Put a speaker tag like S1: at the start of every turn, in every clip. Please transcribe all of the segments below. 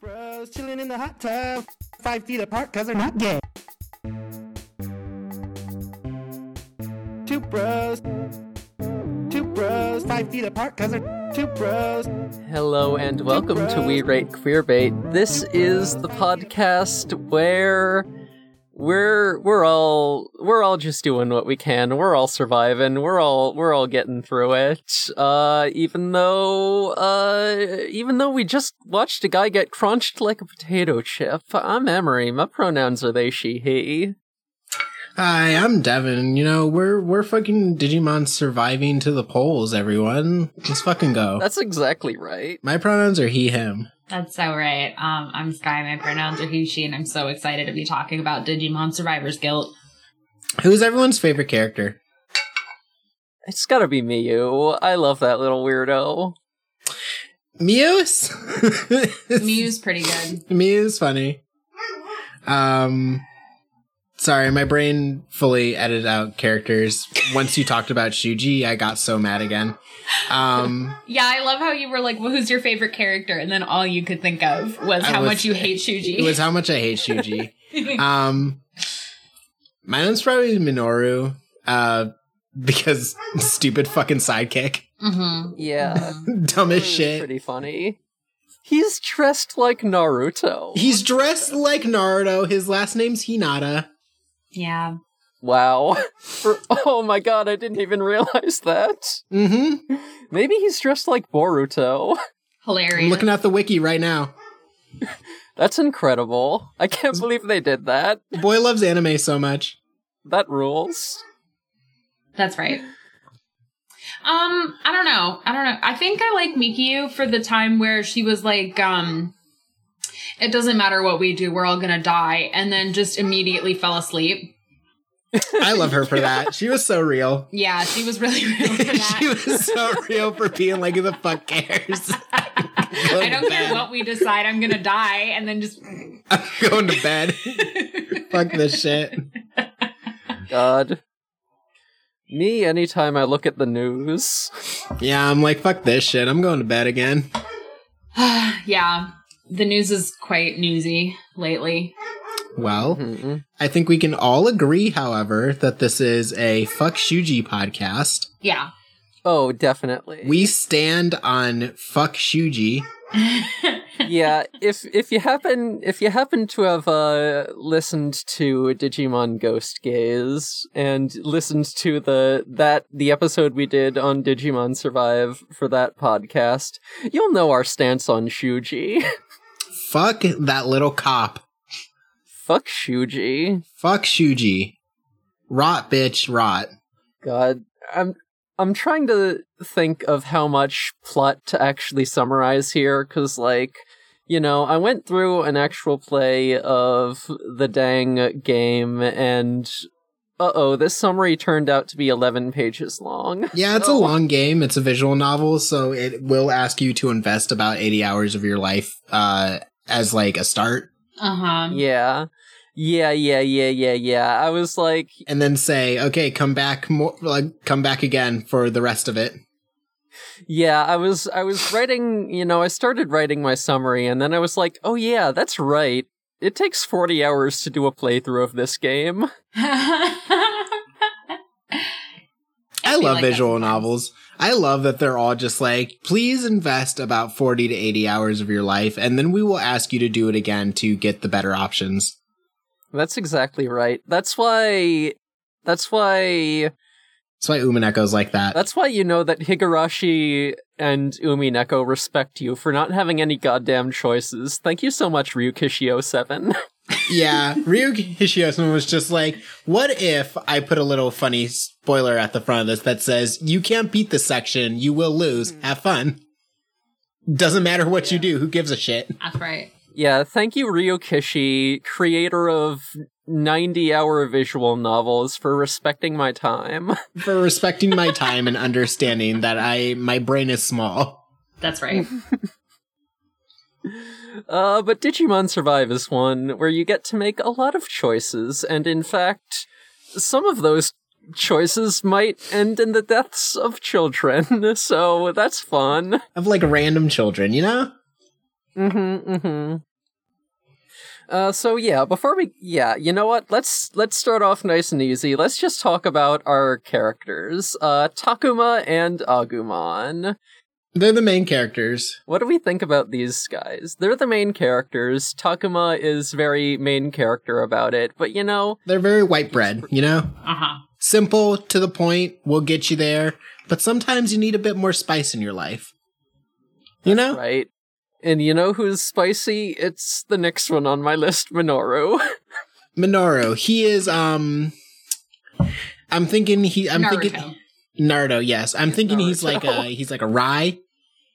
S1: bros chilling in the hot tub, five feet apart because they're not gay. Two bros, two bros, five feet apart because they're two bros.
S2: Hello and welcome to We Rate Queerbait. This is the podcast where we're we're all we're all just doing what we can. We're all surviving. We're all we're all getting through it. Uh, even though uh, even though we just watched a guy get crunched like a potato chip. I'm Emery. My pronouns are they, she, he.
S3: Hi, I'm Devin. You know, we're we're fucking Digimon surviving to the polls, everyone. Let's fucking go.
S2: That's exactly right.
S3: My pronouns are he him.
S4: That's so right. Um, I'm Sky. My pronouns are he, she, and I'm so excited to be talking about Digimon Survivor's Guilt.
S3: Who's everyone's favorite character?
S2: It's gotta be Miyu. I love that little weirdo.
S3: Muse?
S4: Mew's pretty good.
S3: Muse funny. Um sorry, my brain fully edited out characters. Once you talked about Shuji, I got so mad again. Um
S4: Yeah, I love how you were like, well, who's your favorite character? And then all you could think of was
S3: I
S4: how
S3: was-
S4: much you hate Shuji.
S3: it was how much I hate Shuji. Um, my name's probably Minoru, uh, because stupid fucking sidekick, Mm-hmm.
S4: hmm
S2: Yeah.
S3: dumb as
S2: He was
S3: shit.
S2: Pretty funny. He's dressed like Naruto.
S3: He's dressed like Naruto. His last name's Hinata.
S4: Yeah.
S2: wow. For- oh my god, I didn't even realize that.
S3: Mm-hmm.
S2: Maybe he's dressed like Boruto.
S4: Hilarious.
S3: I'm looking at the wiki right now.
S2: That's incredible. I can't believe they did that.
S3: The boy loves anime so much.
S2: That rules.
S4: That's right. Um, I don't know. I don't know. I think I like Mikiu for the time where she was like, um, it doesn't matter what we do, we're all gonna die, and then just immediately fell asleep.
S3: I love her for that. She was so real.
S4: Yeah, she was really real for that.
S3: she was so real for being like, who the fuck cares?
S4: I don't care what we decide, I'm gonna die, and then just
S3: I'm going to bed. fuck this shit.
S2: God. Me, anytime I look at the news.
S3: Yeah, I'm like, fuck this shit. I'm going to bed again.
S4: yeah. The news is quite newsy lately.
S3: Well,
S2: Mhm.
S3: I think we can all agree, however, that this is a fuck Shuji podcast.
S4: Yeah.
S2: Oh, definitely.
S3: We stand on fuck Shuji.
S2: yeah, if if you happen if you happen to have uh, listened to Digimon Ghost Gaze and listened to the that the episode we did on Digimon Survive for that podcast, you'll know our stance on Shuji.
S3: Fuck that little cop.
S2: Fuck Shuji.
S3: Fuck Shuji. Rot, bitch, rot.
S2: God, I'm I'm trying to think of how much plot to actually summarize here cuz like you know, I went through an actual play of the dang game and uh-oh, this summary turned out to be 11 pages long.
S3: Yeah, it's
S2: Oh.
S3: a long game. It's a visual novel, so it will ask you to invest about 80 hours of your life uh, as like a start
S4: Uh huh.
S2: Yeah. Yeah, yeah, yeah, yeah, yeah. I was like,
S3: and then say, okay, come back more like come back again for the rest of it.
S2: Yeah, I was I was writing, you know, I started writing my summary and then I was like, "Oh yeah, that's right. It takes 40 hours to do a playthrough of this game."
S3: I,
S4: feel
S3: love
S4: like that
S3: visual
S4: sometimes.
S3: novels. I love that they're all just like, please invest about 40 to 80 hours of your life, and then we will ask you to do it again to get the better options.
S2: That's exactly right. That's why that's why
S3: That's why Umineko's like that.
S2: that's why you know that Higurashi and Umineko respect you for not having any goddamn choices. Thank you so much, oh Ryukishio7.
S3: yeah, Ryu Hishiosun was just like, what if I put a little funny spoiler at the front of this that says, you can't beat this section, you will lose,
S4: Hmm.
S3: have fun. Doesn't matter what you do, who gives a shit?
S4: That's right.
S2: yeah, thank you Ryukishi, creator of 90-hour visual novels for respecting my time.
S3: For respecting my time and understanding that I my brain is small.
S4: That's right.
S2: Uh, but Digimon Survive is one where you get to make a lot of choices, and in fact, some of those choices might end in the deaths of children, so that's fun.
S3: Of like random children, you know?
S2: Mm-hmm, mm-hmm. Uh, so yeah, before we yeah, you know what? Let's let's start off nice and easy. Let's just talk about our characters, uh, Takuma and Agumon.
S3: They're the main characters.
S2: What do we think about these guys? They're the main characters. Takuma is very main character about it, but you know,
S3: They're very white bread, you know?
S4: Uh huh.
S3: Simple, to the point, will get you there, but sometimes you need a bit more spice in your life. You know?
S2: right? And you know who's spicy? It's the next one on my list, Minoru.
S3: Minoru, he is um I'm thinking he I'm
S4: Naruto.
S3: thinking Naruto, yes. I'm thinking he's
S2: Naruto.
S3: like a he's like a rye.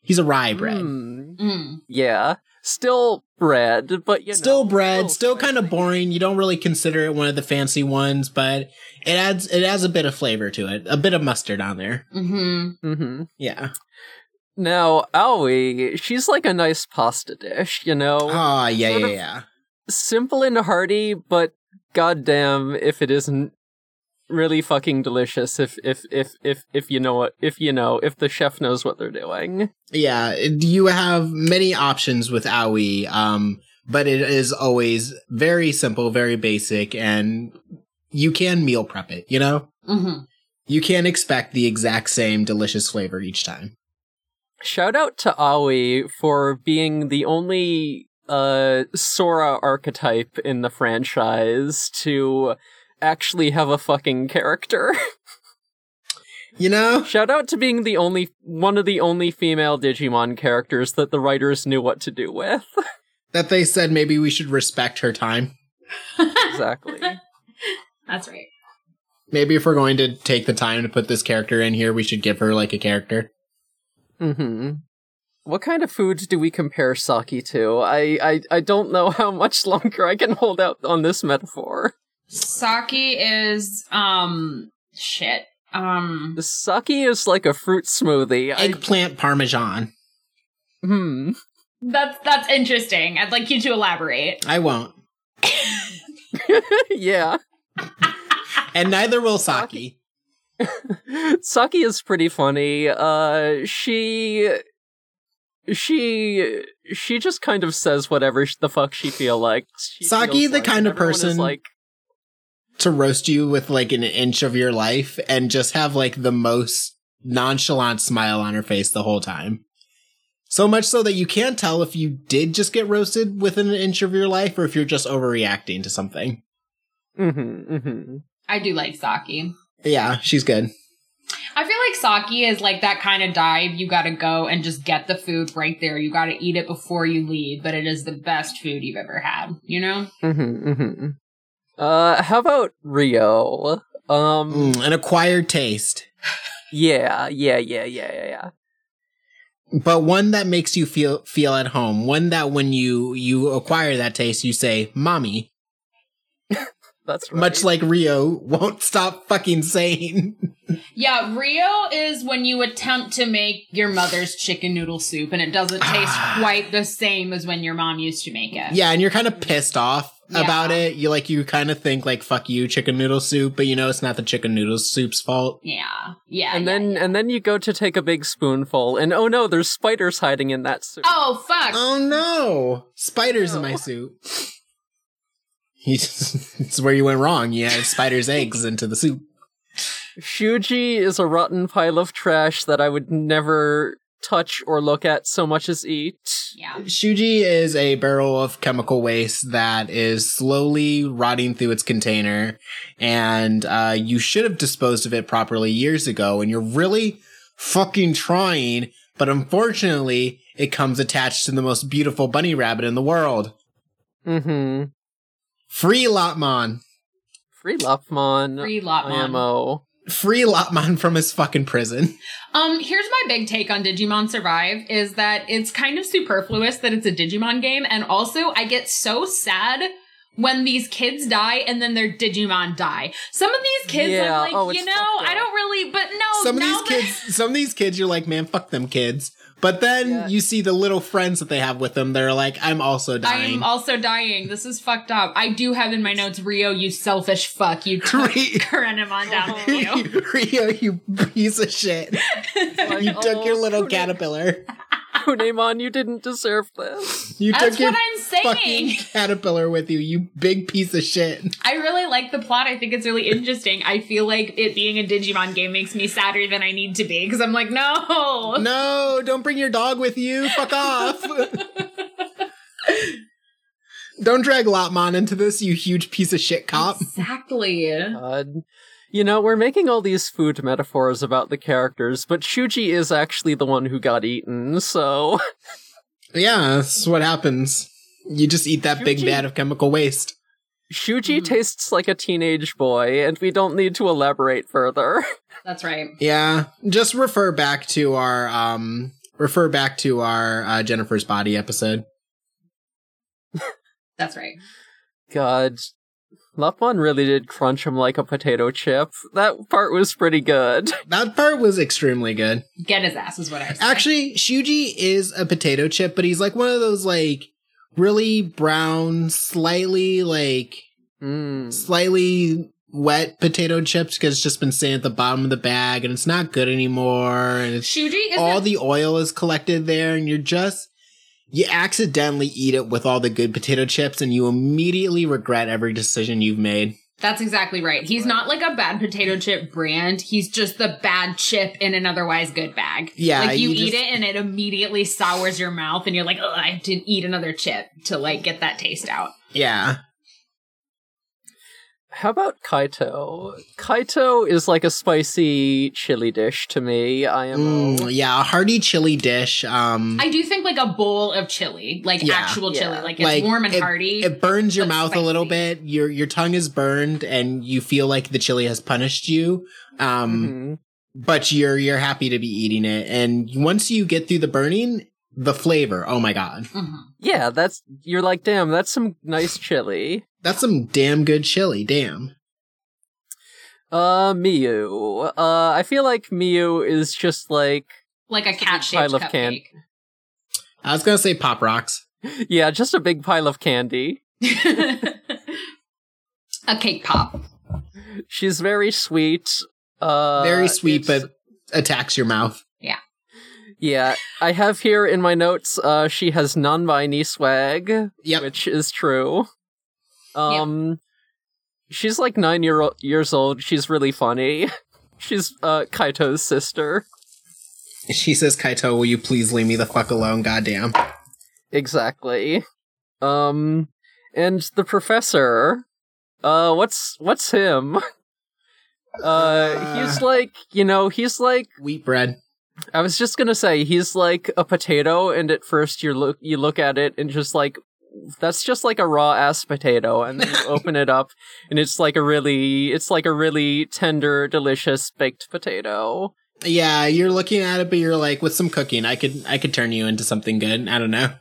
S3: He's a rye bread.
S2: Hmm,
S4: Mm.
S2: yeah, still bread, but you know, oh,
S3: still bread, still
S2: spicy.
S3: kind of boring. You don't really consider it one of the fancy ones, but it adds it adds a bit of flavor to it, a bit of mustard on there.
S4: Mm-hmm.
S2: Mhm.
S3: Yeah.
S2: Now, Aoi, she's like a nice pasta dish, you know?
S3: Ah, yeah,
S2: sort
S3: yeah,
S2: of-
S3: yeah.
S2: Simple and hearty, but goddamn if it isn't really fucking delicious if if if if if you know what if you know if the chef knows what they're doing.
S3: Yeah, it- you have many options with Aoi, um, but it is always very simple, very basic, and you can meal prep it, you know?
S4: Mm-hmm.
S3: You can't expect the exact same delicious flavor each time.
S2: Shout out to Aoi for being the only uh Sora archetype in the franchise to actually have a fucking character.
S3: You know?
S2: Shout out to being the only one of the only female Digimon characters that the writers knew what to do with.
S3: That they said maybe we should respect her time.
S2: exactly.
S4: Mm-hmm. That's right.
S3: Maybe if we're going to take the time to put this character in here, we should give her like a character.
S2: hmm What kind of food do we compare sake to? I, I I don't know how much longer I can hold out on this metaphor.
S4: Saki is um shit. Um
S2: The sake is like a fruit smoothie. I,
S3: Eggplant parmesan.
S2: hmm.
S4: that's that's interesting. I'd like you to elaborate.
S3: I won't.
S2: yeah.
S3: And neither will Saki.
S2: Saki is pretty funny. Uh, she, she, she just kind of says whatever sh- the fuck she feel like. She
S3: Saki
S2: feels
S3: the
S2: like
S3: kind of
S2: everyone is
S3: person-
S2: like
S3: to roast you with like an inch of your life and just have like the most nonchalant smile on her face the whole time. So much so that you can't tell if you did just get roasted within an inch of your life or if you're just overreacting to something.
S2: mm-hmm, mm-hmm.
S4: I do like Saki.
S3: Yeah, she's good.
S4: I feel like Saki is like that kind of dive you gotta go and just get the food right there. You gotta eat it before you leave, but it is the best food you've ever had, you know?
S2: Mm-hmm, mm-hmm. Uh, how about Rio? Um,
S3: Mm, an acquired taste,
S2: yeah, yeah, yeah, yeah, yeah, yeah.
S3: but one that makes you feel feel at home. One that when you you acquire that taste, you say "mommy,"
S2: That's right.
S3: much like Rio won't stop fucking saying.
S4: Yeah, Rio is when you attempt to make your mother's chicken noodle soup and it doesn't taste quite the same as when your mom used to make it.
S3: Yeah, and you're kind of pissed off
S4: Yeah.
S3: about it. You like you kind of think like fuck you chicken noodle soup, but you know it's not the chicken noodle soup's fault.
S4: Yeah. Yeah.
S2: and
S4: yeah,
S2: then
S4: yeah.
S2: and then you go to take a big spoonful, and oh no, there's spiders hiding in that soup.
S4: Oh
S2: Um,
S4: fuck.
S3: Oh no, spiders in my
S2: No.
S3: soup. You just, it's where you went wrong. You added spiders' eggs into the soup.
S2: Shuji is a rotten pile of trash that I would never touch or look at so much as eat.
S4: Yeah.
S3: Shuji is a barrel of chemical waste that is slowly rotting through its container, and uh, you should have disposed of it properly years ago, and you're really fucking trying, but unfortunately, it comes attached to the most beautiful bunny rabbit in the world.
S2: Mm-hmm.
S3: Free Lotmon.
S2: Free Lopmon.
S4: Free lot
S2: um, IMO.
S3: Free Lotmon from his fucking prison.
S4: Um, here's my big take on Digimon Survive is that it's kind of superfluous that it's a Digimon game, and also I get so sad when these kids die and then their Digimon die. Some of these kids,
S2: Yeah,
S4: I'm like,
S2: oh, it's
S4: you know,
S2: fucked up.
S4: I don't really, but Oh, no,
S3: some of
S4: now
S3: these
S4: that-
S3: kids, some of these kids, you're like, man, fuck them kids. But then
S2: Yeah.
S3: you see the little friends that they have with them. They're like, I'm also
S4: I
S3: dying.
S4: am also dying. This is fucked up. I do have in my notes, Rio, you selfish fuck. You took
S3: Free-
S4: Karenamon down with you.
S3: Rio, you piece of shit.
S2: Like,
S3: You took
S2: oh,
S3: your little
S2: Tunic.
S3: caterpillar.
S2: Unemon, you didn't deserve this.
S3: You
S4: That's
S3: took your
S4: what I'm
S3: fucking
S4: saying.
S3: caterpillar with you, you big piece of shit.
S4: I really like the plot. I think it's really interesting. I feel like it being a Digimon game makes me sadder than I need to be because I'm like, no.
S3: No, don't bring your dog with you. Fuck off. don't drag Lotmon into this, you huge piece of shit cop.
S4: Exactly.
S2: God. You know, we're making all these food metaphors about the characters, but Shuji is actually the one who got eaten, so.
S3: Yeah, that's what happens. You just eat that big
S2: Shuji.
S3: bad of chemical waste.
S2: Shuji tastes like a teenage boy, and we don't need to elaborate further.
S4: That's right.
S3: Yeah, just refer back to our um refer back to our uh, Jennifer's body episode.
S4: That's right.
S2: God. Lapmon really did crunch him like a potato chip. That part was pretty good.
S3: That part was extremely good.
S4: Get his ass is what I say.
S3: Actually, Shuji is a potato chip, but he's like one of those like really brown, slightly like
S2: Mm.
S3: slightly wet potato chips because it's just been sitting at the bottom of the bag and it's not good anymore. And it's
S4: Shuji is
S3: all the oil is collected there, and you're just you accidentally eat it with all the good potato chips, and you immediately regret every decision you've made.
S4: That's exactly right. He's not like a bad potato chip brand. He's just the bad chip in an otherwise good bag.
S3: Yeah,
S4: Like you,
S3: you
S4: eat
S3: just-
S4: it and it immediately sours your mouth and you're like, oh, I have to eat another chip to like get that taste out.
S3: Yeah,
S2: How about Kaito? Kaito is like a spicy chili dish to me. I am.
S3: Mm, yeah, a hearty chili dish. Um,
S4: Oh. I do think like a bowl of chili, like
S3: Yeah.
S4: actual chili,
S2: Yeah.
S4: like it's warm and
S3: it,
S4: hearty.
S3: It burns your
S4: but
S3: mouth a little
S4: spicy.
S3: bit. Your your tongue is burned, and you feel like the chili has punished you. Um,
S2: Mhm.
S3: but you're you're happy to be eating it and once you get through the burning the flavor oh my god
S4: Mhm.
S2: Yeah, that's you're like, damn, that's some nice chili.
S3: that's some damn good chili damn
S2: Uh, Miyu. Uh, I feel like Miyu is just like,
S4: Like a cat shaped
S2: pile of
S4: cupcake.
S2: can-
S3: i was gonna say pop rocks
S2: yeah, just a big pile of candy.
S4: a cake pop.
S2: She's very sweet. Uh,
S3: very sweet
S2: it's-
S3: but attacks your mouth
S2: yeah, I have here in my notes. Uh, she has non-binary swag.
S3: yep
S2: which is true. Um, she's like nine year old, years old. She's really funny. She's uh Kaito's sister.
S3: she says kaito will you please leave me the fuck alone goddamn
S2: Exactly. Um, and the professor. Uh, what's what's him? Uh,
S3: Ah.
S2: he's like you know he's like
S3: wheat bread
S2: I was just gonna say he's like a potato, and at first you look you look at it and just like that's just like a raw ass potato, and then you open it up and it's like a really it's like a really tender, delicious baked potato.
S3: yeah you're looking at it but you're like with some cooking i could i could turn you into something good i don't know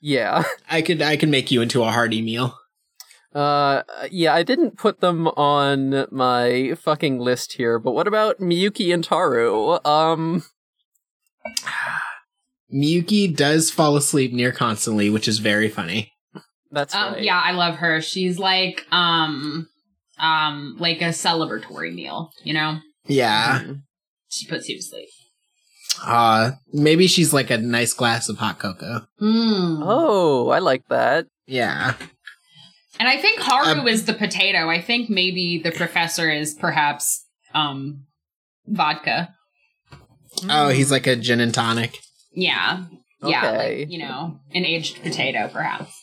S2: Yeah,
S3: i could i could make you into a hearty meal
S2: uh, yeah. I didn't put them on my fucking list here, but what about Miyuki and Taru? Um,
S3: miyuki does fall asleep near constantly which is very funny
S2: that's
S4: Um,
S2: right.
S4: Yeah, I love her. She's like, um, um, like a celebratory meal. You know,
S3: yeah
S2: Mhm.
S4: she puts you to sleep.
S3: Uh, maybe she's like a nice glass of hot cocoa.
S4: Mm.
S2: Oh, I like that.
S3: Yeah.
S4: And I think Haru
S3: Um,
S4: is the potato. I think maybe the professor is perhaps um vodka.
S3: Oh, he's like a gin and tonic.
S4: Yeah. Yeah,
S2: Okay.
S4: like, you know, an aged potato, perhaps.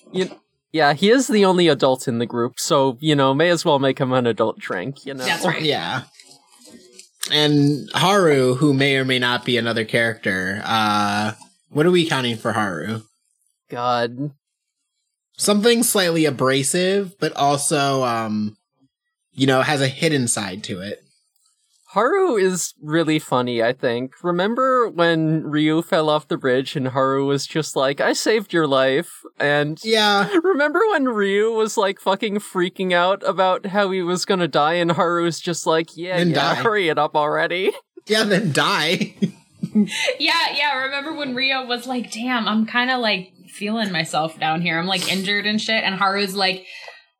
S2: Yeah, he is the only adult in the group, so you know, may as well make him an adult drink. You know,
S4: That's right.
S3: Yeah. And Haru, who may or may not be another character, uh, what are we counting for Haru?
S2: God,
S3: Something slightly abrasive, but also, um, you know, has a hidden side to it.
S2: Haru is really funny. I think. Remember when Ryu fell off the bridge and Haru was just like, "I saved your life," and
S3: Yeah.
S2: remember when Ryu was like fucking freaking out about how he was gonna die, and Haru was just like, "Yeah,
S3: Then
S2: yeah,
S3: die."
S2: hurry it up already."
S3: Yeah, then die.
S4: Yeah, yeah. Remember when Rio was like, damn, I'm kind of like feeling myself down here. I'm like injured and shit. And Haru's like,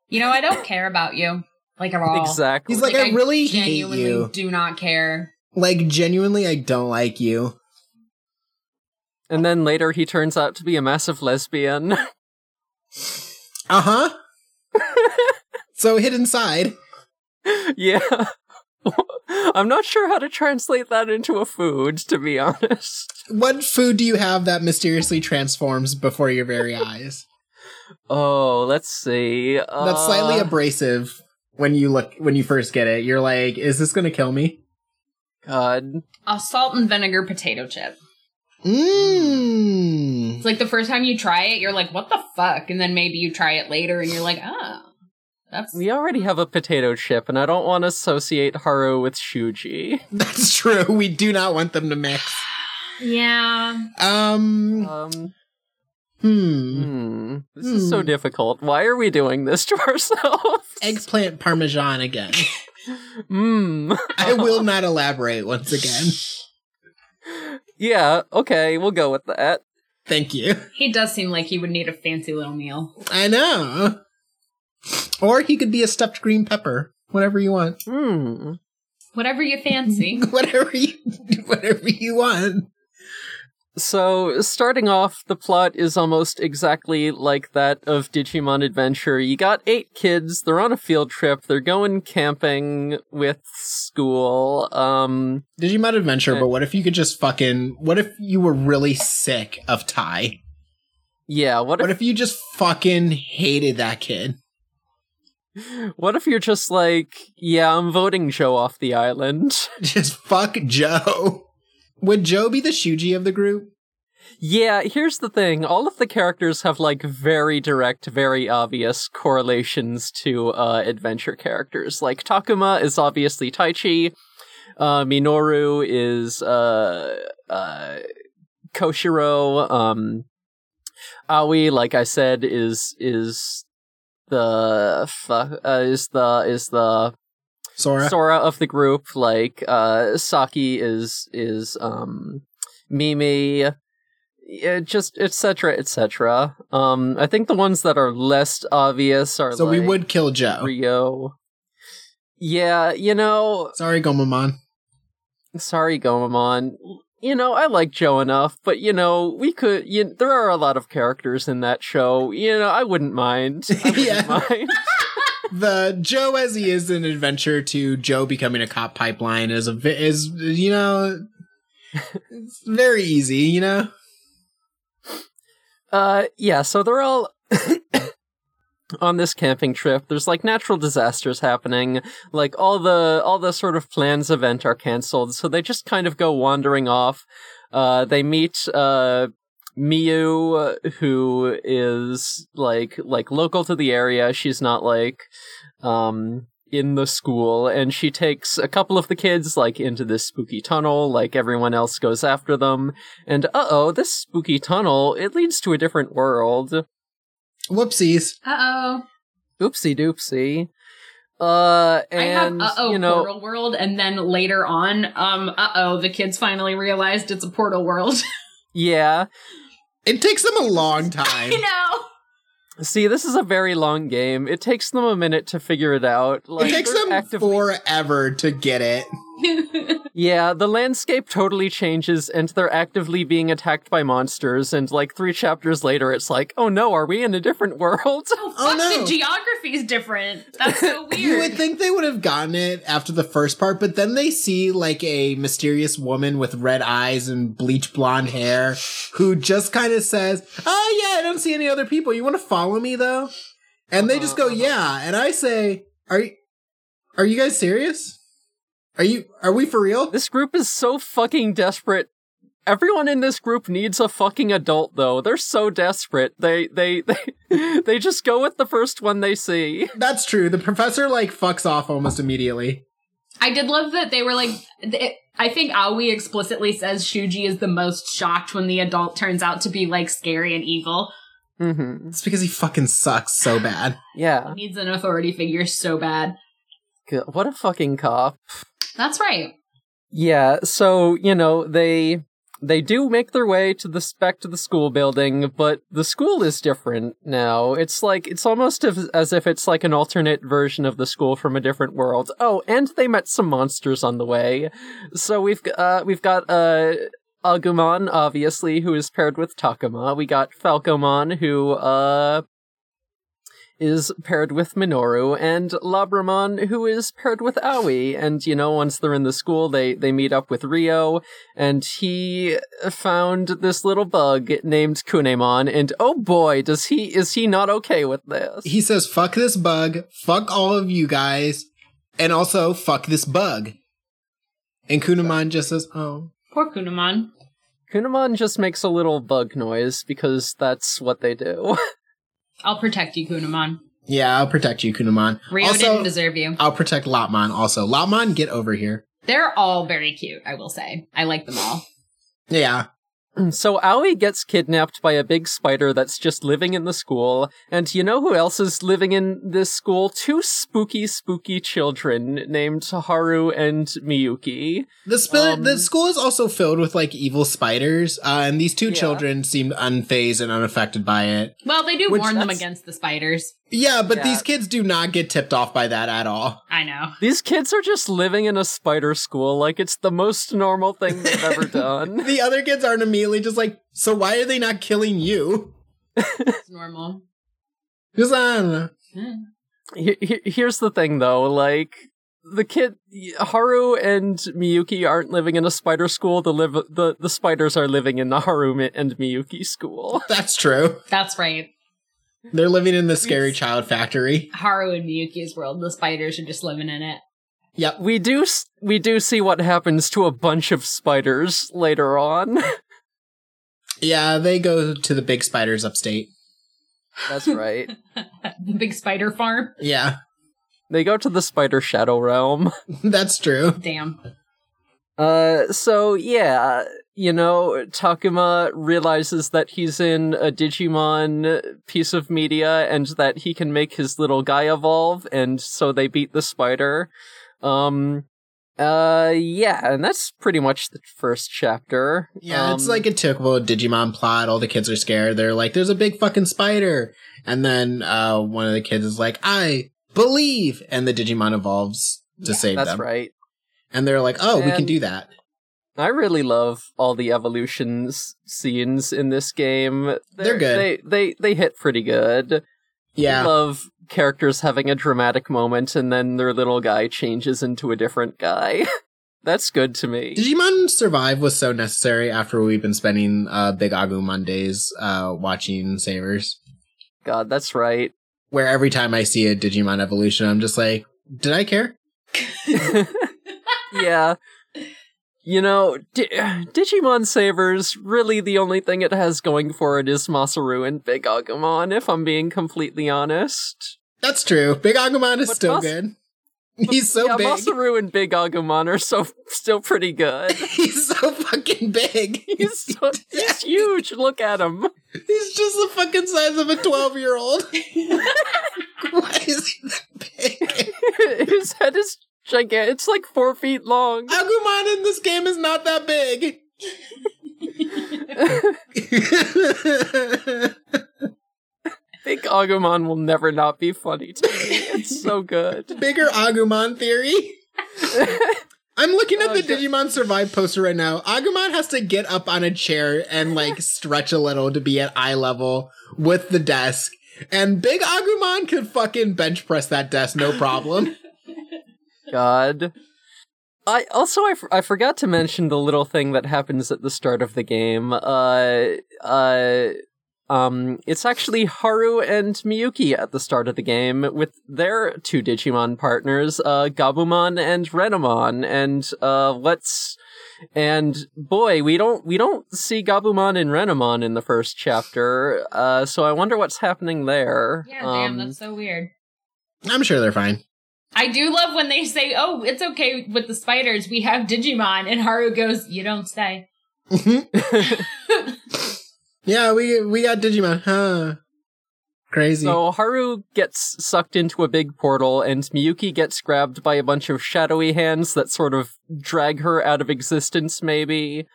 S4: you know, I don't care about you. Like at all.
S2: Exactly.
S3: He's like, I really hate
S4: genuinely
S3: you.
S4: do not care.
S3: like, genuinely, I don't like you.
S2: And then later he turns out to be a massive lesbian.
S3: Uh huh. so hidden side.
S2: yeah. I'm not sure how to translate that into a food, to be honest.
S3: What food do you have that mysteriously transforms before your very eyes?
S2: Oh, let's see. Uh,
S3: That's slightly abrasive when you look when you first get it. You're like, is this gonna kill me?
S2: God.
S4: A salt and vinegar potato chip.
S3: Mmm.
S4: It's like the first time you try it, you're like, what the fuck? And then maybe you try it later and you're like, oh, that's.
S2: We already have a potato chip, and I don't want to associate Haru with Shuji.
S3: That's true. We do not want them to mix.
S4: Yeah.
S3: Um.
S2: Um,
S3: Hmm.
S2: hmm. This is so difficult. Why are we doing this to ourselves?
S3: Eggplant parmesan again.
S2: Mmm.
S3: I will not elaborate once again.
S2: Yeah, okay, we'll go with that.
S3: Thank you.
S4: He does seem like he would need a fancy little meal.
S3: I know. Or he could be a stuffed green pepper. Whatever you want.
S2: Hmm.
S4: Whatever you fancy.
S3: Whatever you whatever you want.
S2: So, starting off, the plot is almost exactly like that of Digimon Adventure. You got eight kids, they're on a field trip, they're going camping with school. Um,
S3: Digimon Adventure,
S2: Okay.
S3: but what if you could just fucking what if you were really sick of Ty?
S2: yeah, what
S3: What
S2: if,
S3: if you just fucking hated that kid?
S2: what if you're just like, yeah, I'm voting Joe off the island?
S3: Just fuck Joe. Would Joe be the Shuji of the group?
S2: Yeah, here's the thing. All of the characters have like very direct, very obvious correlations to uh adventure characters. Like Takuma is obviously Taichi. Uh Minoru is uh uh Koshiro. Um Aoi, like I said, is is the fu- uh, is the is the
S3: Sora?
S2: Sora of the group, like uh Saki is is um Mimi yeah, just etc etc. Um I think the ones that are less obvious are
S3: so we
S2: like,
S3: would kill Joe.
S2: Rio. Yeah, you know,
S3: Sorry, Gomamon.
S2: sorry Gomamon. You know, I like Joe enough, but you know, we could you, there are a lot of characters in that show. You know, I wouldn't mind. I wouldn't
S3: Yeah.
S2: mind.
S3: The Joe as he is an adventure to Joe becoming a cop pipeline is a vi- is you know it's very easy, you know?
S2: Uh, yeah, so they're all on this camping trip. There's like natural disasters happening. Like all the all the sort of plans event are canceled, so they just kind of go wandering off. Uh, they meet uh Miyu, who is like like local to the area. She's not like um in the school and she takes a couple of the kids like into this spooky tunnel like everyone else goes after them and uh-oh this spooky tunnel it leads to a different world
S3: Whoopsies.
S4: Uh oh.
S2: oopsie doopsie uh
S4: I have
S2: and
S4: uh oh
S2: you know
S4: portal world, and then later on, um, uh oh, the kids finally realized it's a portal world.
S2: yeah
S3: It takes them a long time.
S4: you know,
S2: see this is a very long game it takes them a minute to figure it out like
S3: it takes
S2: they're
S3: them
S2: actively-
S3: forever to get it.
S2: Yeah, the landscape totally changes and they're actively being attacked by monsters and like 3 chapters later it's like, "Oh no, are we in a different world?"
S4: oh, fuck,
S3: Oh, no.
S4: the geography's different. That's so weird.
S3: You would think they would have gotten it after the first part, but then they see like a mysterious woman with red eyes and bleach blonde hair who just kind of says, Oh, yeah, I don't see any other people. You want to follow me though? And they just go,
S2: Uh-huh.
S3: Yeah. And I say, Are you, are you guys serious? Are you, are we for real?
S2: This group is so fucking desperate. Everyone in this group needs a fucking adult though. They're so desperate. They they they, they just go with the first one they see.
S3: That's true. The professor like fucks off almost immediately.
S4: I did love that they were like. th- I think Aoi explicitly says Shuji is the most shocked when the adult turns out to be like scary and evil.
S2: Mhm.
S3: It's because he fucking sucks so bad.
S2: Yeah.
S4: Needs an authority figure so bad.
S2: G- What a fucking cop.
S4: That's right.
S2: Yeah, so you know they they do make their way to the back to the school building, but the school is different now. It's like it's almost as, as if it's like an alternate version of the school from a different world. Oh, and they met some monsters on the way, so we've g- uh, we've got uh, Agumon, obviously, who is paired with Takuma. We got Falcomon, who uh is paired with Minoru, and Labramon, who is paired with Aoi. And you know, once they're in the school, they they meet up with Rio, and he found this little bug named Kunemon. And oh boy, does he is he not okay with this?
S3: He says, fuck this bug, fuck all of you guys, and also fuck this bug. And Kunaman just says, oh.
S4: Poor Kunamon.
S2: Kunemon just makes a little bug noise because that's what they do.
S4: I'll protect you, Kunamon.
S3: Yeah, I'll protect you, Kunaman.
S4: Rio
S3: also,
S4: didn't deserve you.
S3: I'll protect Lotmon also. Lotmon, get over here.
S4: They're all very cute, I will say. I like them all.
S3: Yeah.
S2: so Aoi gets kidnapped by a big spider that's just living in the school, and you know who else is living in this school? Two spooky, spooky children named Haru and Miyuki.
S3: The, sp- the school is also filled with like evil spiders, uh, and these two
S2: Yeah.
S3: children seemed unfazed and unaffected by it.
S4: Well, they do
S3: Which
S4: warn them
S3: that's-
S4: against the spiders.
S3: Yeah, but
S2: Yeah.
S3: these kids do not get tipped off by that at all.
S4: I know.
S2: These kids are just living in a spider school like it's the most normal thing they've ever done.
S3: The other kids aren't immediately just like, so why are they not killing you?
S4: It's normal.
S3: Just, I don't know.
S2: He- he- here's the thing though, like the kid Haru and Miyuki aren't living in a spider school. The live the, the spiders are living in the Haru mi- and Miyuki school.
S3: That's true.
S4: That's right.
S3: They're living in the scary child factory.
S4: Haru and Miyuki's world, the spiders are just living in it.
S3: Yep.
S2: We do s- we do see what happens to a bunch of spiders later on.
S3: Yeah, they go to the big spiders upstate.
S2: That's right.
S4: The big spider farm.
S3: Yeah,
S2: they go to the spider shadow realm.
S3: that's true.
S4: Damn.
S2: Uh, so yeah, you know, Takuma realizes that he's in a Digimon piece of media and that he can make his little guy evolve, and so they beat the spider. Um, uh, yeah, and that's pretty much the first chapter.
S3: Yeah, it's
S2: Um,
S3: like a typical Digimon plot. All the kids are scared. They're like, there's a big fucking spider. And then uh, one of the kids is like, I believe. And the Digimon evolves to save
S2: that's
S3: them.
S2: right.
S3: And they're like, oh, we can
S2: And-
S3: do that.
S2: I really love all the evolutions scenes in this game.
S3: They're good.
S2: They they they hit pretty good. I
S3: Yeah.
S2: love characters having a dramatic moment and then their little guy changes into a different guy. That's good to me.
S3: Digimon Survive was so necessary after we've been spending uh, Big Agumon days uh, watching Savers,
S2: God, that's right.
S3: where every time I see a Digimon evolution, I'm just like, did I care?
S2: yeah. You know, D- Digimon Savers, really the only thing it has going for it is Masaru and Big Agumon, if I'm being completely honest.
S3: That's true. Big Agumon is
S2: But
S3: still
S2: Mas-
S3: good. He's so
S2: yeah,
S3: big.
S2: Masaru and Big Agumon are so still pretty good.
S3: He's so fucking big.
S2: He's, so, he's huge, look at him.
S3: He's just the fucking size of a 12 year old. Why is he that big?
S2: His head is gigantic. It's like four feet long.
S3: Agumon in this game is not that big.
S2: think Agumon will never not be funny to me. It's so good.
S3: Bigger Agumon theory. I'm looking at
S2: Oh,
S3: the
S2: sure.
S3: Digimon Survive poster right now. Agumon has to get up on a chair and like stretch a little to be at eye level with the desk. And big Agumon could fucking bench press that desk, no problem.
S2: God. I also I, f- I forgot to mention the little thing that happens at the start of the game. Uh uh um it's actually Haru and Miyuki at the start of the game with their two Digimon partners, uh Gabumon and Renamon and uh let's and boy, we don't we don't see Gabumon and Renamon in the first chapter. Uh so I wonder what's happening there.
S4: Yeah, damn,
S2: Um,
S4: that's so weird.
S3: I'm sure they're fine.
S4: I do love when they say, "Oh, it's okay with the spiders. We have Digimon," and Haru goes, "You don't say."
S3: yeah, we we got Digimon, huh? Crazy.
S2: So Haru gets sucked into a big portal, and Miyuki gets grabbed by a bunch of shadowy hands that sort of drag her out of existence, maybe.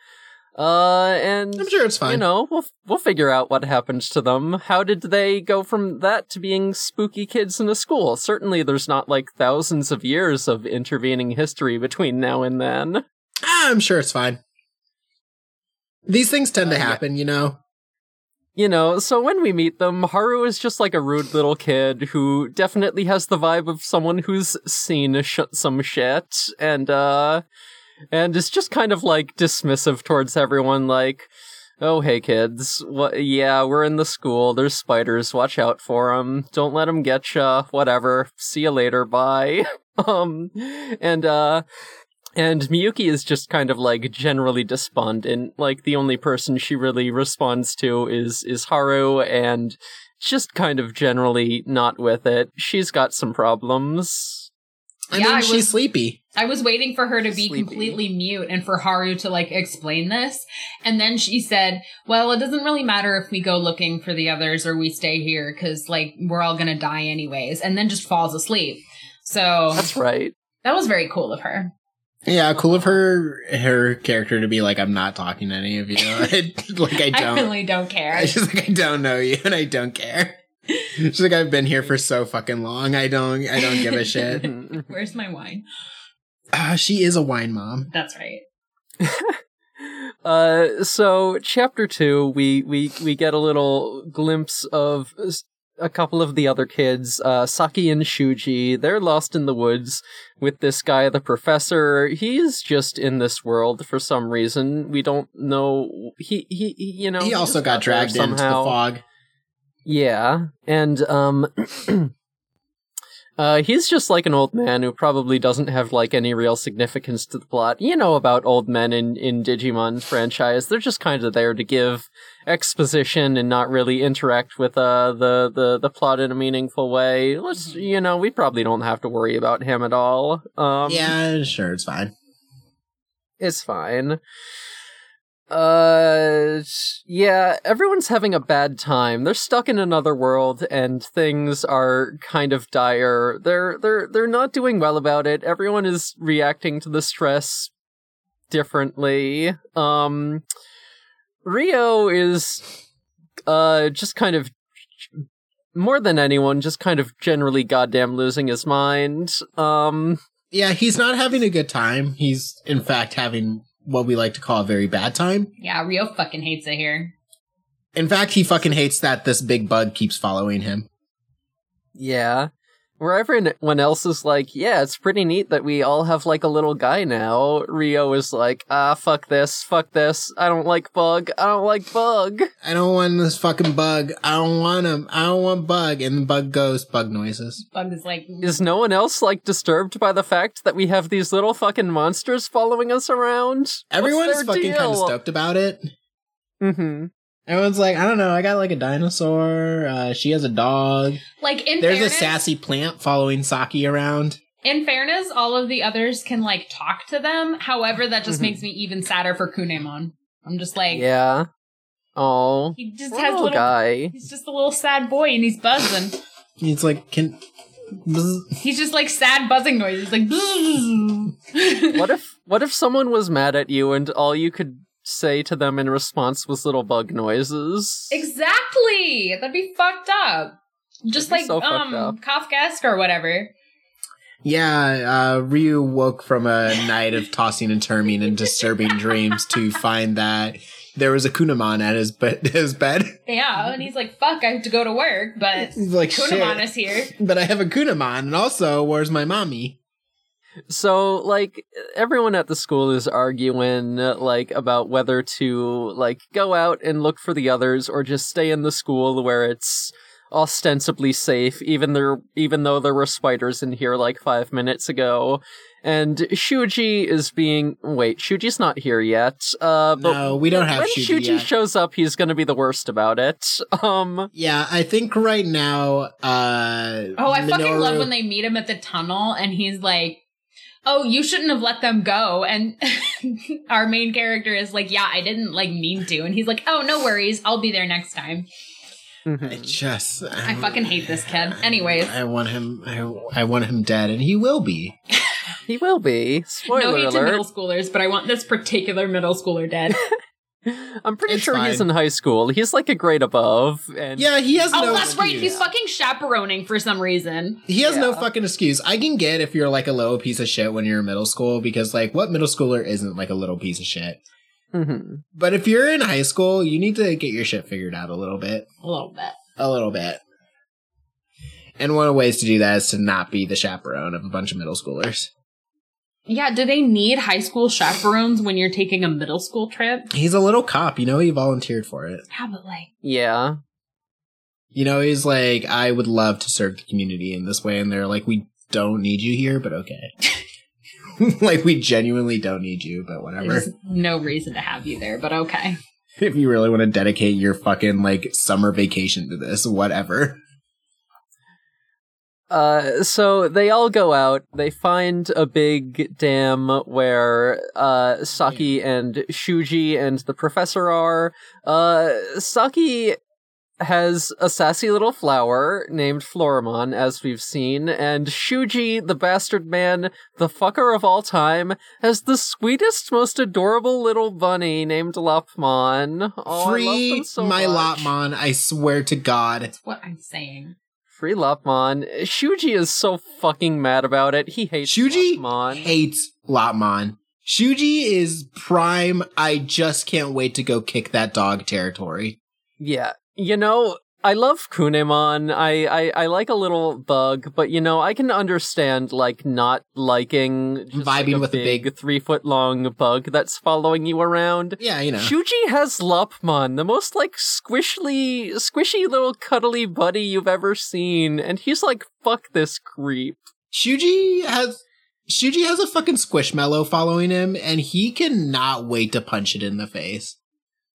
S2: Uh, and
S3: I'm sure it's
S2: you
S3: fine.
S2: know, we'll we'll figure out what happened to them. How did they go from that to being spooky kids in a school? Certainly, there's not like thousands of years of intervening history between now and then.
S3: Ah, I'm sure it's fine. These things tend to
S2: Uh, yeah.
S3: happen, you know.
S2: You know, so when we meet them, Haru is just like a rude little kid who definitely has the vibe of someone who's seen sh- some shit and uh and is just kind of like dismissive towards everyone like oh hey kids, what yeah, we're in the school. There's spiders. Watch out for them. Don't let them get ya. Whatever. See you later. Bye. um and uh and Miyuki is just kind of like generally despondent. Like the only person she really responds to is is Haru and just kind of generally not with it. She's got some problems.
S3: I
S4: Yeah,
S3: mean,
S4: I
S3: she's
S4: was-
S3: sleepy.
S4: I was waiting for her to be
S2: Sleepy.
S4: completely mute and for Haru to like explain this. And then she said, Well, it doesn't really matter if we go looking for the others or we stay here because like we're all gonna die anyways. And then just falls asleep. So
S2: That's right.
S4: that was very cool of her.
S3: Yeah, cool of her her character to be like, I'm not talking to any of you. like I
S4: I
S3: don't.
S4: really don't care.
S3: I just like I don't know you and I don't care. She's like I've been here for so fucking long. I don't I don't give a shit.
S2: Mhm.
S4: Where's my wine?
S3: Ah, she is a wine mom.
S4: That's right.
S2: Uh, so chapter two, we we we get a little glimpse of s- a couple of the other kids, uh, Saki and Shuji. They're lost in the woods with this guy, the professor. He's just in this world for some reason. We don't know. He he, he you know.
S3: he also
S2: just
S3: got
S2: there
S3: dragged into the fog.
S2: yeah, and um, uh, he's just like an old man who probably doesn't have like any real significance to the plot. You know about old men in in Digimon franchise; they're just kind of there to give exposition and not really interact with uh the the the plot in a meaningful way. Let's you know, we probably don't have to worry about him at all. Um,
S3: yeah, sure, it's fine.
S2: it's fine. Uh, yeah, everyone's having a bad time. They're stuck in another world, and things are kind of dire. They're they're they're not doing well about it. Everyone is reacting to the stress differently. Um, Rio is uh just kind of more than anyone, just kind of generally goddamn losing his mind. Um.
S3: Yeah, he's not having a good time. He's in fact having what we like to call a very bad time.
S4: Yeah, Rio fucking hates it here.
S3: In fact, he fucking hates that this big bug keeps following him.
S2: Yeah. Where everyone else is like, yeah, it's pretty neat that we all have like a little guy now. Rio is like, ah, fuck this, fuck this. I don't like bug. I don't like bug.
S3: I don't want this fucking bug. I don't want him. I don't want bug. And the bug goes bug noises.
S4: Bug is like,
S2: Is no one else like disturbed by the fact that we have these little fucking monsters following us around? What's
S3: Everyone's
S2: their
S3: fucking kind of
S2: deal?
S3: stoked about it.
S2: Mhm.
S3: Everyone's like, I don't know. I got like a dinosaur. Uh, she has a dog.
S4: like in
S3: There's a
S4: fairness,
S3: sassy plant following Saki around.
S4: in fairness, all of the others can like talk to them. However, that just
S2: Mhm.
S4: makes me even sadder for Kunemon. I'm just like,
S2: Yeah. Oh.
S4: he just has
S2: Little
S4: little.
S2: guy.
S4: He's just a little sad boy, and he's buzzing.
S3: It's like, can bzz.
S4: He's just like sad buzzing noises, like.
S2: What if what if someone was mad at you and all you could say to them in response was little bug noises?
S4: exactly? That'd be fucked up. Just
S2: That'd
S4: like
S2: be so fucked
S4: um Kafkaesque or whatever.
S3: yeah? Uh, Ryu woke from a night of tossing and turning and disturbing dreams to find that there was a Kunaman at his be- his bed.
S4: Yeah, and
S2: Mhm.
S4: he's like, "Fuck, I have to go to work," but
S3: He's like,
S4: Kunemon
S3: shit.
S4: is here.
S3: But I have a Kunaman, and also, where's my mommy?
S2: so like everyone at the school is arguing uh, like about whether to like go out and look for the others or just stay in the school where it's ostensibly safe even there even though there were spiders in here like 5 minutes ago and Shuji is being wait Shuji's not here yet uh but
S3: No, we don't have
S2: when
S3: Shuji
S2: Shuji
S3: yet.
S2: shows up he's going to be the worst about it um
S3: Yeah, I think right now. uh
S4: Oh, I fucking
S3: Minoru-
S4: love when they meet him at the tunnel and he's like, Oh, you shouldn't have let them go. And our main character is like, Yeah, I didn't like mean to. And he's like, Oh, no worries. I'll be there next time.
S3: I just. um,
S4: I fucking hate this kid. Anyways,
S3: I want him. I, I want him dead, and he will be.
S2: he will be
S4: no
S2: spoiler
S4: hate to
S2: alert
S4: middle schoolers, but I want this particular middle schooler dead.
S2: I'm pretty
S3: It's
S2: sure he's
S3: fine.
S2: in high school. He's like a grade above, and
S3: Yeah, he has
S4: oh,
S3: no.
S4: that's right.
S3: excuse.
S4: He's fucking chaperoning for some reason.
S3: He has no
S2: Yeah.
S3: fucking excuse. I can get if you're like a little piece of shit when you're in middle school because like what middle schooler isn't like a little piece of shit?
S2: hmm
S3: But if you're in high school, you need to get your shit figured out a little bit.
S4: A little bit.
S3: A little bit. And one of the ways to do that is to not be the chaperone of a bunch of middle schoolers.
S4: Yeah, do they need high school chaperones when you're taking a middle school trip?
S3: He's a little cop, you know, he volunteered for it.
S4: Yeah, but like,
S2: Yeah.
S3: You know, he's like, I would love to serve the community in this way. And they're like, we don't need you here, but okay. like, we genuinely don't need you, but whatever.
S4: there's no reason to have you there, but okay.
S3: if you really want to dedicate your fucking, like, summer vacation to this, whatever.
S2: Uh, so they all go out. They find a big dam where uh, Saki and Shuji and the professor are. Uh, Saki has a sassy little flower named Florimon, as we've seen, and Shuji, the bastard man, the fucker of all time, has the sweetest, most adorable little bunny named Lopmon. Oh, I love
S3: Free
S2: them so
S3: my
S2: much.
S3: Lopmon, I swear to God.
S4: That's what I'm saying.
S2: Free Lopmon. Shuji is so fucking mad about it. He hates
S3: Shuji
S2: Lopmon.
S3: hates Lopmon. Shuji is prime, I just can't wait to go kick that dog territory.
S2: yeah. You know, I love Kunemon. I, I I like a little bug, but you know, I can understand like not liking just,
S3: Vibing
S2: like, a
S3: with a
S2: big,
S3: big-
S2: three foot long bug that's following you around.
S3: Yeah, you know.
S2: Shuji has Lopmon, the most like squishly squishy little cuddly buddy you've ever seen, and he's like, fuck this creep.
S3: Shuji has Shuji has a fucking squishmallow following him, and he cannot wait to punch it in the face.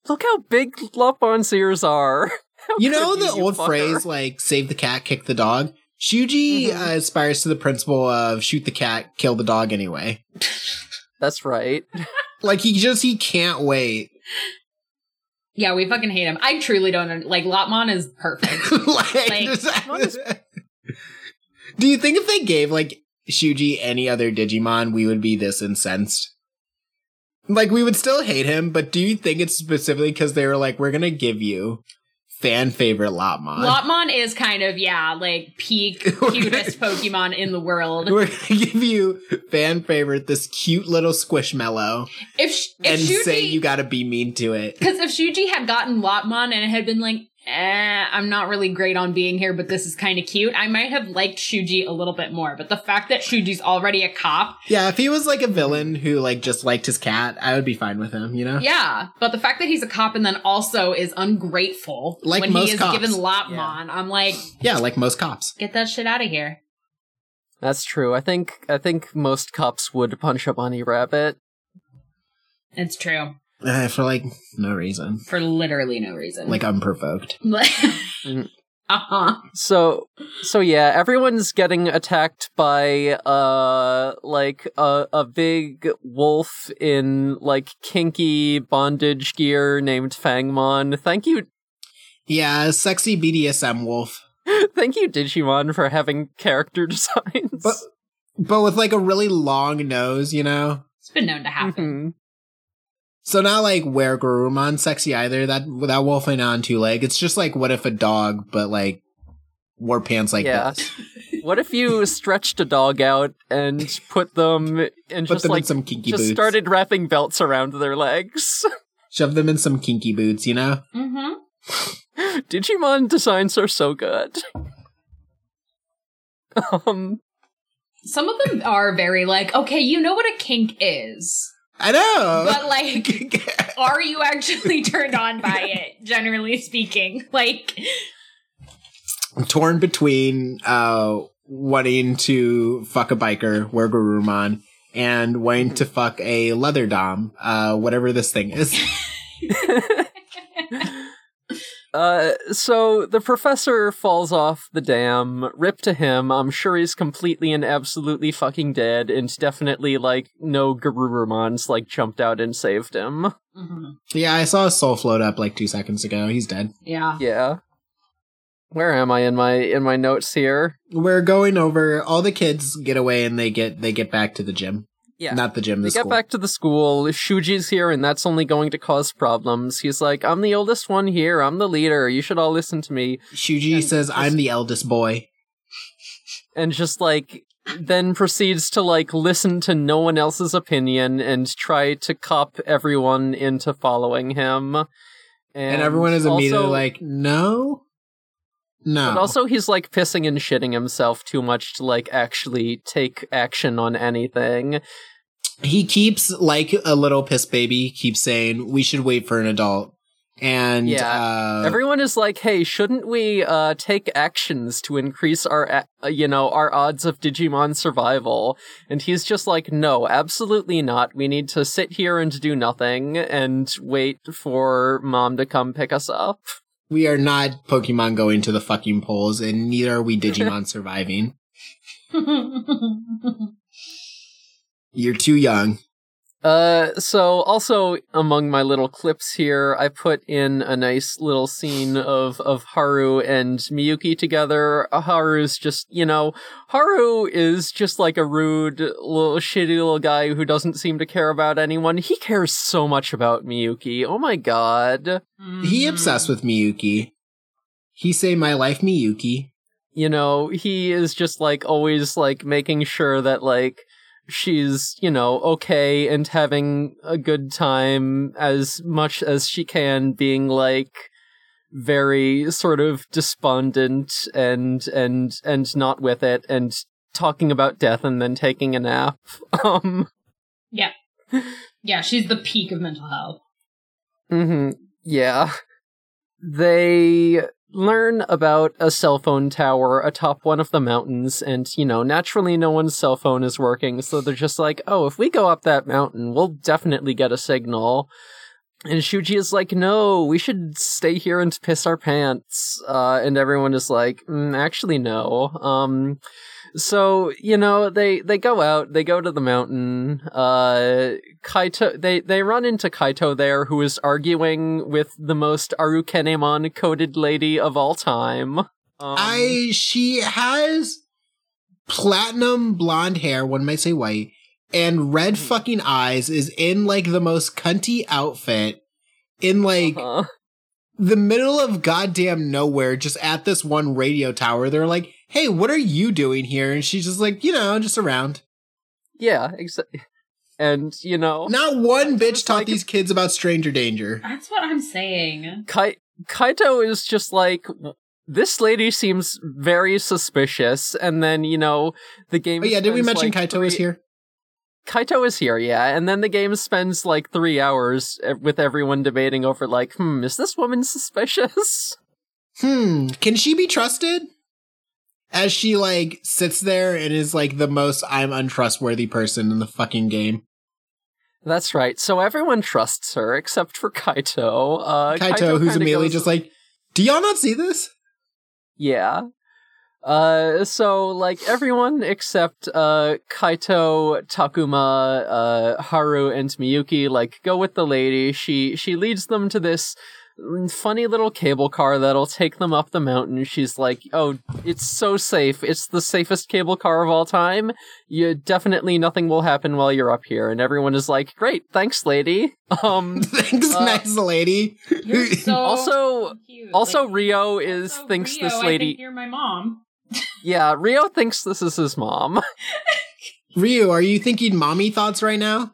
S2: Look how big Lopmon's ears are. How
S3: You know
S2: could
S3: the
S2: you
S3: old
S2: fucker?
S3: phrase like "save the cat, kick the dog." Shuji
S2: Mhm.
S3: uh, aspires to the principle of "shoot the cat, kill the dog" anyway.
S2: That's right.
S3: Like he just he can't wait.
S4: Yeah, we fucking hate him. I truly don't un- like. Lopmon is perfect.
S3: like,
S4: Like,
S3: just-
S2: not as-
S3: do you think if they gave like Shuji any other Digimon, we would be this incensed? Like we would still hate him, but do you think it's specifically because they were like, "We're gonna give you fan favorite Lopmon.
S4: Lopmon is kind of yeah, like peak cutest Pokemon in the world.
S3: we're gonna give you fan favorite this cute little squishmallow,
S4: If sh-
S3: and
S4: if
S3: say
S4: Shuji,
S3: you gotta be mean to it."
S4: because if Shuji had gotten Lopmon and had been like, eh, I'm not really great on being here, but this is kind of cute. I might have liked Shuji a little bit more. But the fact that Shuji's already a cop,
S3: Yeah, if he was like a villain who like just liked his cat, I would be fine with him. You know.
S4: yeah. But the fact that he's a cop and then also is ungrateful
S3: Like
S4: when
S3: most
S4: he is
S3: cops.
S4: given Lopmon, I'm like,
S3: yeah like most cops.
S4: get that shit out of here.
S2: That's true. I think I think most cops would punch a bunny rabbit.
S4: It's true
S3: Uh, for like no reason,
S4: for literally no reason.
S3: like unprovoked.
S4: uh
S2: Mm.
S4: huh.
S2: So so yeah, everyone's getting attacked by uh like a a big wolf in like kinky bondage gear named Fangmon. Thank you
S3: Yeah, sexy BDSM wolf,
S2: thank you Digimon for having character designs.
S3: But- but with like a really long nose, you know.
S4: It's been known to happen.
S2: Mhm.
S3: So not like where Garurumon sexy either. That that wolf ain't on two leg. It's just like what if a dog, but like wore pants like
S2: Yeah.
S3: this,
S2: What if you stretched a dog out and put them and
S3: put
S2: just
S3: them
S2: like
S3: in some kinky
S2: just
S3: boots,
S2: started wrapping belts around their legs?
S3: shove them in some kinky boots, you know.
S2: Mm-hmm.
S4: hmm
S2: Digimon designs are so good. Um,
S4: Some of them are very like, okay, you know what a kink is,
S3: I know.
S2: Uh-huh.
S4: but like, are you actually turned on by it? Generally speaking, like,
S3: torn between uh wanting to fuck a biker, wear Garurumon, and wanting to fuck a leather dom, uh whatever this thing is.
S2: uh, so the professor falls off the dam. Rip to him. I'm sure he's completely and absolutely fucking dead, and definitely like no Garurumon's like jumped out and saved him.
S4: mhm.
S3: yeah, I saw his soul float up like two seconds ago. He's dead.
S4: yeah,
S2: Yeah. Where am I in my in my notes here?
S3: We're going over all the kids get away and they get they get back to the gym.
S2: Yeah.
S3: Not the gym, the
S2: They
S3: school.
S2: get back to the school. Shuji's here, and that's only going to cause problems. He's like, I'm the oldest one here. I'm the leader. You should all listen to me.
S3: Shuji
S2: and
S3: says,
S2: just-
S3: I'm the eldest boy.
S2: And just like, then proceeds to like listen to no one else's opinion and try to cop everyone into following him. And,
S3: And everyone is immediately
S2: also-
S3: like, "Oh." no, no.
S2: But also, he's like pissing and shitting himself too much to like actually take action on anything.
S3: he keeps like a little piss baby keeps saying we should wait for an adult and
S2: Yeah.
S3: uh,
S2: Everyone is like, "Hey, shouldn't we uh, take actions to increase our, a- uh, you know, our odds of Digimon survival?" And he's just like, "No, absolutely not. We need to sit here and do nothing and wait for mom to come pick us up."
S3: we are not pokemon going to the fucking polls and neither are we digimon surviving you're too young
S2: Uh, so also among my little clips here, I put in a nice little scene of of Haru and Miyuki together. Haru's just, you know, Haru is just like a rude little shitty little guy who doesn't seem to care about anyone. He cares so much about Miyuki. Oh my god.
S3: he
S4: Mm.
S3: obsessed with miyuki he say my life miyuki
S2: you know he is just like always like making sure that like she's you know okay and having a good time as much as she can being like very sort of despondent and and and not with it and talking about death and then taking a nap um
S4: Yeah, she's the peak of mental health.
S2: hmm Yeah. They learn about a cell phone tower atop one of the mountains, and, you know, naturally no one's cell phone is working, so they're just like, oh, if we go up that mountain, we'll definitely get a signal. And Shuji is like, no, we should stay here and piss our pants. Uh, and everyone is like, mm, actually, no. Um, so you know they they go out, they go to the mountain. Uh, Kaito, they they run into Kaito there, who is arguing with the most Arukenemon coded lady of all time. Um,
S3: i she has platinum blonde hair one might say white and
S2: Hmm.
S3: red fucking eyes is in like the most cunty outfit in like
S2: uh-huh.
S3: the middle of goddamn nowhere, just at this one radio tower, they're like, hey, what are you doing here? And she's just like, you know, just around.
S2: yeah, exactly. And you know,
S3: Not one bitch taught
S2: Oh, like-
S3: these kids about stranger danger.
S4: That's what I'm saying.
S2: Kai- Kaito is just like this lady seems very suspicious, and then you know the game.
S3: Oh, yeah, did we
S2: spends,
S3: mention
S2: like,
S3: Kaito is
S2: three-
S3: here?
S2: Kaito is here, yeah, and then the game spends like three hours eh, with everyone debating over like, hmm, is this woman suspicious?
S3: Hmm, can she be trusted? As she like sits there and is like the most I'm untrustworthy person in the fucking game.
S2: That's right. So everyone trusts her except for Kaito. Uh,
S3: Kaito, who's
S2: kinda
S3: immediately
S2: goes-
S3: just like, do y'all not see this?
S2: Yeah. Uh, so like everyone except uh Kaito, Takuma, uh Haru, and Miyuki like go with the lady. She she leads them to this mm, funny little cable car that'll take them up the mountain. She's like, "Oh, it's so safe. It's the safest cable car of all time. You definitely nothing will happen while you're up here." And everyone is like, "Great, thanks, lady." Um.
S3: Thanks,
S2: Uh,
S3: nice lady.
S4: You're so
S2: Also,
S4: cute.
S2: also
S4: Oh. Like,
S2: Rio is
S4: also,
S2: thinks
S4: Rio,
S2: this
S4: I
S2: lady.
S4: think you're my mom.
S2: yeah, Rio thinks this is his mom.
S3: Ryu, are you thinking mommy thoughts right now?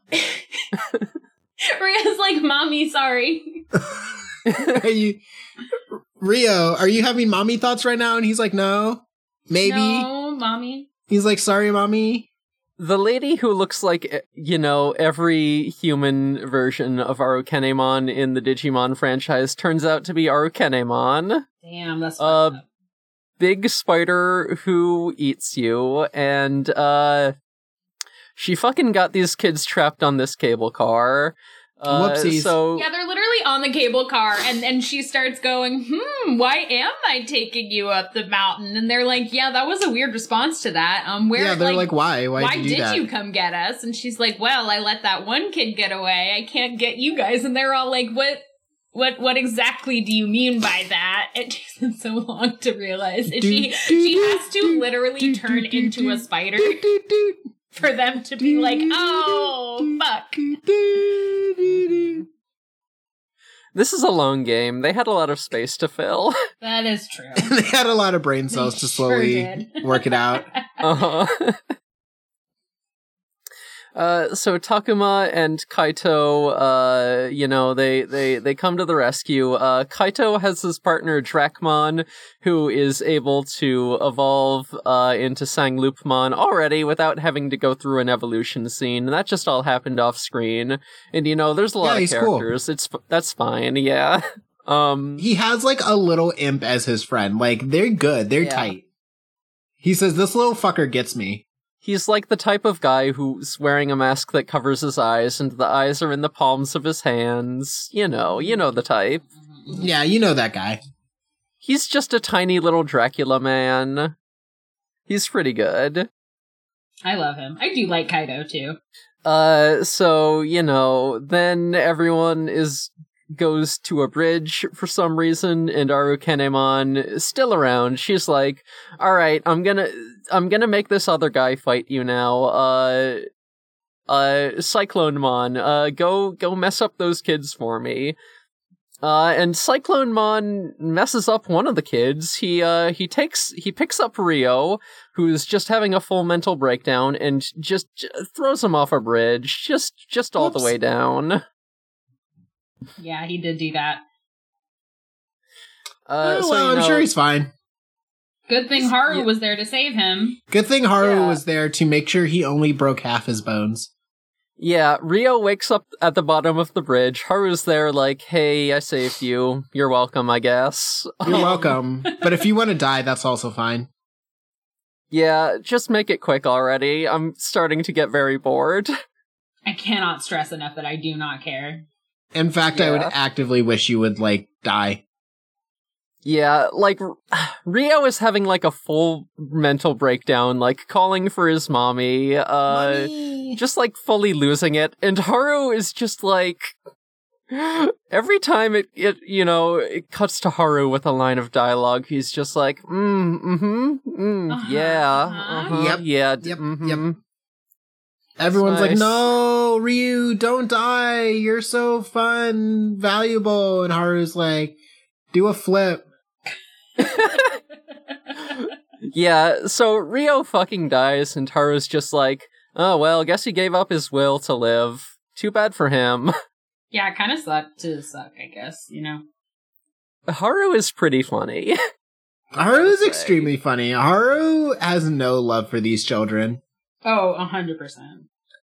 S4: Rio's like, mommy, sorry.
S3: are you Rio, are you having mommy thoughts right now? And he's like, No. Maybe.
S4: No, mommy.
S3: He's like, sorry, mommy.
S2: the lady who looks like eh, you know every human version of Arukenemon in the Digimon franchise turns out to be Arukenemon,
S4: Damn, that's
S2: Uh,
S4: fucked up.
S2: big spider who eats you, and uh, she fucking got these kids trapped on this cable car. Uh,
S3: Whoopsies.
S2: So
S4: Yeah, they're literally on the cable car, and and she starts going, "Hmm, why am I taking you up the mountain?" And they're like, "Yeah, that was a weird response to that. Um, where
S3: yeah, they're like, why? Why,
S4: why,
S3: did you do
S4: did
S3: that?
S4: you come get us?" And she's like, "Well, I let that one kid get away. I can't get you guys." And they're all like, "What?" What what exactly do you mean by that? It takes them so long to realize And
S3: Do,
S4: she
S3: do,
S4: she
S3: do,
S4: has to
S3: do,
S4: literally
S3: do,
S4: turn
S3: do, do,
S4: into a
S3: do,
S4: spider
S3: Doot, doot, doot,
S4: for them to be like, oh fuck.
S3: doot, doot, doot, doot.
S2: this is a long game. They had a lot of space to fill.
S4: That is true.
S3: they had a lot of brain cells to
S4: Sure
S3: slowly
S4: did.
S3: work it out.
S2: uh-huh. Uh, so Takuma and Kaito, uh, you know, they, they, they come to the rescue. Uh, Kaito has his partner Drakmon, who is able to evolve, uh, into Sangloopmon already without having to go through an evolution scene. And that just all happened off screen. And, you know, there's a lot
S3: Yeah,
S2: of
S3: he's cool.
S2: characters. It's, f- that's fine. Yeah. Um,
S3: He has like a little imp as his friend. Like they're good. They're
S2: Yeah.
S3: tight. He says, "This little fucker gets me."
S2: He's like the type of guy who's wearing a mask that covers his eyes, and the eyes are in the palms of his hands. You know, you know the type.
S3: Yeah, you know that guy.
S2: He's just a tiny little Dracula man. He's pretty good.
S4: I love him. I do like Kaido too.
S2: Uh, so you know, then everyone is goes to a bridge for some reason, and Aru Kanemon is still around. She's like, "All right, I'm gonna, I'm gonna make this other guy fight you now." Uh, uh, Cyclone Mon, uh, go, go mess up those kids for me. Uh, and Cyclone Mon messes up one of the kids. He, uh, he takes, he picks up Rio, who's just having a full mental breakdown and just j- throws him off a bridge, just just all the
S3: Whoops.
S2: way down.
S4: Yeah, he did do that.
S2: Uh,
S3: oh,
S2: so,
S3: well,
S2: you
S3: I'm
S2: know,
S3: sure he's fine.
S4: Good thing Haru was there to save him.
S3: Good thing Haru
S2: Yeah.
S3: was there to make sure he only broke half his bones.
S2: Yeah, Rio wakes up at the bottom of the bridge. Haru's there, like, "Hey, I saved you. You're welcome, I guess."
S3: You're welcome. but if you want to die, that's also fine.
S2: Yeah, just make it quick already. I'm starting to get very bored.
S4: I cannot stress enough that I do not care.
S3: In fact, I would
S2: Yeah.
S3: actively wish you would like die.
S2: Yeah, like Rio is having like a full mental breakdown, like calling for his mommy. Uh, just like fully losing it and haru is just like every time it, it you know it cuts to haru with a line of dialogue he's just like mm mm-hmm mm,
S4: Uh-huh,
S2: yeah
S4: uh-huh.
S2: uh-huh,
S3: Yep,
S2: yeah d-
S3: yep, yep.
S2: mhm."
S3: Everyone's like,
S2: Nice.
S3: "No, Ryu, don't die. You're so fun, valuable." And Haru's like, "Do a flip."
S2: yeah so rio fucking dies and haru's just like oh well guess he gave up his will to live too bad for him
S4: Yeah, it kind of sucked to suck, I guess, you know?
S2: haru is pretty funny
S3: Haru is
S2: Say.
S3: extremely funny. Haru has no love for these children.
S4: Oh, 100%.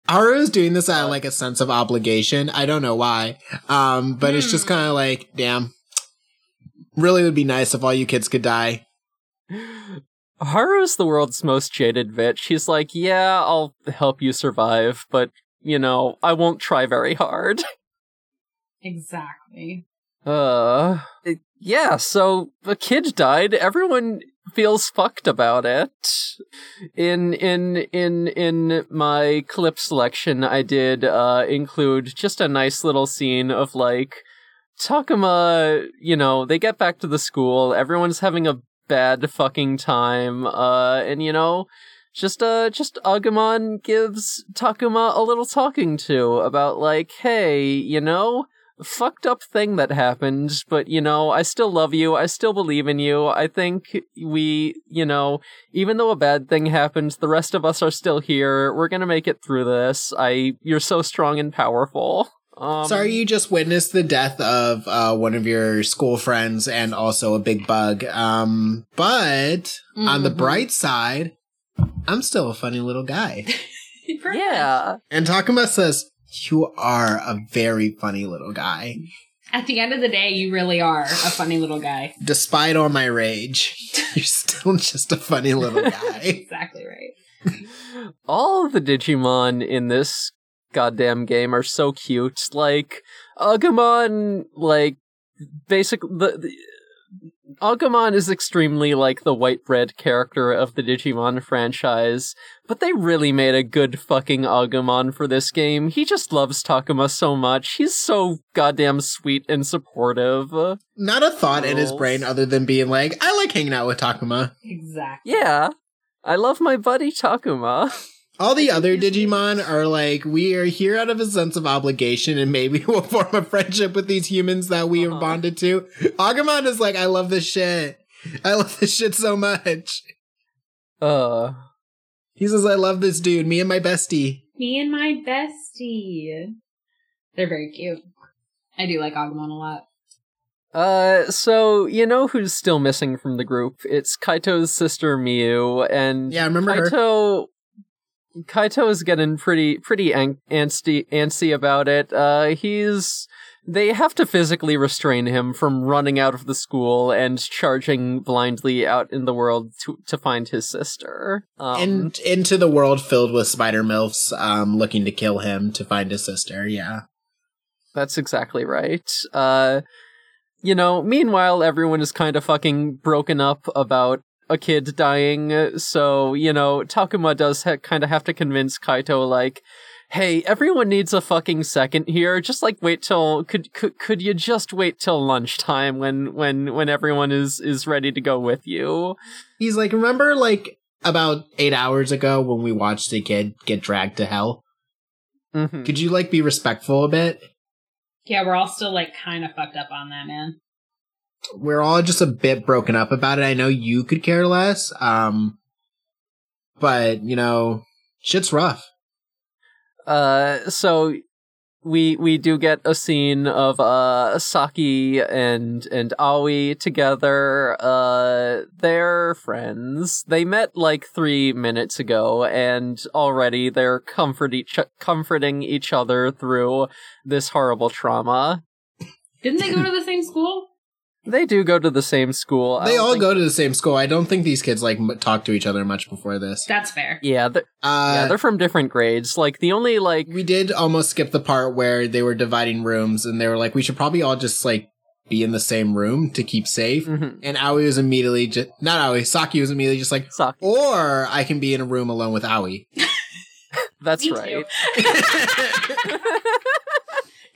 S3: Haru's doing this out of like a sense of obligation. I don't know why. Um, but it's just
S4: Hmm.
S3: kind of like, damn. Really would be nice if all you kids could die.
S2: Haru's the world's most jaded bitch. He's like, yeah, I'll help you survive, but you know, I won't try very hard.
S4: Exactly.
S2: Uh, it- yeah. So a kid died. Everyone feels fucked about it. In in in in my clip selection, I did uh include just a nice little scene of like Takuma. You know, they get back to the school. Everyone's having a bad fucking time. Uh, and you know. Just uh just Agumon gives Takuma a little talking to about like, hey, you know, fucked up thing that happened, but you know, I still love you. I still believe in you. I think we, you know, even though a bad thing happened, the rest of us are still here. We're going to make it through this. I you're so strong and powerful. Um
S3: Sorry, you just witnessed the death of uh, one of your school friends and also a big bug. Um, but on the
S2: Mm-hmm.
S4: Mhm.
S3: bright side, I'm still a funny little guy.
S4: Perfect.
S2: Yeah.
S3: And Takuma says, You are a very funny little guy,
S4: At the end of the day, you really are a funny little guy.
S3: despite all my rage. You're still just a funny little guy.
S4: Exactly right.
S2: all of the Digimon in this goddamn game are so cute. Like Agumon, like basic the. the Agumon is extremely like the white bread character of the Digimon franchise, but they really made a good fucking Agumon for this game. He just loves Takuma so much. He's so goddamn sweet and supportive. Uh,
S3: Not a thought in his
S2: Rules.
S3: brain other than being like, I like hanging out with Takuma.
S4: Exactly.
S2: yeah. I love my buddy Takuma.
S3: All the other Digimon are like, we are here out of a sense of obligation and maybe we'll form a friendship with these humans that we
S2: Uh-huh.
S3: have bonded to. Agumon is like, I love this shit. I love this shit so much.
S2: Uh
S3: He says, I love this dude, me and my bestie.
S5: Me and my bestie.
S4: They're very cute. I do like Agumon a lot.
S2: Uh, so you know who's still missing from the group? It's Kaito's sister Miu, and
S3: Yeah, I remember her.
S2: Kaito. Kaito is getting pretty pretty an- antsy antsy about it. Uh, he's they have to physically restrain him from running out of the school and charging blindly out in the world to to find his sister. Um,
S3: and into the world filled with spider milfs, um, looking to kill him to find his sister. Yeah,
S2: That's exactly right. Uh, you know, meanwhile, everyone is kind of fucking broken up about a kid dying. So, you know, Takuma does ha- kind of have to convince Kaito, like, hey, everyone needs a fucking second here. Just like wait till could could, could you just wait till lunchtime when when when everyone is is ready to go with you?
S3: he's like, remember, like about eight hours ago when we watched a kid get dragged to hell.
S2: Mhm.
S3: Could you like be respectful a bit?
S4: Yeah, we're all still like kind of fucked up on that, man.
S3: We're all just a bit broken up about it. I know you could care less, um, but you know, shit's rough.
S2: Uh, so we we do get a scene of uh Saki and and Aoi together. Uh, they're friends. They met like three minutes ago, and already they're comfort each comforting each other through this horrible trauma.
S4: Didn't they go to the same school?
S2: They do go to the same school. I
S3: They
S2: don't
S3: all
S2: think-
S3: go to the same school. I don't think these kids like m- talk to each other much before this.
S4: That's fair.
S2: Yeah, they're,
S3: Uh,
S2: yeah, they're from different grades. Like the only like
S3: we did almost skip the part where they were dividing rooms and they were like, we should probably all just like be in the same room to keep safe.
S2: mhm,
S3: And Aoi was immediately just, not Aoi, Saki was immediately just like,
S2: Saki.
S3: or I can be in a room alone with Aoi.
S2: That's
S4: Me too.
S2: right.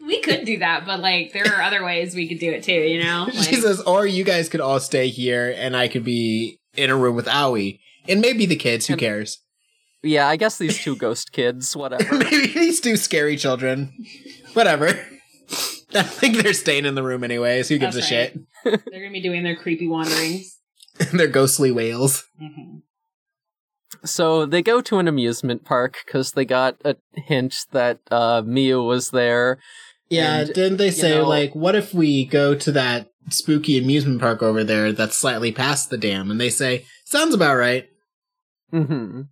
S4: We could do that, but like there are other ways we could do it too, you know? Like,
S3: she says, or you guys could all stay here and I could be in a room with Aoi. And maybe the kids, who cares?
S2: Yeah, I guess these two ghost kids, whatever.
S3: maybe these two scary children. Whatever. I think they're staying in the room anyways. Who gives
S4: That's
S3: a
S4: right. They're gonna be doing their creepy wanderings.
S3: shit? they're ghostly whales.
S4: Mhm.
S2: So they go to an amusement park because they got a hint that uh, Miu was there.
S3: Yeah,
S2: And,
S3: didn't they say
S2: know-
S3: like, what if we go to that spooky amusement park over there that's slightly past the dam? And they say, sounds about right.
S2: hmm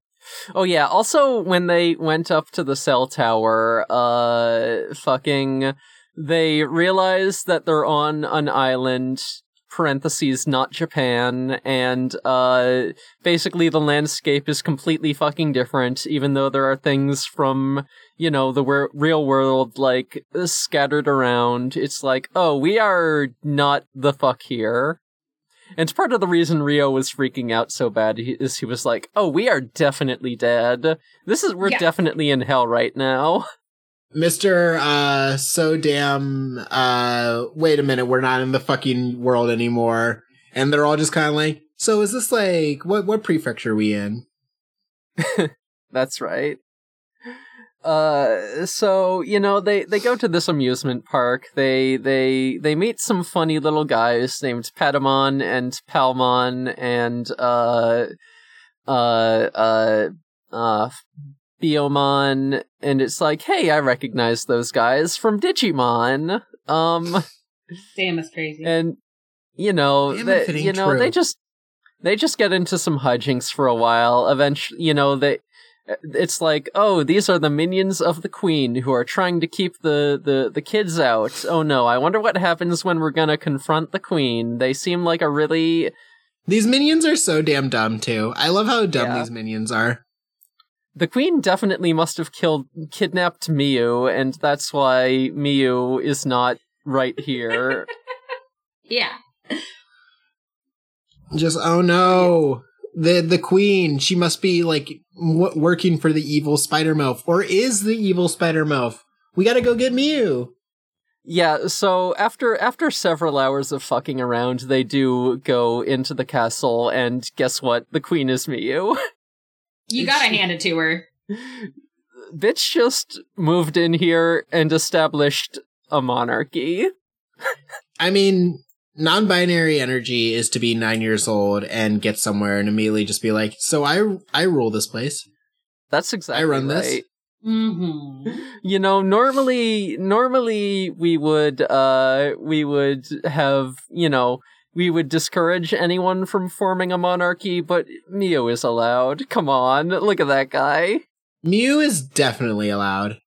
S2: Oh yeah. Also, when they went up to the cell tower, uh, fucking, they realized that they're on an island. Parentheses, not Japan, and uh, basically the landscape is completely fucking different. Even though there are things from you know the wor- real world like scattered around, it's like, oh, we are not the fuck here. And it's part of the reason Rio was freaking out so bad he- is he was like, "Oh, we are definitely dead. This is we're
S4: Yeah.
S2: definitely in hell right now."
S3: Mr. Uh, so damn, uh, wait a minute, we're not in the fucking world anymore. And they're all just kind of like, so is this like, what, what prefecture are we in?
S2: That's right. Uh, so you know they they go to this amusement park. They they they meet some funny little guys named Patamon and Palmon and uh uh uh uh Biomon, and it's like, hey, I recognize those guys from Digimon. Um.
S4: Damn, it's crazy.
S2: and you know
S3: Damn
S2: they,
S3: if it ain't
S2: you know they
S3: true.
S2: just they just get into some hijinks for a while eventually you know they eh, it's like oh these are the minions of the queen who are trying to keep the the the kids out oh no i wonder what happens when we're gonna confront the queen they seem like a really
S3: These minions are so damn dumb too. I love how dumb
S2: Yeah.
S3: these minions are.
S2: the queen definitely must have killed kidnapped miu and that's why miu is not right here
S4: yeah.
S3: Just, oh no. The, the queen, she must be like w- working for the evil spider mouth, or is the evil spider mouth? We gotta go get Mew.
S2: Yeah, so after after several hours of fucking around, they do go into the castle, and guess what? The queen is Miyu.
S4: You gotta hand it to her.
S2: Bitch just moved in here and established a monarchy.
S3: I mean, non-binary energy is to be nine years old and get somewhere and immediately just be like, "So I I rule this place.
S2: That's exactly
S3: I run
S2: right.
S3: this."
S4: Mm-hmm.
S2: you know normally normally we would uh we would have you know we would discourage anyone from forming a monarchy but mio is allowed come on look at that guy
S3: Mew is definitely allowed.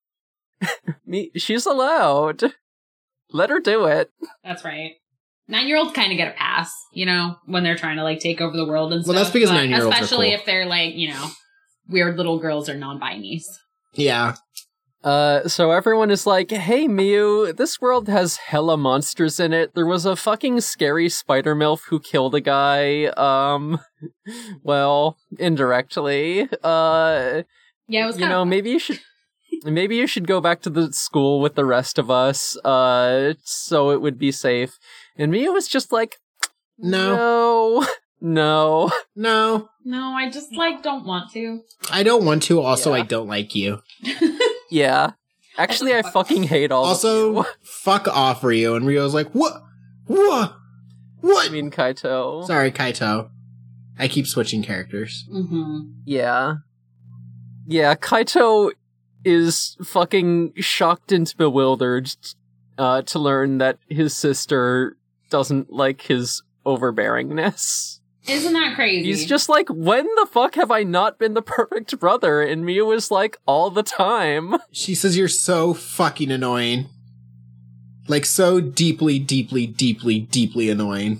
S2: Me- she's allowed let her do it
S4: That's right. Nine year olds kind of get a pass, you know, when they're trying to like take over the world and
S3: Well,
S4: stuff.
S3: that's because
S4: but
S3: 9-year-olds are
S4: especially
S3: cool.
S4: if they're like, you know, weird little girls or non binies.
S3: Yeah.
S2: Uh, so everyone is like, hey, Mew, this world has hella monsters in it. There was a fucking scary spider MILF who killed a guy, um, well, indirectly. Uh,
S4: Yeah, it was
S2: you
S4: kind
S2: know,
S4: of
S2: maybe you should, maybe you should go back to the school with the rest of us, uh, so it would be safe. And Mew was just like,
S3: No.
S2: no, no.
S3: No.
S4: no, I just like don't want to.
S3: I don't want to. Also,
S2: Yeah.
S3: I don't like you.
S2: yeah. Actually, I fucking hate all of
S3: also,
S2: you.
S3: fuck off, Ryu. And Ryu's like, what? What? What?
S2: I mean, Kaito.
S3: Sorry, Kaito. I keep switching characters.
S4: Mm-hmm.
S2: Yeah. Yeah, Kaito is fucking shocked and bewildered uh, to learn that his sister doesn't like his overbearingness.
S4: Isn't that crazy?
S2: He's just like, when the fuck have I not been the perfect brother? And Miu is like, all the time.
S3: She says, You're so fucking annoying. Like, so deeply, deeply, deeply, deeply annoying.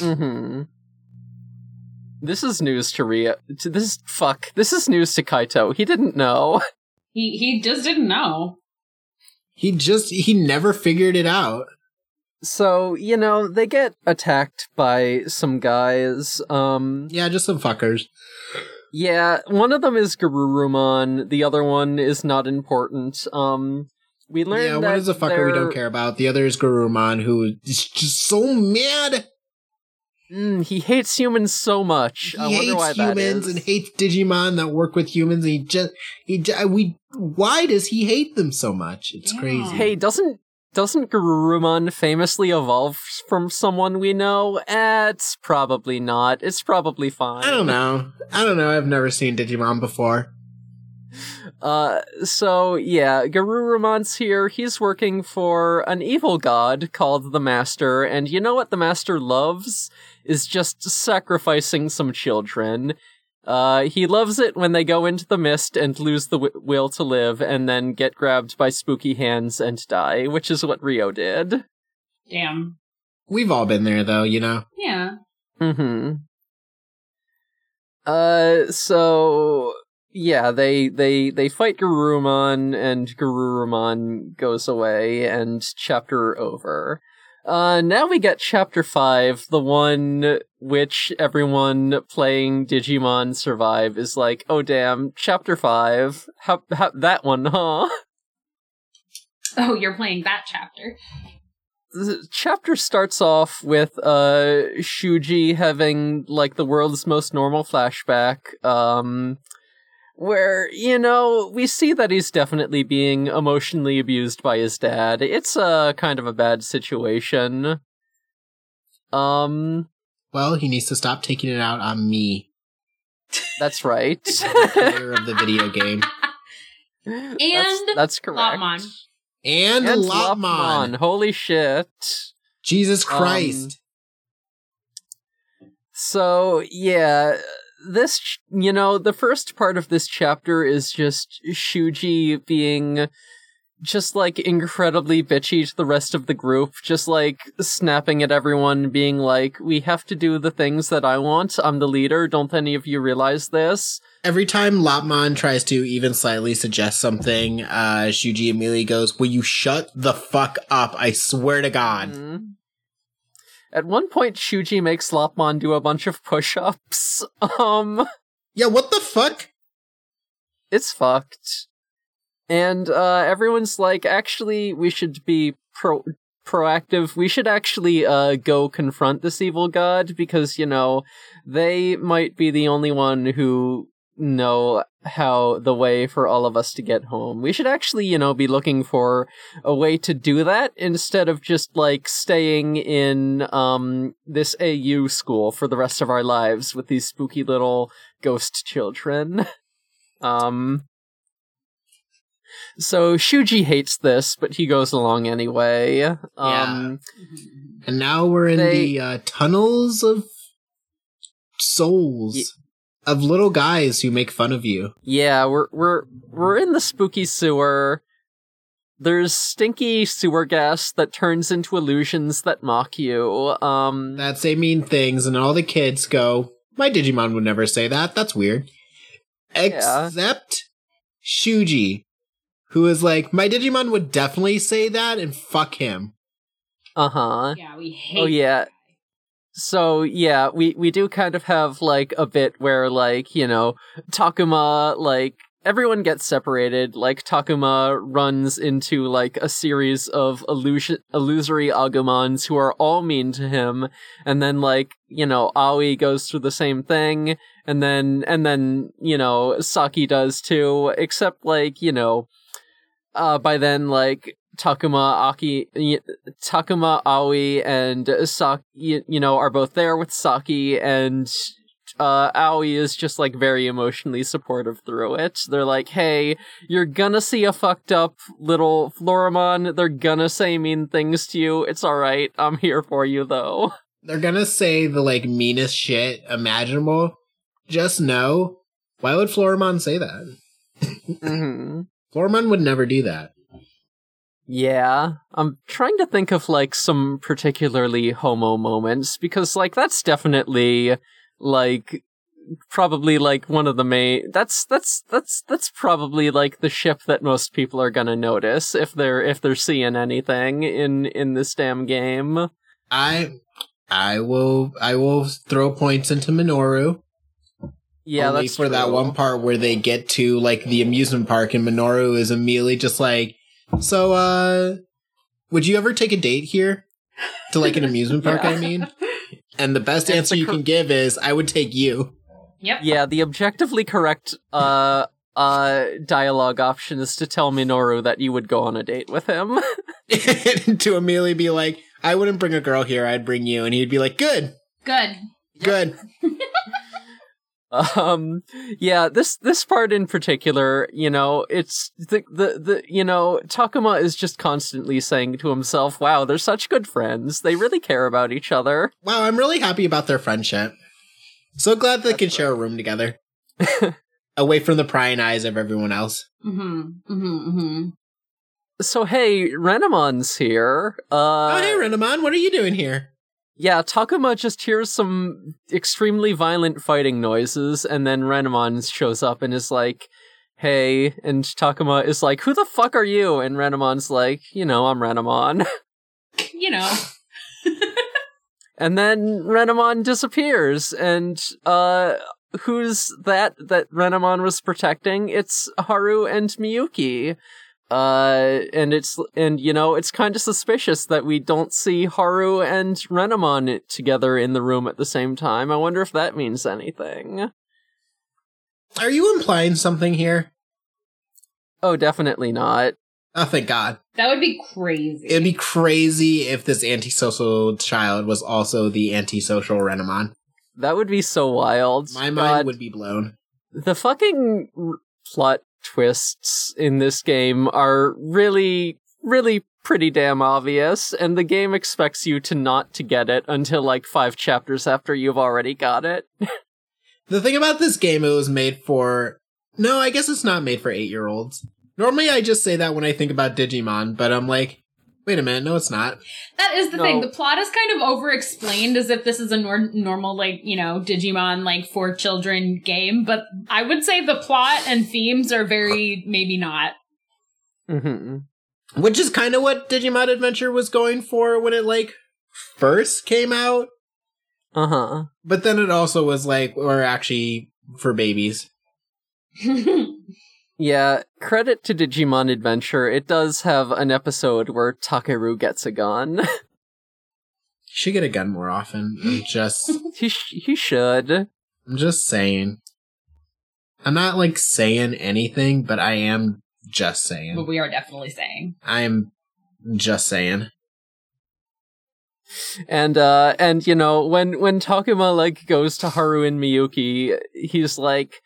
S2: hmm This is news to Ria. To this fuck. This is news to Kaito. He didn't know.
S4: he he just didn't know.
S3: He just, he never figured it out.
S2: So you know they get attacked by some guys. Um,
S3: Yeah, just some fuckers.
S2: Yeah, one of them is Garurumon, the other one is not important. Um we learned
S3: yeah,
S2: that
S3: one is a fucker we
S2: they're-
S3: don't care about. The other is Garurumon, who is just so mad.
S2: Mm, he hates humans so much.
S3: He
S2: I wonder why
S3: hates
S2: that
S3: humans
S2: is.
S3: and hates Digimon that work with humans. And he just he ju- we why does he hate them so much? It's
S4: Yeah.
S3: crazy.
S2: hey, doesn't doesn't Garurumon famously evolve from someone we know? Eh, it's probably not. It's probably fine.
S3: I don't know. I don't know. I've never seen Digimon before.
S2: Uh, so yeah, Garurumon's here. He's working for an evil god called the Master, and you know what the Master loves is just sacrificing some children. Uh, he loves it when they go into the mist and lose the w- will to live, and then get grabbed by spooky hands and die, which is what Rio did.
S4: Damn.
S3: We've all been there though, you know.
S4: Yeah.
S2: Mm-hmm. Uh, so yeah, they they they fight Garurumon, and Garurumon goes away, and chapter over. Uh, now we get chapter five, the one which everyone playing Digimon Survive is like, oh damn, chapter five, how, how that one, huh?
S4: Oh, you're playing that chapter.
S2: the chapter starts off with uh Shuji having like the world's most normal flashback um where you know we see that he's definitely being emotionally abused by his dad it's a kind of a bad situation um
S3: Well, he needs to stop taking it out on me,
S2: that's right
S3: the player of the video game,
S2: and
S4: And
S2: that's, that's correct
S4: Lopmon.
S3: and,
S2: And
S3: Lopmon.
S2: Lopmon. holy shit
S3: Jesus
S2: Um,
S3: Christ!
S2: So, yeah, this, ch- you know, the first part of this chapter is just Shuji being just like incredibly bitchy to the rest of the group, just like snapping at everyone, being like, we have to do the things that I want. I'm the leader. Don't any of you realize this?
S3: Every time Lopmon tries to even slightly suggest something, uh, Shuji immediately goes, "Will you shut the fuck up? I swear to God."
S2: Mhm. At one point, Shuji makes Lopmon do a bunch of push ups. Um.
S3: Yeah, what the fuck?
S2: it's fucked. And uh, everyone's like, actually, we should be pro- proactive. We should actually uh, go confront this evil god because, you know, they might be the only one who know how the way for all of us to get home. We should actually, you know, be looking for a way to do that instead of just like staying in um this AU school for the rest of our lives with these spooky little ghost children. Um So Shuji hates this, but he goes along anyway. Um,
S3: And now we're in
S2: They-
S3: the uh, tunnels of souls of little guys who make fun of you.
S2: yeah. we're we're we're in the spooky sewer. There's stinky sewer gas that turns into illusions that mock you. Um,
S3: That say mean things, and all the kids go, My Digimon would never say that. That's weird.
S2: Yeah.
S3: Except Shuji, who is like, My Digimon would definitely say that, and fuck him.
S2: uh huh.
S5: Yeah, we hate.
S2: Oh yeah.
S5: that
S2: So yeah, we we do kind of have like a bit where like, you know, Takuma like everyone gets separated, like Takuma runs into like a series of illusion illusory Agumons who are all mean to him, and then like, you know, Aoi goes through the same thing, and then and then, you know, Saki does too, except like, you know, uh by then like Takuma Aki y- Takuma Aoi and uh, Saki, you, you know, are both there with Saki, and uh, Aoi is just like very emotionally supportive through it. They're like, "Hey, you're gonna see a fucked up little Florimon. They're gonna say mean things to you. It's all right. I'm here for you, though."
S3: They're gonna say the like meanest shit imaginable. Just know. Why would Florimon say that?
S2: Mhm.
S3: Florimon would never do that.
S2: Yeah, I'm trying to think of like some particularly homo moments because like that's definitely like probably like one of the main that's that's that's that's probably like the ship that most people are going to notice if they're if they're seeing anything in in this damn game.
S3: I I will I will throw points into Minoru.
S2: Yeah,
S3: only
S2: that's
S3: for that
S2: true.
S3: one part where they get to like the amusement park and Minoru is immediately just like, so uh would you ever take a date here? To like an amusement park,
S2: Yeah.
S3: I mean? And the best
S2: It's
S3: answer
S2: the
S3: you
S2: cor-
S3: can give is I would take you.
S5: Yep.
S2: Yeah, the objectively correct uh uh dialogue option is to tell Minoru that you would go on a date with him.
S3: to immediately be like, I wouldn't bring a girl here, I'd bring you. And he'd be like, good,
S4: Good.
S3: good.
S2: um yeah this this part in particular you know it's the the, the you know takuma is just constantly saying to himself wow they're such good friends they really care about each other
S3: Wow, I'm really happy about their friendship. So glad they can share a room together. Away from the prying eyes of everyone else.
S4: Mm-hmm. Mm-hmm. Mm-hmm.
S2: so hey renamon's here uh
S3: oh, hey, Renamon, what are you doing here?
S2: yeah takuma just hears some extremely violent fighting noises and then renamon shows up and is like hey and takuma is like who the fuck are you and renamon's like you know i'm renamon
S4: You know.
S2: And then Renamon disappears, and uh, who's that that Renamon was protecting? It's Haru and Miyuki. Uh, and it's and you know it's kind of suspicious that we don't see Haru and Renamon together in the room at the same time. I wonder if that means anything.
S3: Are you implying something here?
S2: Oh, definitely not.
S3: Oh, thank God.
S5: That would be crazy.
S3: It'd be crazy if this antisocial child was also the antisocial Renamon.
S2: That would be so wild.
S3: My mind
S2: God.
S3: would be blown.
S2: the fucking r- plot twists in this game are really really pretty damn obvious and the game expects you to not to get it until like 5 chapters after you've already got it.
S3: The thing about this game, it was made for. No, I guess it's not made for eight year olds. Normally, I just say that when I think about Digimon, but I'm like, wait a minute, no, it's not.
S4: That is the
S2: No.
S4: thing. The plot is kind of over explained as if this is a nor- normal, like, you know, Digimon, like, for children game. But I would say the plot and themes are very, maybe not.
S2: Mhm.
S3: Which is kind of what Digimon Adventure was going for when it like first came out,
S2: Uh-huh.
S3: but then it also was like, we're actually for babies.
S2: Yeah, credit to Digimon Adventure. It does have an episode where Takeru gets a gun.
S3: Should get a gun more often. I'm just,
S2: he sh- he should.
S3: I'm just saying. I'm not like saying anything, but I am just
S4: but
S3: saying.
S4: we are definitely saying.
S3: I'm just saying.
S2: And uh and you know when when Takuma like goes to Haru and Miyuki, he's like,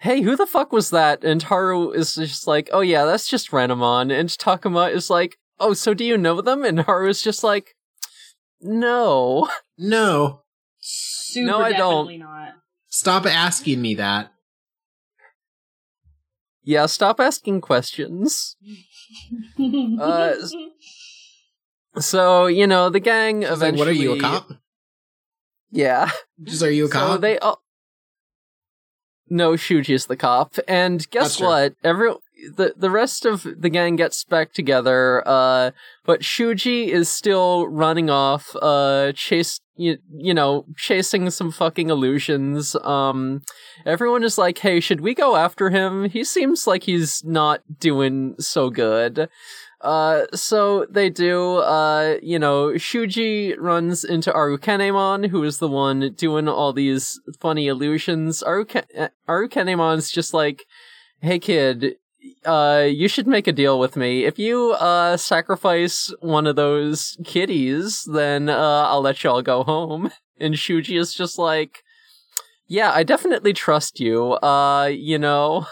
S2: hey, who the fuck was that? And Haru is just like, oh yeah, that's just Renamon. And Takuma is like, oh, so do you know them? And Haru is just like, no.
S3: No,
S5: Super
S2: I don't.
S5: definitely not.
S3: stop asking me that.
S2: Yeah, stop asking questions. Uh, So, you know, the gang
S3: She's
S2: eventually.
S3: like, what are you, a cop?
S2: Yeah.
S3: Just are you a cop?
S2: So they all. No, Shuji is the cop, and guess
S3: That's true.
S2: what? Every the the rest of the gang gets back together, uh, but Shuji is still running off, uh, chase you, you know chasing some fucking illusions. Um, everyone is like, "Hey, should we go after him? He seems like he's not doing so good." Uh, so they do, uh, you know, Shuji runs into Arukanemon, who is the one doing all these funny illusions. Aruka- uh, Arukanemon's just like, hey kid, uh, you should make a deal with me. If you, uh, sacrifice one of those kitties, then, uh, I'll let y'all go home. And Shuji is just like, yeah, I definitely trust you. Uh, you know,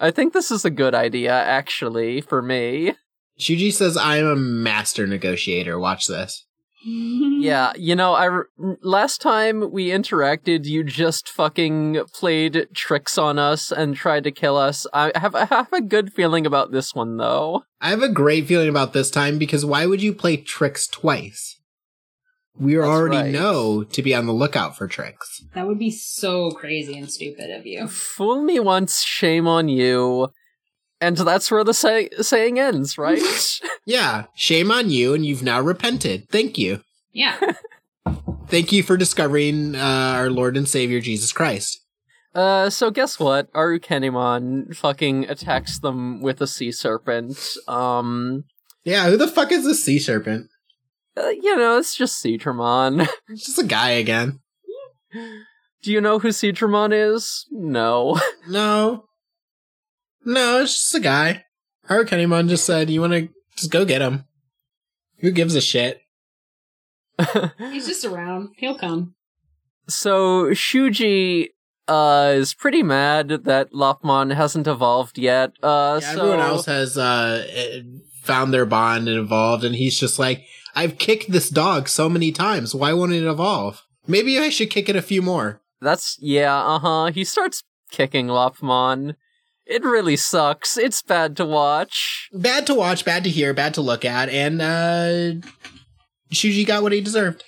S2: I think this is a good idea, actually, for me.
S3: Shuji says, I am a master negotiator. Watch this.
S2: Yeah, you know, I re- last time we interacted, you just fucking played tricks on us and tried to kill us. I have I have a good feeling about this one though.
S3: I have a great feeling about this time because why would you play tricks twice? We already
S2: right.
S3: know to be on the lookout for tricks.
S4: that would be so crazy and stupid of you.
S2: Fool me once, shame on you. And that's where the say- saying ends, right?
S3: Yeah, shame on you, and you've now repented. Thank you.
S4: Yeah.
S3: Thank you for discovering uh, our Lord and Savior Jesus Christ.
S2: uh, so guess what? Arukenimon fucking attacks them with a sea serpent. Um,
S3: Yeah, who the fuck is this sea serpent?
S2: uh, you know, it's just Seedramon.
S3: It's just a guy again.
S2: Do you know who Seedramon is? No.
S3: No. No, it's just a guy. Hurricanemon just said, you want to just go get him. Who gives a shit?
S4: He's just around. He'll come.
S2: So Shuji uh, is pretty mad that Lopmon hasn't evolved yet. Uh,
S3: Yeah,
S2: so
S3: everyone else has uh, eh, found their bond and evolved, and he's just like, I've kicked this dog so many times. Why won't it evolve? Maybe I should kick it a few more.
S2: that's yeah, uh huh. He starts kicking Lopmon. It really sucks. It's bad to watch.
S3: Bad to watch, bad to hear, bad to look at, and uh, Shuji got what he deserved.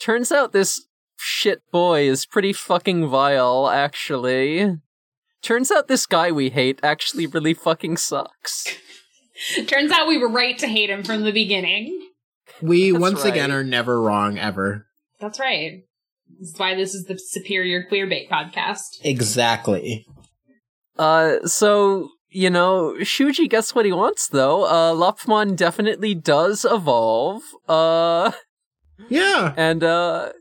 S2: Turns out this shit boy is pretty fucking vile, actually. Turns out this guy we hate actually really fucking sucks.
S4: Turns out we were right to hate him from the beginning.
S3: We
S2: That's
S3: once again
S2: right.
S3: are never wrong ever.
S4: That's right. That's why this is the Superior Queer Bait podcast.
S3: Exactly.
S2: Uh, so you know, Shuji gets what he wants though. Uh, Lopmon definitely does evolve. Uh,
S3: Yeah.
S2: and uh,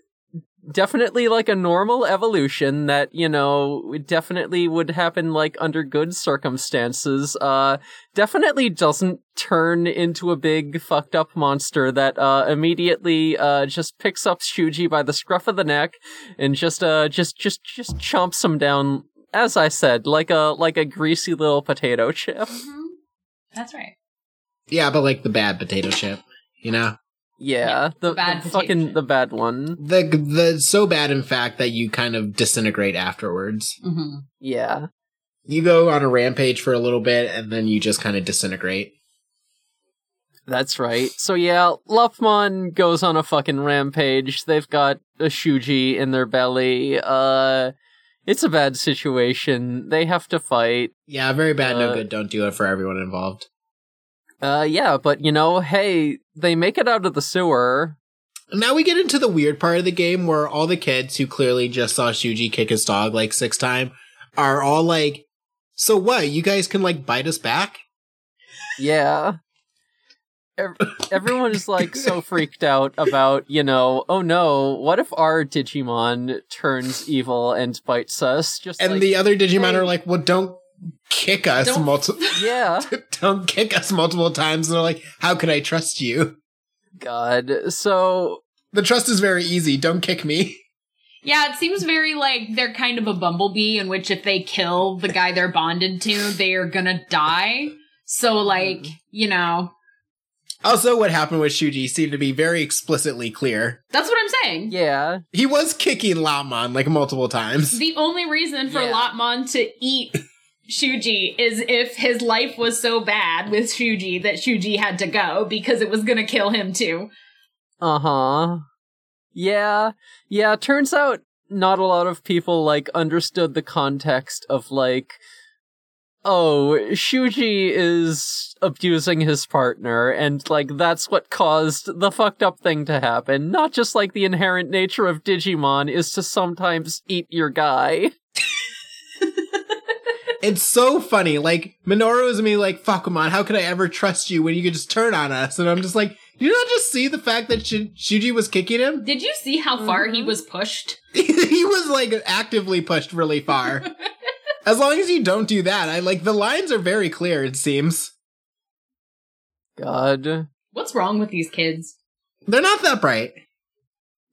S2: definitely like a normal evolution that you know definitely would happen like under good circumstances. Uh, definitely doesn't turn into a big fucked up monster that uh immediately uh just picks up Shuji by the scruff of the neck and just uh just just just chomps him down. As I said, like a like a greasy little potato chip.
S4: Mm-hmm. That's right.
S3: Yeah, but like the bad potato chip, you know?
S2: Yeah,
S4: Yeah,
S2: the,
S4: the bad
S2: the
S4: potato
S2: fucking
S4: chip.
S2: the bad one.
S3: The the so bad in fact that you kind of disintegrate afterwards.
S4: Mm-hmm.
S2: Yeah.
S3: You go on a rampage for a little bit and then you just kind of disintegrate.
S2: That's right. So yeah, Luffmon goes on a fucking rampage. They've got a Shuji in their belly. Uh it's a bad situation. They have to fight.
S3: Yeah, very bad, no
S2: Uh,
S3: good. Don't do it for everyone involved.
S2: Uh yeah, but you know, hey, they make it out of the sewer.
S3: Now we get into the weird part of the game where all the kids who clearly just saw Shuji kick his dog like six time are all like, "So what? You guys can like bite us back?"
S2: Yeah. Ev- Everyone is like so freaked out about, you know, oh no, what if our Digimon turns evil and bites us? Just
S3: And
S2: like,
S3: the other Digimon
S2: hey.
S3: are like, "Well, don't kick us
S4: Don't-
S3: multiple
S2: yeah.
S3: don't kick us multiple times." And they're like, "How can I trust you?"
S2: God. So
S3: The trust is very easy. Don't kick me.
S4: Yeah, it seems very like they're kind of a bumblebee in which if they kill the guy they're bonded to, they are gonna die. So like, you know,
S3: Also, what happened with Shuji seemed to be very explicitly clear.
S4: that's what I'm saying.
S2: Yeah.
S3: He was kicking Lamon like multiple times.
S4: The only reason for
S2: Yeah.
S4: Lotmon to eat Shuji is if his life was so bad with Shuji that Shuji had to go because it was gonna kill him too.
S2: Uh huh. Yeah. Yeah. Turns out not a lot of people like understood the context of like, oh, Shuji is abusing his partner, and like that's what caused the fucked up thing to happen. Not just like the inherent nature of Digimon is to sometimes eat your guy.
S3: It's so funny. Like Minoru is me like, Fakumon, how could I ever trust you when you could just turn on us? And I'm just like, do you not just see the fact that Shu- Shuji was kicking him?
S4: Did you see how far he was pushed?
S3: he was like actively pushed really far. as long as you don't do that, I like the lines are very clear, it seems.
S2: God.
S4: What's wrong with these kids?
S3: They're not that bright.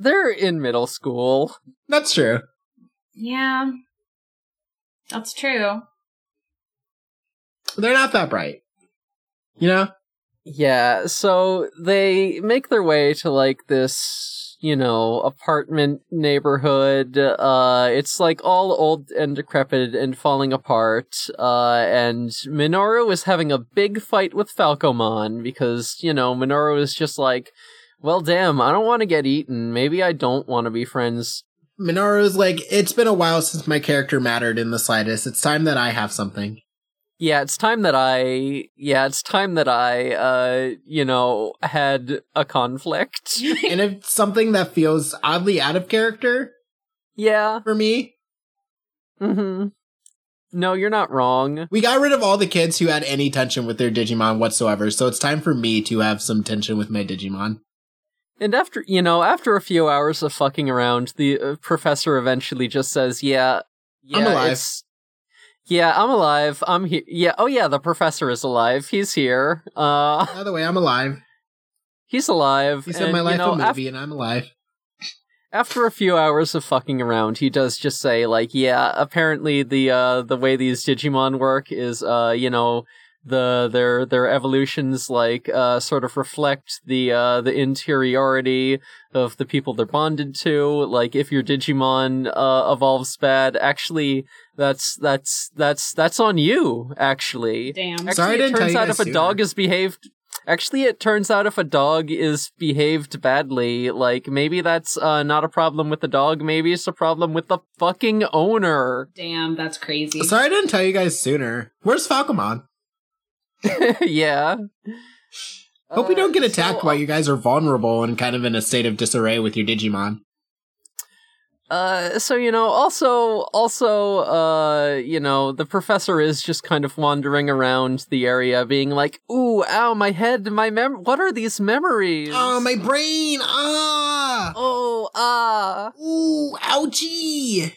S2: They're in middle school.
S3: That's true.
S4: Yeah. That's true.
S3: They're not that bright. You know?
S2: Yeah, so they make their way to like this, you know, apartment neighborhood. Uh it's like all old and decrepit and falling apart. Uh and Minoru is having a big fight with Falcomon because, you know, Minoru is just like, well damn, I don't want to get eaten. Maybe I don't want to be friends.
S3: Minoru's like, it's been a while since my character mattered in the slightest. It's time that I have something.
S2: Yeah, it's time that I yeah, it's time that I uh, you know, had a conflict.
S3: and if something that feels oddly out of character
S2: yeah.
S3: for me,
S2: Mm-hmm. No, you're not wrong.
S3: we got rid of all the kids who had any tension with their Digimon whatsoever. So it's time for me to have some tension with my Digimon.
S2: And after you know, after a few hours of fucking around, the uh, professor eventually just says, "Yeah, yeah
S3: I'm alive."
S2: it's- yeah, I'm alive. I'm here. Yeah. Oh yeah, the professor is alive. He's here. Uh,
S3: By the way, I'm alive.
S2: he's alive.
S3: He said
S2: And,
S3: my
S2: you
S3: life
S2: know,
S3: a movie,
S2: af-
S3: and I'm alive.
S2: after a few hours of fucking around, he does just say like, yeah, apparently the uh the way these Digimon work is uh you know the their their evolutions like uh sort of reflect the uh the interiority of the people they're bonded to like if your digimon uh evolves bad actually that's that's that's that's on you actually
S4: Damn.
S2: Actually,
S3: Sorry I
S2: it
S3: didn't tell
S2: turns
S3: you
S2: out
S3: guys
S2: if a
S3: sooner.
S2: dog is behaved. Actually, it turns out if a dog is behaved badly, like maybe that's uh, not a problem with the dog. Maybe it's a problem with the fucking owner.
S4: Damn, that's crazy.
S3: Sorry I didn't tell you guys sooner. Where's Falcomon?
S2: yeah.
S3: Hope we
S2: Uh,
S3: don't get attacked
S2: so,
S3: while you guys are vulnerable and kind of in a state of disarray with your Digimon.
S2: Uh, so you know, also, also, uh, you know, the professor is just kind of wandering around the area, being like, "Ooh, ow, my head, my mem. What are these memories?
S3: Oh, my brain! Ah!
S2: oh, ah."
S3: Ooh, ouchie!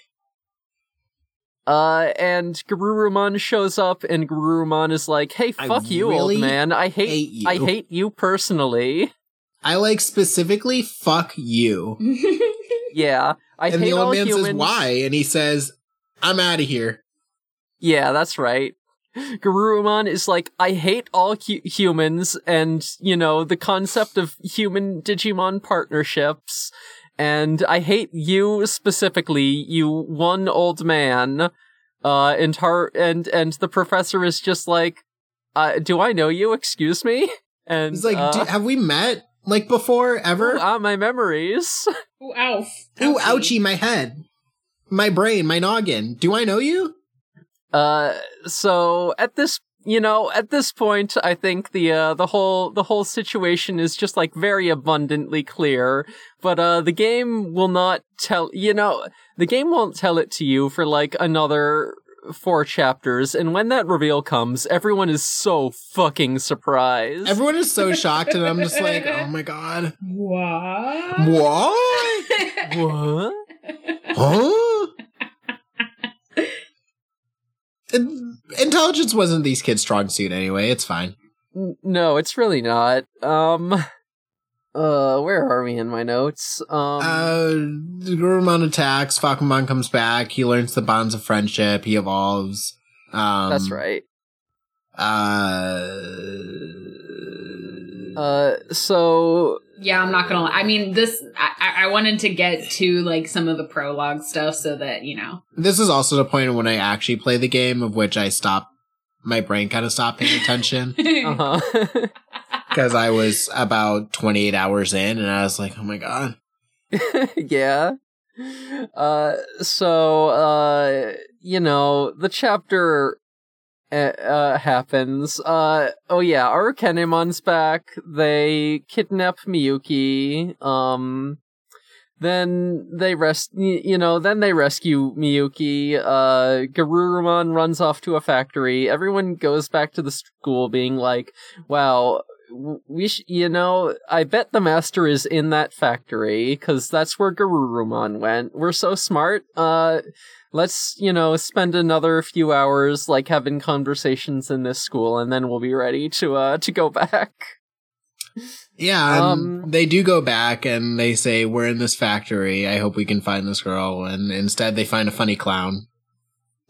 S2: Uh, and Garurumon shows up, and Garurumon is like, "Hey,
S3: I
S2: fuck you,
S3: really
S2: old man. I hate,
S3: hate you."
S2: I hate you personally.
S3: I like specifically fuck you.
S2: Yeah, I
S3: and
S2: hate
S3: the old
S2: all
S3: man
S2: humans.
S3: says why and he says i'm out of here
S2: Yeah, that's right. Garurumon is like, I hate all hu- humans, and you know the concept of human Digimon partnerships, and I hate you specifically, you one old man. Uh, and her and and the professor is just like, uh, do I know you? Excuse me. And
S3: he's like
S2: uh,
S3: "Do- have we met like before ever
S2: Ooh, ah, my memories.
S4: Ooh, ouch.
S3: ooh ouchie my head my brain my noggin do i know you
S2: Uh, so at this, you know, at this point, I think the uh, the whole the whole situation is just like very abundantly clear. But uh, the game will not tell. You know, the game won't tell it to you for like another four chapters. And when that reveal comes, everyone is so fucking surprised.
S3: everyone is so shocked and i'm just like oh my god
S4: What?
S3: what
S2: what?
S3: huh In- intelligence wasn't these kids strong suit anyway it's fine
S2: N- No, it's really not. Um, Uh, where are we in my notes? Um,
S3: Uh, Gurumon attacks. Fakumon comes back. He learns the bonds of friendship. He evolves. Um,
S2: that's right.
S3: Uh,
S2: Uh, so
S4: Yeah, I'm not gonna lie. I mean, this I, I I wanted to get to like some of the prologue stuff so that you know.
S3: this is also the point when I actually play the game, of which I stop. My brain kind of stopped paying attention
S2: uh huh.
S3: because I was about 28 hours in, and I was like, "Oh my god!"
S2: yeah. Uh, so uh, you know, the chapter uh, uh happens. Uh, oh yeah, Arukenemon's back. They kidnap Miyuki. Um, then they rest. y- You know, then they rescue Miyuki. Uh, Garurumon runs off to a factory. Everyone goes back to the school, being like, "Wow, w- we sh- you know i bet the master is in that factory because that's where garurumon went we're so smart uh let's you know spend another few hours like having conversations in this school and then we'll be ready to uh to go back
S3: Yeah, um,
S2: Um,
S3: they do go back and they say, "We're in this factory. I hope we can find this girl." And instead, they find a funny clown.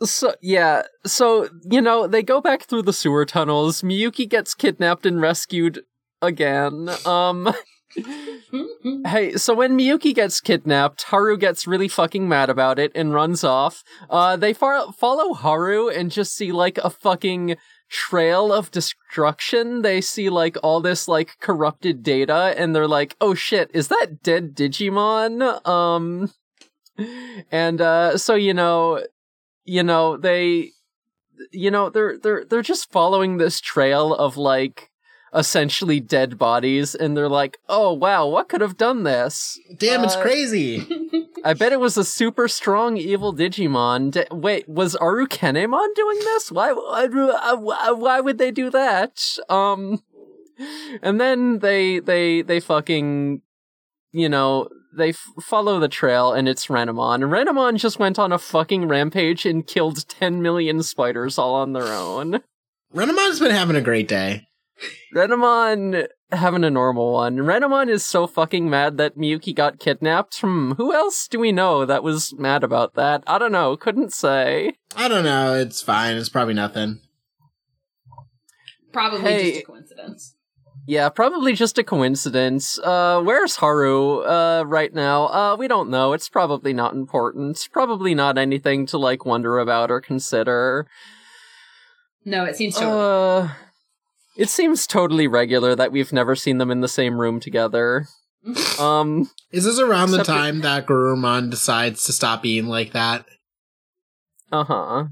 S2: so yeah so you know they go back through the sewer tunnels miyuki gets kidnapped and rescued again um Mm-hmm. Hey, so when Miyuki gets kidnapped, Haru gets really fucking mad about it and runs off. Uh, they far- follow Haru and just see like a fucking trail of destruction. They see like all this like corrupted data and they're like, oh shit, is that dead Digimon? Um, and, uh, so, you know, you know, they, you know, they're, they're, they're just following this trail of like, essentially dead bodies and they're like oh wow what could have done this
S3: Damn, it's
S2: Uh,
S3: crazy.
S2: i bet it was a super strong evil digimon D- wait was aru kenemon doing this why, why why- why would they do that um and then they they they fucking you know they f- follow the trail and it's renamon renamon just went on a fucking rampage and killed 10 million spiders all on their own
S3: Renamon's been having a great day.
S2: Renamon having a normal one. Renamon is so fucking mad that Miyuki got kidnapped. Hmm, who else do we know that was mad about that? I don't know, couldn't say.
S3: I don't know. It's fine. It's probably nothing.
S4: Probably
S2: Hey.
S4: just a coincidence.
S2: Yeah, probably just a coincidence. Uh, where's Haru, uh, right now? Uh, we don't know. It's probably not important. Probably not anything to, like, wonder about or consider.
S4: No, it seems to.
S2: Uh, it seems totally regular that we've never seen them in the same room together. um,
S3: Is this around the
S2: Except it-
S3: time that Gurumon decides to stop being like that?
S2: uh huh.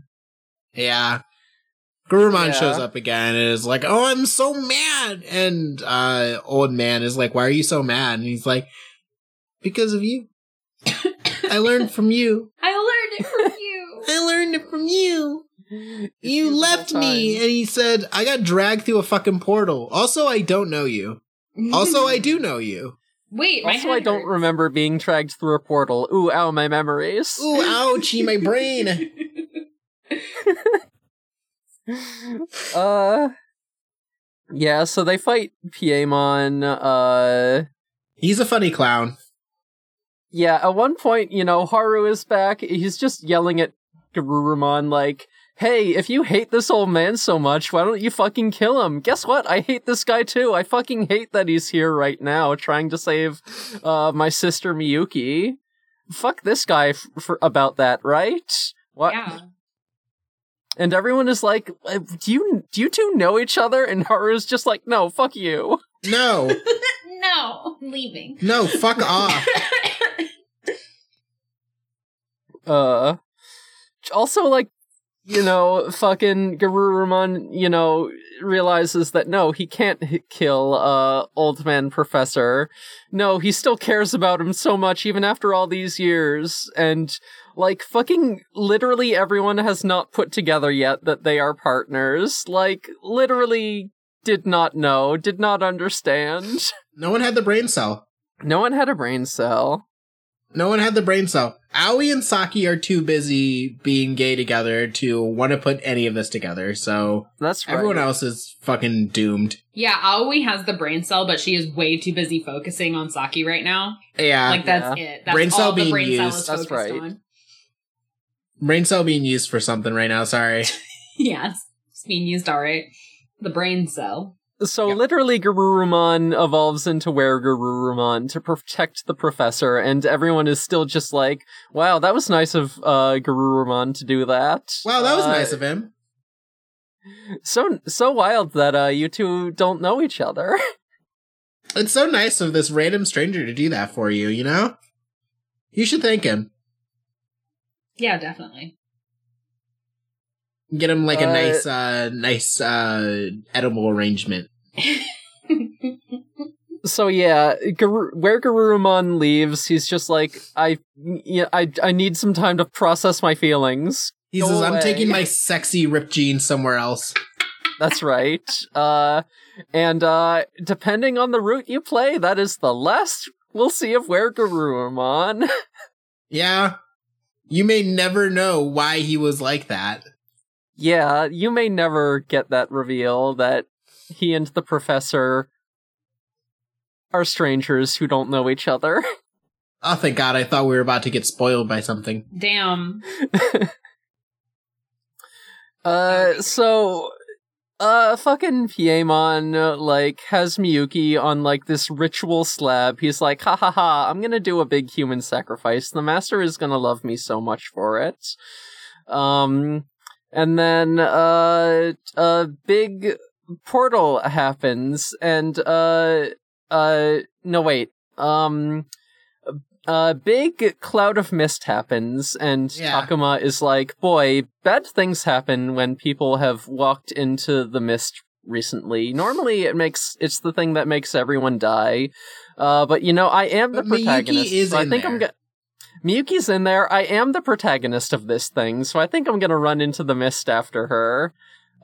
S3: Yeah. Gurumon
S2: Yeah.
S3: shows up again and is like, "Oh, I'm so mad." And uh old man is like, "Why are you so mad?" And he's like, "Because of you. I learned from you.
S5: I learned it from you.
S3: I learned it from you. You left me." And he said, "I got dragged through a fucking portal. Also, I don't know you. Also, I do know you.
S4: Wait, my
S2: Also,
S4: head
S2: I don't
S4: hurts.
S2: remember being dragged through a portal. Ooh, ow, my memories.
S3: Ooh, ouchie, my brain."
S2: Uh, yeah. So they fight Piemon. Uh,
S3: He's a funny clown.
S2: yeah. At one point, you know, Haru is back. He's just yelling at Garurumon like, "Hey, if you hate this old man so much, why don't you fucking kill him? Guess what? I hate this guy too. I fucking hate that he's here right now, trying to save uh my sister Miyuki. Fuck this guy f- for about that, right? What?
S4: Yeah.
S2: And everyone is like, "Uh, "Do you do you two know each other?" And Haru's just like, "No, fuck you."
S3: No,
S5: no, I'm leaving.
S3: no, fuck off.
S2: Uh, also like, you know, fucking Garurumon, you know, realizes that no, he can't h- kill uh old man professor. No, he still cares about him so much even after all these years. And like, fucking, literally everyone has not put together yet that they are partners. Like, literally. Did not know, did not understand.
S3: No one had the brain cell.
S2: No one had a brain cell.
S3: No one had the brain cell. Aoi and Saki are too busy being gay together to want to put any of this together. So
S2: That's right.
S3: everyone else is fucking doomed.
S4: Yeah, Aoi has the brain cell, but she is way too busy focusing on Saki right now.
S3: Ah, Yeah.
S4: Like that's it. That's
S3: Brain
S4: all
S3: cell
S4: the
S3: being
S4: brain cell
S3: used.
S4: is
S2: That's
S4: focused
S2: right.
S4: on.
S3: brain cell being used for something right now. Sorry.
S4: yeah, it's, it's being used all right. The brain cell.
S2: So
S3: Yeah.
S2: literally, Garurumon evolves into Were Garurumon to protect the professor, and everyone is still just like, "Wow, that was nice of uh, Garurumon to do that."
S3: Wow, that was
S2: Uh,
S3: nice of him.
S2: So so wild that uh, you two don't know each other.
S3: It's so nice of this random stranger to do that for you, you know? You should thank him.
S4: Yeah, definitely.
S3: Get him like a
S2: Uh,
S3: nice uh nice uh edible arrangement.
S2: so yeah, Gar- where Garurumon leaves, he's just like, "I yeah, I I need some time to process my feelings."
S3: He
S2: Go
S3: says, I'm
S2: away."
S3: taking my sexy ripped jeans somewhere else.
S2: That's right. Uh, and uh, depending on the route you play, that is the last we'll see of where Garurumon.
S3: Yeah. You may never know why he was like that.
S2: yeah, you may never get that reveal that he and the professor are strangers who don't know each other.
S3: Oh thank god, I thought we were about to get spoiled by something.
S4: Damn.
S2: Uh, so, uh, fucking Piemon, uh, like, has Miyuki on, like, this ritual slab. He's like, ha ha ha, I'm gonna do a big human sacrifice. The master is gonna love me so much for it. Um, and then, uh, a big portal happens, and, uh, uh, no, wait, um, a big cloud of mist happens, and
S3: Yeah.
S2: Takuma is like, boy, bad things happen when people have walked into the mist recently. Normally, it makes, it's the thing that makes everyone die. Uh, but you know, I am the
S3: But Miyuki
S2: protagonist.
S3: is
S2: so I
S3: in
S2: think I'm
S3: there.
S2: gonna. Miyuki's in there. I am the protagonist of this thing, so I think I'm gonna run into the mist after her.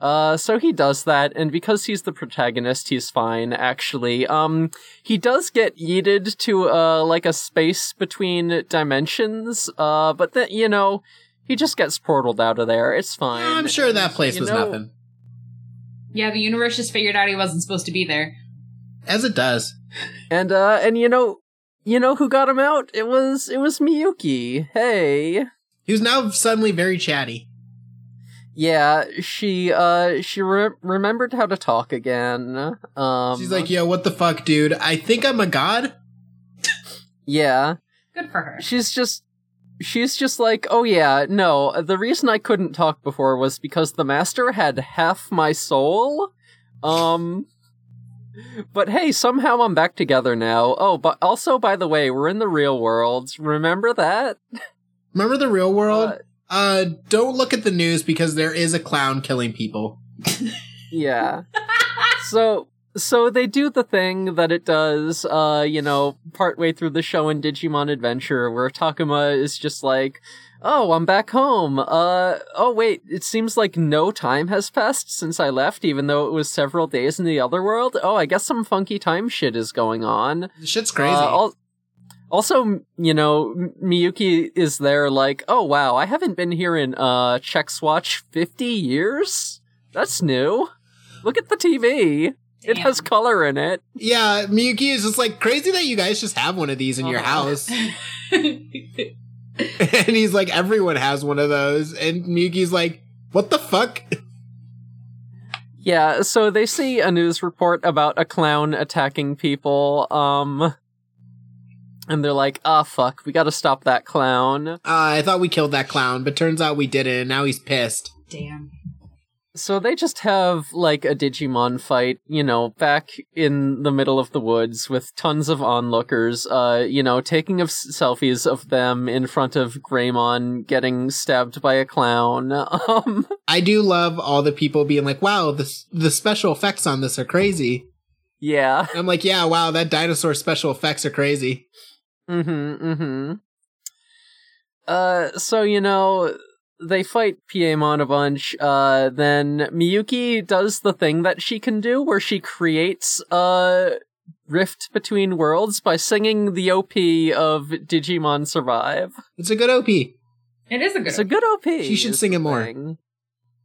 S2: Uh, so he does that, and because he's the protagonist, he's fine, actually. Um, he does get yeeted to, uh, like a space between dimensions, uh, but then, you know, he just gets portaled out of there. It's fine.
S3: I'm sure that place
S2: You
S3: was
S2: know-
S3: nothing.
S4: Yeah, the universe just figured out he wasn't supposed to be there.
S3: As it does.
S2: And, uh, and you know, you know who got him out? It was, it was Miyuki. Hey.
S3: He was now suddenly very chatty.
S2: Yeah, she uh she re- remembered how to talk again. Um
S3: She's like, yo, what the fuck, dude? I think I'm a god?
S2: yeah.
S4: Good for her.
S2: She's just she's just like, "Oh yeah, no, the reason I couldn't talk before was because the master had half my soul." Um but hey, somehow I'm back together now. Oh, but also by the way, we're in the real world. Remember that?
S3: Remember the real world?
S2: Uh,
S3: Uh, don't look at the news because there is a clown killing people.
S2: Yeah. so so they do the thing that it does, uh, you know, partway through the show in Digimon Adventure, where Takuma is just like, Oh, I'm back home. Uh oh wait, it seems like no time has passed since I left, even though it was several days in the other world. Oh, I guess some funky time shit is going on.
S3: Shit's crazy.
S2: Uh, al- also, m- you know, M- Miyuki is there like, oh wow, I haven't been here in uh Checkswatch 50 years? That's new. Look at the TV. It
S4: Damn.
S2: has color in it.
S3: yeah, Miyuki is just like crazy that you guys just have one of these in your
S2: Uh-huh.
S3: house. and he's like, everyone has one of those. And Miyuki's like, what the fuck?
S2: Yeah, so they see a news report about a clown attacking people, um and they're like, ah fuck, we gotta stop that clown.
S3: Uh, I thought we killed that clown, but turns out we didn't. And now he's pissed.
S4: Damn.
S2: So they just have like a Digimon fight, you know, back in the middle of the woods with tons of onlookers, uh, you know, taking of s- selfies of them in front of Greymon getting stabbed by a clown. Um,
S3: I do love all the people being like, wow, this, the special effects on this are crazy.
S2: yeah.
S3: And I'm like, yeah, wow, that dinosaur special effects are crazy.
S2: Mm-hmm. Mm-hmm. Uh, so you know they fight Piemon a bunch. Uh, then Miyuki does the thing that she can do, where she creates uh Rift Between Worlds by singing the OP of Digimon Survive.
S3: It's a good OP.
S4: It is a good.
S2: It's a good OP.
S3: She should
S2: is
S3: sing
S2: the
S3: it more.
S2: thing.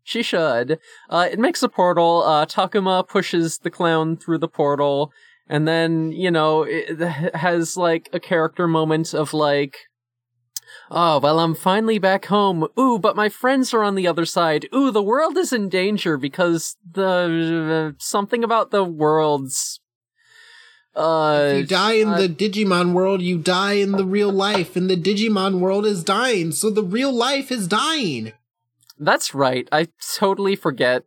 S2: She should. Uh, it makes a portal. Uh, Takuma pushes the clown through the portal, and then you know it has like a character moment of like, oh well, I'm finally back home. Ooh, but my friends are on the other side. Ooh, the world is in danger because the something about the world's. Uh,
S3: If you die in
S2: uh,
S3: the Digimon world, you die in the real life, and the Digimon world is dying, so the real life is dying.
S2: That's right. I totally forget.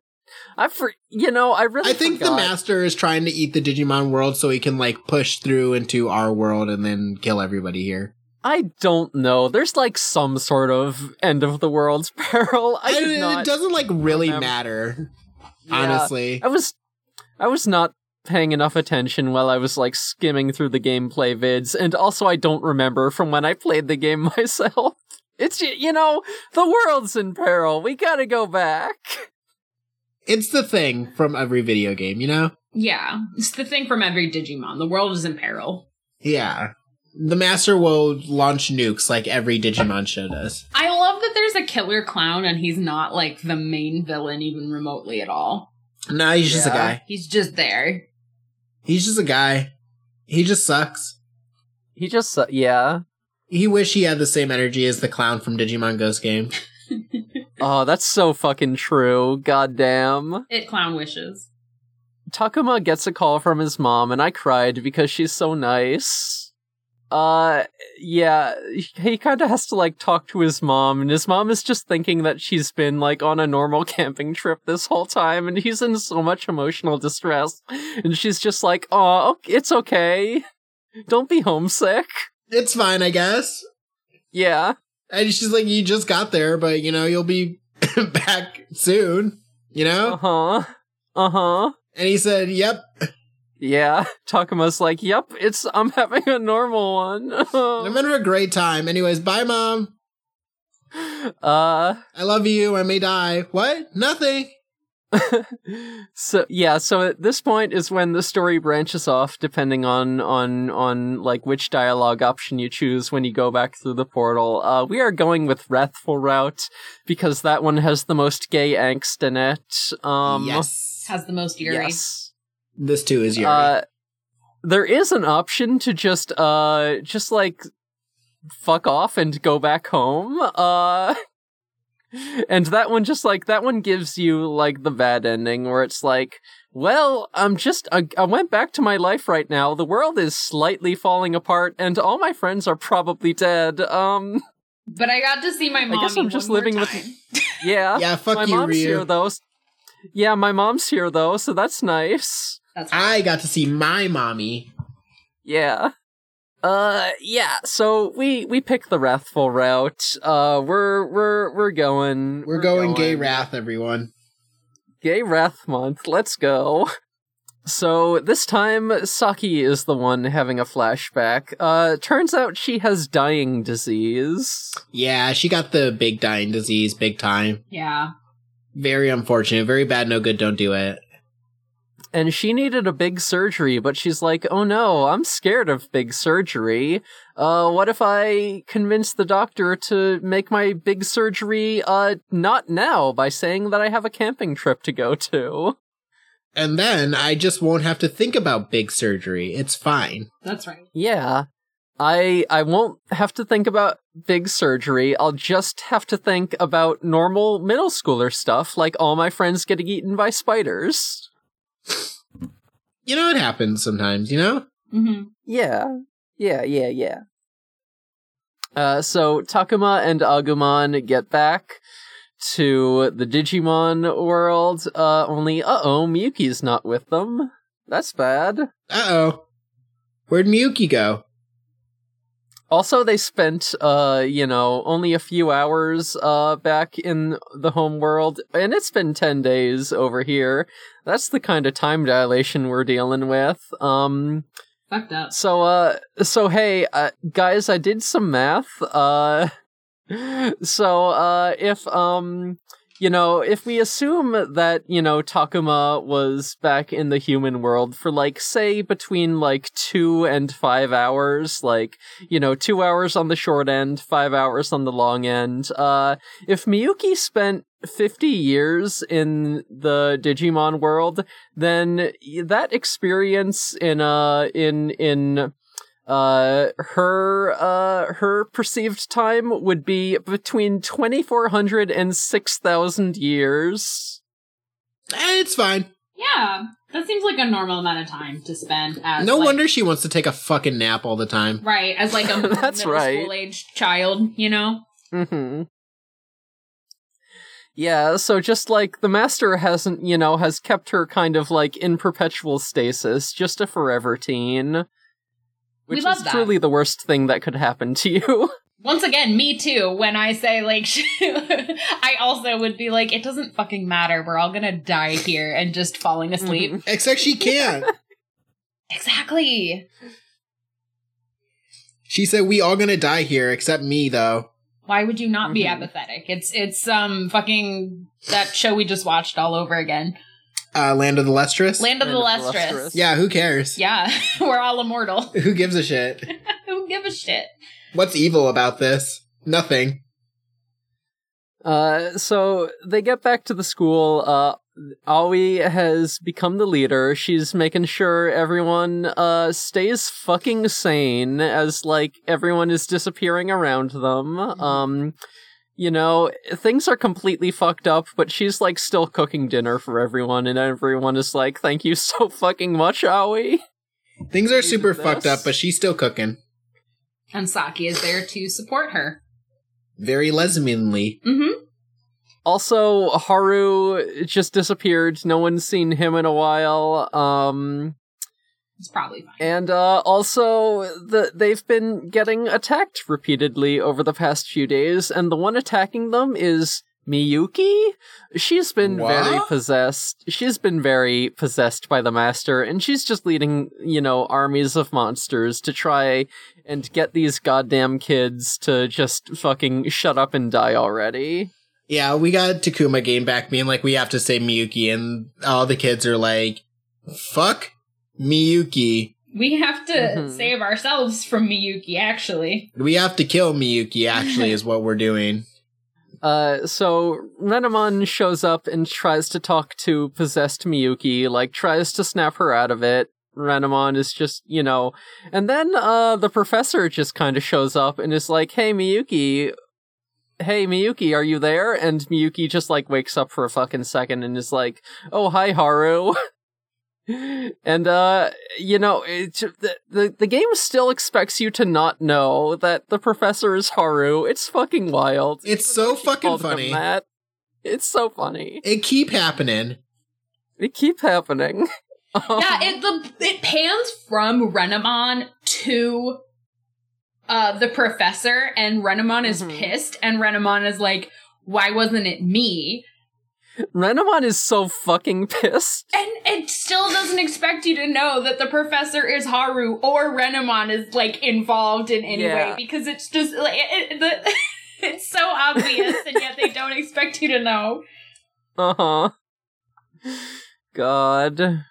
S2: I for you know I really
S3: I think the
S2: forgot.
S3: master is trying to eat the Digimon world so he can like push through into our world and then kill everybody here.
S2: I don't know. There's like some sort of end of the world peril. I
S3: And
S2: did
S3: it
S2: not.
S3: doesn't like really
S2: remember.
S3: matter,
S2: yeah.
S3: honestly.
S2: I was, I was not paying enough attention while I was like skimming through the gameplay vids, and also I don't remember from when I played the game myself. It's y- you know the world's in peril. We gotta go back.
S3: It's the thing from every video game, you know?
S4: Yeah, it's the thing from every Digimon. The world is in peril.
S3: Yeah. The master will launch nukes like every Digimon show does.
S4: I love that there's a killer clown and he's not like the main villain even remotely at all.
S3: Nah, he's just a
S2: Yeah.
S3: guy.
S4: He's just there.
S3: He's just a guy. He just sucks.
S2: He just sa- yeah.
S3: He wish he had the same energy as the clown from Digimon Ghost Game.
S2: Oh, that's so fucking true. Goddamn.
S4: It clown wishes.
S2: Takuma gets a call from his mom, and I cried because she's so nice. Uh, yeah, he kind of has to like talk to his mom, and his mom is just thinking that she's been like on a normal camping trip this whole time, and he's in so much emotional distress, and she's just like, "Oh, it's okay, don't be homesick."
S3: It's fine, I guess.
S2: Yeah,
S3: And she's like, you just got there, but you know, you'll be back soon, you know?
S2: uh huh, uh huh.
S3: And he said, yep.
S2: Yeah, Takuma's like, "Yep, it's I'm having a normal one."
S3: I'm gonna have a great time. Anyways, bye, mom.
S2: uh.
S3: I love you. I may die. What? Nothing.
S2: so yeah so at this point is when the story branches off depending on on on like which dialogue option you choose when you go back through the portal uh we are going with wrathful route because that one has the most gay angst in it um
S3: yes.
S4: Has the most eerie.
S2: yes
S3: This too is Yuri.
S2: uh there is an option to just uh just like fuck off and go back home uh and that one just like that one gives you like the bad ending where it's like well i'm just I, I went back to my life right now the world is slightly falling apart and all my friends are probably dead um
S4: But I got to see my mom.
S2: guess I'm just living with- yeah
S3: yeah, fuck
S2: my
S3: you,
S2: mom's
S3: Ryu.
S2: here though s- yeah my mom's here though so that's nice
S4: That's
S3: I got to see my mommy.
S2: Yeah. Uh yeah, so we we pick the wrathful route. Uh we're we're we're going
S3: We're, going, gay wrath, everyone.
S2: Gay Wrath month. Let's go. So this time Saki is the one having a flashback. Uh turns out she has dying disease.
S3: Yeah, she got the big dying disease, big time.
S4: yeah.
S3: Very unfortunate. Very bad. No good. Don't do it.
S2: and she needed a big surgery, but she's like, oh no, I'm scared of big surgery. Uh, what if I convince the doctor to make my big surgery, uh, not now by saying that I have a camping trip to go to?
S3: And then I just won't have to think about big surgery. It's fine.
S4: That's right.
S2: Yeah. I, I won't have to think about big surgery. I'll just have to think about normal middle schooler stuff, like all my friends getting eaten by spiders.
S3: You know, it happens sometimes, you know?
S4: Mm-hmm.
S2: Yeah. Yeah, yeah, yeah. Uh, so Takuma and Agumon get back to the Digimon world, uh, only, uh oh, Miyuki's not with them. That's bad.
S3: Uh oh. Where'd Miyuki go?
S2: Also, they spent, uh, you know, only a few hours, uh, back in the home world, and it's been 10 days over here. That's the kind of time dilation we're dealing with. Um,
S4: Fucked up.
S2: So uh so hey uh, guys I did some math uh so uh if um you know if we assume that you know takuma was back in the human world for like say between like two and five hours like you know two hours on the short end five hours on the long end uh if miyuki spent 50 years in the digimon world then that experience in uh in in uh her uh her perceived time would be between 2400 and 6000 years
S3: Eh, It's fine.
S4: Yeah, that seems like a normal amount of time to spend. As
S3: No
S4: like-
S3: wonder she wants to take a fucking nap all the time.
S4: right? As like a
S2: That's
S4: middle
S2: right.
S4: school aged child, you know.
S2: mm-hmm yeah so just like the master hasn't you know has kept her kind of like in perpetual stasis just a forever teen
S4: We
S2: which
S4: love
S2: is
S4: that.
S2: truly the worst thing that could happen to you
S4: Once again, me too. When I say like, I also would be like, it doesn't fucking matter. We're all gonna die here and just falling asleep.
S3: Except she can't.
S2: Mm-hmm.
S4: Exactly.
S3: she said, "We all gonna die here, except me, though."
S4: Why would you not be
S2: Mhm.
S4: apathetic? It's it's um fucking that show we just watched all over again.
S3: Uh, Land of the Lustrous.
S4: Land of the
S2: Land of the
S4: Lustrous.
S2: Lustrous.
S3: yeah, who cares?
S4: Yeah, we're all immortal.
S3: Who gives a shit?
S4: Who give a shit?
S3: What's evil about this? Nothing.
S2: Uh, so they get back to the school. Uh, Aoi has become the leader. She's making sure everyone uh stays fucking sane as like everyone is disappearing around them. Um, you know things are completely fucked up, but she's like still cooking dinner for everyone, and everyone is like, "Thank you so fucking much, Aoi."
S3: Things are
S2: Jesus.
S3: super fucked up, but she's still cooking.
S4: And Saki is there to support her.
S3: Very lesbianly.
S4: Mm-hmm.
S2: Also, Haru just disappeared. No one's seen him in a while. Um,
S4: It's probably fine.
S2: And uh, also, the, they've been getting attacked repeatedly over the past few days, and the one attacking them is Miyuki. She's been very
S3: What?
S2: possessed. She's been very possessed by the master, and she's just leading, you know, armies of monsters to try and get these goddamn kids to just fucking shut up and die already.
S3: Yeah, we got Takuma game back being like, we have to save Miyuki, and all the kids are like, fuck Miyuki.
S4: We have to
S2: Mhm.
S4: save ourselves from Miyuki, actually.
S3: We have to kill Miyuki, actually, is what we're doing.
S2: Uh, so Renamon shows up and tries to talk to possessed Miyuki, like tries to snap her out of it. Renamon is just, you know, and then uh the professor just kind of shows up and is like, "Hey Miyuki, hey Miyuki, are you there?" And Miyuki just like wakes up for a fucking second and is like, "Oh, hi Haru." and uh you know, it, the, the the game still expects you to not know that the professor is Haru. It's fucking wild.
S3: It's so fucking
S2: Called them
S3: funny.
S2: that. It's so funny.
S3: It keep happening.
S2: It keep happening. Um,
S4: yeah, it the it pans from Renamon to uh the professor, and Renamon is
S2: Mhm.
S4: pissed, and Renamon is like, why wasn't it me?
S2: Renamon is so fucking pissed.
S4: And it still doesn't expect you to know that the professor is Haru or Renamon is like involved in any way
S2: Yeah.
S4: because it's just like it, it- the, it's so obvious and yet they don't expect you to know.
S2: Uh huh. God.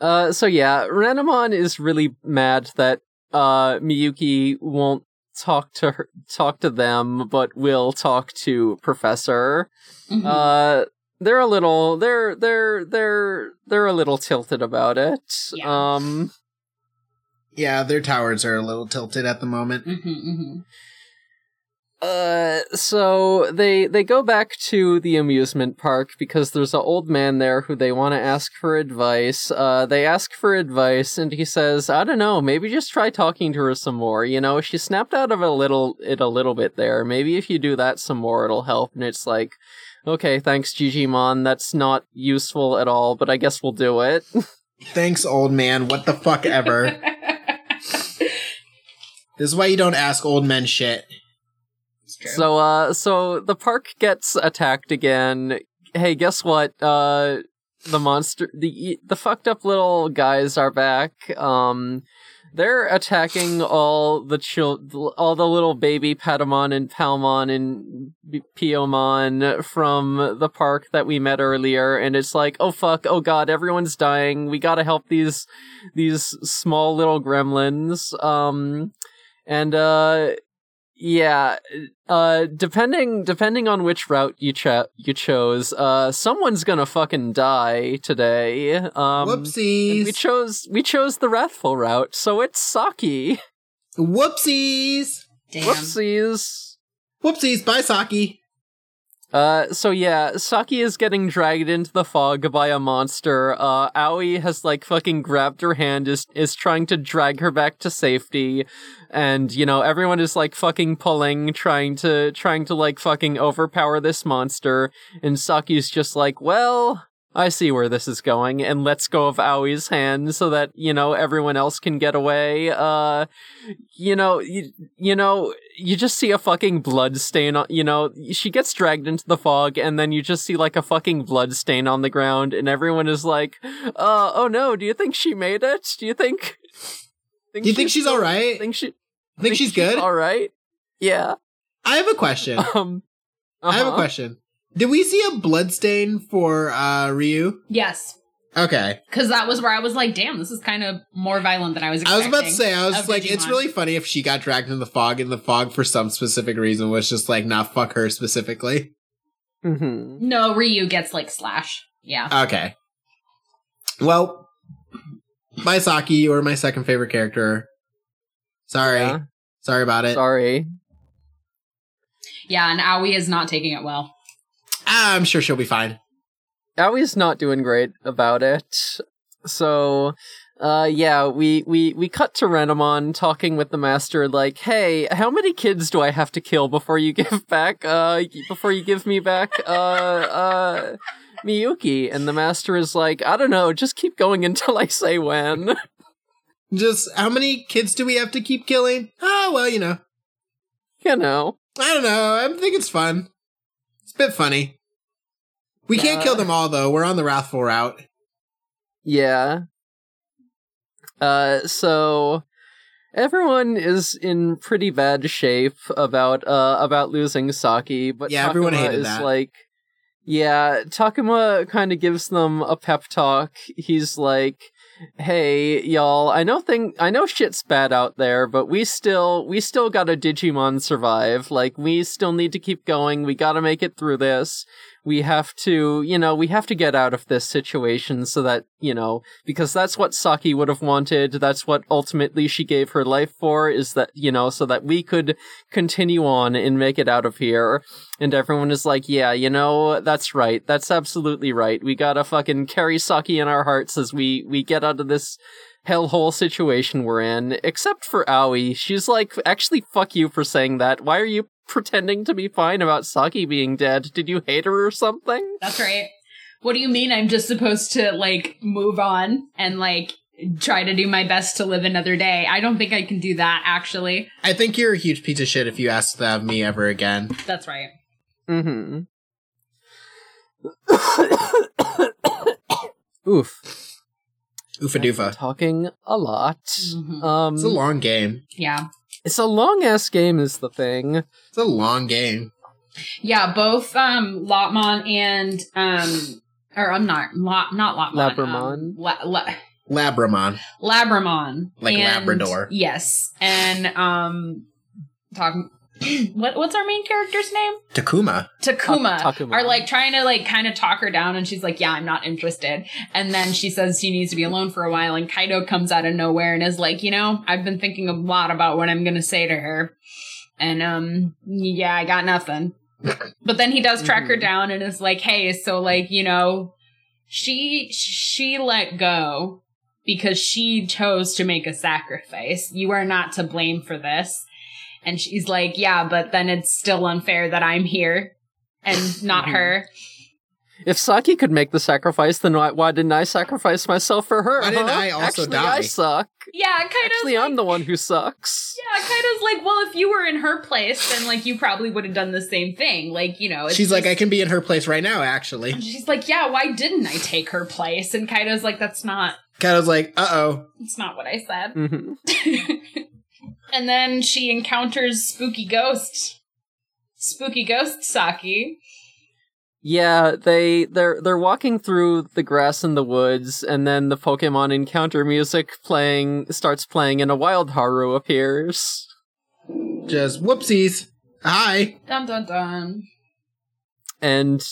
S2: Uh, so yeah, Renamon is really mad that uh Miyuki won't talk to her, talk to them, but will talk to Professor.
S3: Mm-hmm.
S2: Uh, they're a little they're they're they're they're a little tilted about it.
S4: Yeah.
S2: Um.
S3: Yeah, their towers are a little tilted at the moment.
S4: Mhm, mhm.
S2: Uh, so they they go back to the amusement park because there's an old man there who they want to ask for advice. Uh, they ask for advice, and he says, "I don't know. Maybe just try talking to her some more. You know, she snapped out of a little it a little bit there. Maybe if you do that some more, it'll help." And it's like, "Okay, thanks, Gigimon. That's not useful at all, but I guess we'll do it."
S3: Thanks, old man. What the fuck ever.
S4: Mm-hmm.
S3: this is why you don't ask old men shit.
S4: It's true.
S2: So uh so the park gets attacked again. Hey, guess what? Uh the monster the the fucked up little guys are back. Um They're attacking all the chil- all the little baby Patamon and Palmon and B- Piomon from the park that we met earlier, and it's like, oh fuck, oh god, everyone's dying. We gotta help these these small little gremlins. Um, and uh, yeah, uh, depending depending on which route you cho- you chose, uh, someone's gonna fucking die today. Um, and
S3: Whoopsies.
S2: we chose we chose the wrathful route, so it's Saki.
S3: Whoopsies.
S4: Damn.
S2: Whoopsies.
S3: Whoopsies. Bye, Saki.
S2: Uh, so yeah, Saki is getting dragged into the fog by a monster. Uh, Aoi has like fucking grabbed her hand, is is trying to drag her back to safety, and you know everyone is like fucking pulling, trying to trying to like fucking overpower this monster, and Saki's just like, well. I see where this is going, and lets go of Aoi's hand so that, you know, everyone else can get away. Uh, you know, you, you know, you just see a fucking blood stain on, you know, she gets dragged into the fog and then you just see like a fucking blood stain on the ground and everyone is like, uh, oh no, do you think she made it? Do you think,
S3: Do you think she's all right? Think,
S2: think she,
S3: think she's good?
S2: All right. Yeah.
S3: I have a question.
S2: Um,
S3: I have a
S2: uh-huh.
S3: question. Did we see a blood stain for uh, Ryu?
S4: Yes.
S3: Okay.
S4: Because that was where I was like, damn, this is kind of more violent than I was
S3: I
S4: expecting.
S3: was about to say, I was
S4: of
S3: like, it's
S4: Digimon.
S3: really funny if she got dragged in the fog, and the fog for some specific reason was just like, nah, fuck her specifically.
S2: mhm.
S4: No, Ryu gets like slash. Yeah.
S3: Okay. Well, my Saki, you were my second favorite character. Sorry.
S2: Yeah.
S3: Sorry about it.
S2: Sorry.
S4: Yeah, and Aoi is not taking it well.
S3: Ah, I'm sure she'll be fine.
S2: Aoi's not doing great about it. So, uh, yeah, we, we, we cut to Renamon talking with the master, like, hey, how many kids do I have to kill before you give back, uh, before you give me back, uh, uh, Miyuki? And the master is like, I don't know, just keep going until I say when.
S3: Just how many kids do we have to keep killing? Oh, well, you know.
S2: you know.
S3: I don't know. I think it's fun. It's a bit funny. We can't
S2: Yeah.
S3: kill them all, though. We're on the wrathful route.
S2: Yeah. Uh, so everyone is in pretty bad shape about uh about losing Saki, but
S3: Yeah,
S2: Takuma
S3: everyone hated
S2: is
S3: that.
S2: like, yeah, Takuma kind of gives them a pep talk. He's like, "Hey, y'all, I know thing, I know shit's bad out there, but we still we still got to Digimon survive. Like, we still need to keep going. We got to make it through this." we have to, you know, we have to get out of this situation so that, you know, because that's what Saki would have wanted. That's what ultimately she gave her life for is that, you know, so that we could continue on and make it out of here. And everyone is like, yeah, you know, that's right. That's absolutely right. We gotta fucking carry Saki in our hearts as we, we get out of this hellhole situation we're in. Except for Aoi. She's like, actually, fuck you for saying that. Why are you pretending to be fine about Saki being dead? Did you hate her or something?
S4: That's right. What do you mean I'm just supposed to like move on and like try to do my best to live another day? I don't think I can do that actually.
S3: I think you're a huge piece of shit if you ask to have me ever again.
S4: That's right.
S2: Mm-hmm. Oof.
S3: Oofa
S2: I'm
S3: doofa.
S2: Talking a lot.
S4: Mhm.
S2: Um,
S3: Mm-hmm. It's a long game.
S4: Yeah.
S2: it's a long ass game, is the thing.
S3: It's a long game.
S4: Yeah, both um Lotmon and um or I'm not Lot not Lotmon. um,
S2: Labramon?
S4: La, La,
S3: Labramon.
S4: Labramon.
S3: Like
S4: and-
S3: Labrador.
S4: Yes. And um talk what what's our main character's name?
S3: Takuma.
S4: Takuma,
S2: Tak- Takuma.
S4: are like trying to like kind of talk her down and she's like, Yeah, I'm not interested. And then she says she needs to be alone for a while and Kaido comes out of nowhere and is like, you know, I've been thinking a lot about what I'm gonna say to her. And um yeah, I got nothing. but then he does track her
S3: Mm-hmm.
S2: Mhm.
S4: down and is like, Hey, so like, you know, she she let go because she chose to make a sacrifice. You are not to blame for this. And she's like, yeah, but then it's still unfair that I'm here and not her.
S2: If Saki could make the sacrifice, then why, why didn't I sacrifice myself for her?
S3: Why didn't
S2: huh?
S3: I also
S2: Actually,
S3: die?
S2: I suck.
S5: Yeah, kind
S2: Actually,
S5: of.
S2: I'm the one who sucks.
S5: yeah, kind of like, well, if you were in her place, then like you probably would have done the same thing. Like, you know, Oh, it's
S3: She's like,
S5: just-
S3: I can be in her place right now, actually.
S5: And she's like, yeah, why didn't I take her place? And Kaido's like, that's not,
S3: Kato's like, uh oh.
S5: that's not what I said.
S2: Mhm.
S5: and then she encounters spooky ghost, spooky ghost Saki.
S2: Yeah, they they're they're walking through the grass in the woods, and then the Pokemon encounter music playing starts playing, and a wild Haru appears.
S3: Just whoopsies. Hi.
S5: Dun dun dun.
S2: and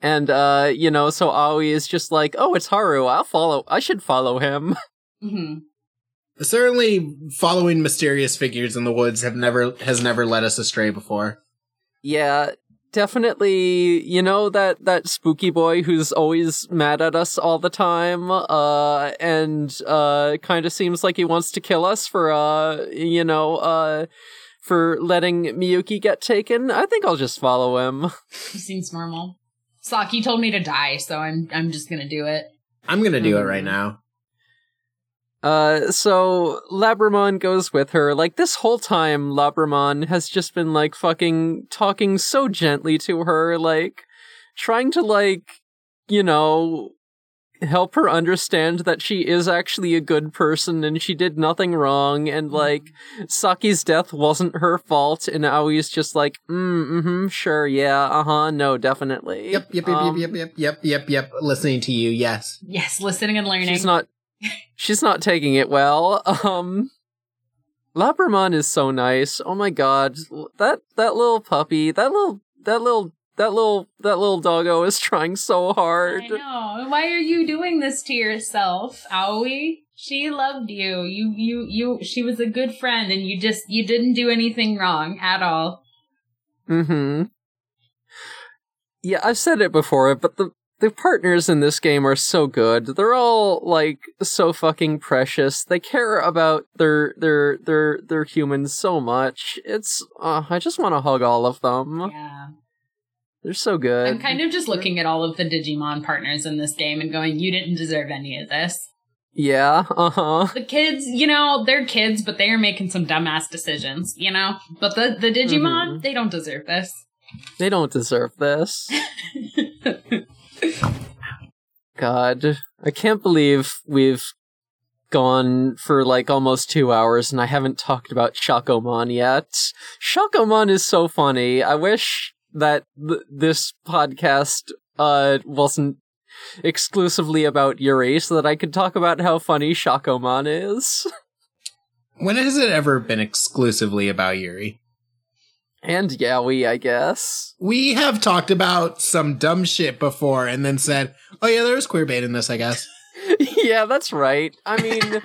S2: and uh you know so aoi is just like oh it's haru i'll follow i should follow him
S5: hmm
S4: Mm-hmm.
S3: Certainly, following mysterious figures in the woods have never has never led us astray before.
S2: yeah definitely you know that that spooky boy who's always mad at us all the time uh and uh kind of seems like he wants to kill us for uh you know uh for letting miyuki get taken i think i'll just follow him
S4: He seems normal. Saki told me to die, so I'm I'm just gonna do it.
S3: I'm gonna do it right
S2: Um,
S3: now.
S2: Uh, so Labramon goes with her. Like this whole time, Labramon has just been like fucking talking so gently to her, like trying to like, you know, help her understand that she is actually a good person and she did nothing wrong and
S3: Mm-hmm.
S2: like Saki's death wasn't her fault and Aoi's just like, mm, mm-hmm, sure, yeah, uh-huh, no, definitely.
S3: Yep, yep, yep,
S2: Um,
S3: yep, yep, yep, yep, yep. Listening to you, yes.
S4: Yes, listening and learning.
S2: She's not. She's not taking it well. Um, Labramon is so nice. Oh my god, that that little puppy, that little that little that little that little doggo is trying so hard.
S4: I know. Why are you doing this to yourself, Aoi? She loved you. You you you she was a good friend and you just you didn't do anything wrong at all.
S2: Mm-hmm. Yeah, I've said it before, but the the partners in this game are so good. They're all like so fucking precious. They care about their their their their humans so much. It's uh, I just want to hug all of them.
S4: Yeah.
S2: They're so good.
S4: I'm kind of just looking at all of the Digimon partners in this game and going, you didn't deserve any of this.
S2: Yeah, uh huh.
S4: The kids, you know, they're kids, but they are making some dumbass decisions, you know? But the, the Digimon,
S3: Mm-hmm.
S4: they don't deserve this.
S2: They don't deserve this. God, I can't believe we've gone for like almost two hours and I haven't talked about Shakomon yet. Shakomon is so funny. I wish that th- this podcast uh wasn't exclusively about Yuri so that I could talk about how funny Shakomon is.
S3: When has it ever been exclusively about Yuri?
S2: And Yaoi, I guess.
S3: We have talked about some dumb shit before and then said, oh yeah, there's queer bait in this, I guess.
S2: yeah, that's right. I mean,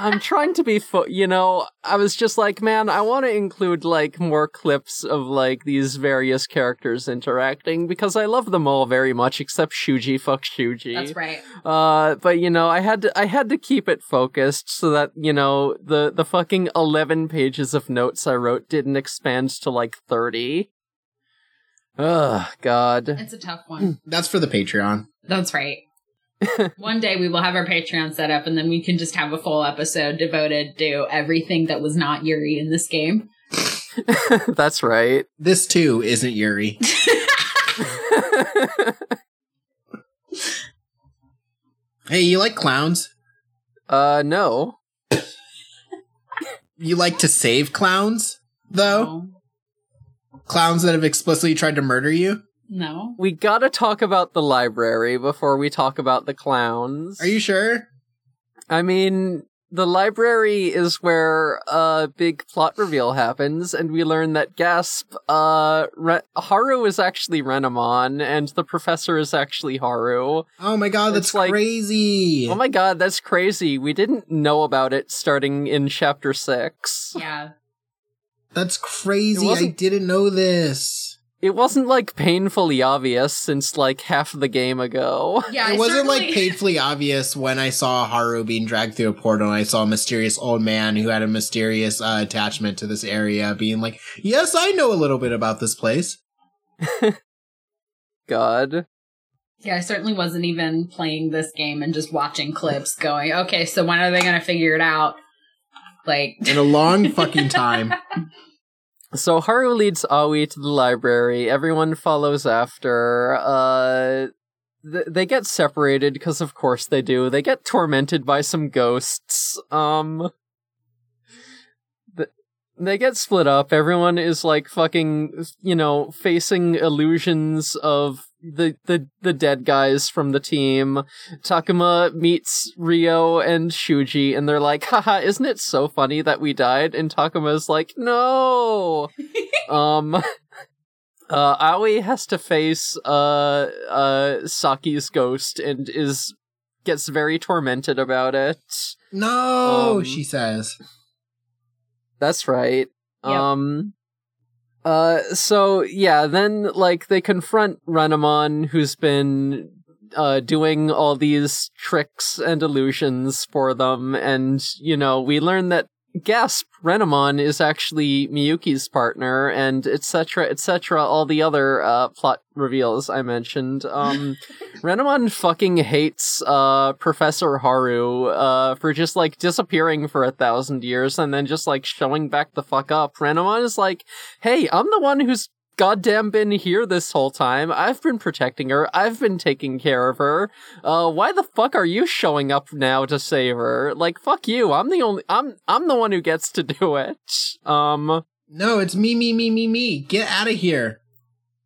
S2: I'm trying to be, fo- you know, I was just like, man, I want to include like more clips of like these various characters interacting because I love them all very much, except Shuji. Fuck Shuji.
S4: That's right.
S2: Uh, but you know, I had to, I had to keep it focused so that you know the the fucking eleven pages of notes I wrote didn't expand to like thirty. Ugh, God.
S4: It's a tough one.
S3: That's for the Patreon.
S4: That's right. one day we will have our Patreon set up and then we can just have a full episode devoted to everything that was not Yuri in this game.
S2: That's right.
S3: This too isn't Yuri. hey, you like clowns?
S2: uh, no.
S3: You like to save clowns, though? Clowns that have explicitly tried to murder you?
S4: No.
S2: We gotta talk about the library before we talk about the clowns.
S3: Are you sure?
S2: I mean, the library is where a big plot reveal happens, and we learn that Gasp, uh, Re- Haru is actually Renamon, and the professor is actually Haru.
S3: Oh my god, that's
S2: It's like-
S3: crazy.
S2: Oh my god, that's crazy. We didn't know about it starting in chapter six.
S4: Yeah.
S3: that's
S2: It
S3: crazy. I
S2: wasn't-
S3: didn't know this.
S2: It wasn't like painfully obvious since like half the game ago.
S4: Yeah.
S3: it
S4: I
S3: wasn't like
S4: certainly-
S3: painfully obvious when I saw Haru being dragged through a portal and I saw a mysterious old man who had a mysterious uh, attachment to this area being like, Yes, I know a little bit about this place.
S2: God.
S4: Yeah, I certainly wasn't even playing this game and just watching clips going, okay, so when are they going to figure it out? Like,
S3: in a long fucking time.
S2: So Haru leads Aoi to the library. Everyone follows after. Uh, th- they get separated because, of course, they do. They get tormented by some ghosts. Um, th- they get split up. Everyone is like fucking, you know, facing illusions of the the the dead guys from the team. Takuma meets Rio and Shuji, and they're like, haha, isn't it so funny that we died? And Takuma's like, no. um uh Aoi has to face uh uh Saki's ghost and is gets very tormented about it.
S3: No,
S2: Um,
S3: she says.
S2: That's right.
S4: Yep.
S2: Um uh so yeah, then like they confront Renamon who's been uh doing all these tricks and illusions for them and you know, we learn that Gasp Renamon is actually Miyuki's partner and etc etc all the other uh plot reveals I mentioned. Um Renamon fucking hates uh, Professor Haru uh, for just like disappearing for a thousand years and then just like showing back the fuck up. Renamon is like, hey, I'm the one who's goddamn been here this whole time. I've been protecting her, I've been taking care of her. Uh, why the fuck are you showing up now to save her? Like, fuck you. I'm the only, I'm, I'm the one who gets to do it. Um,
S3: No, it's me, me, me, me, me. Get out of here.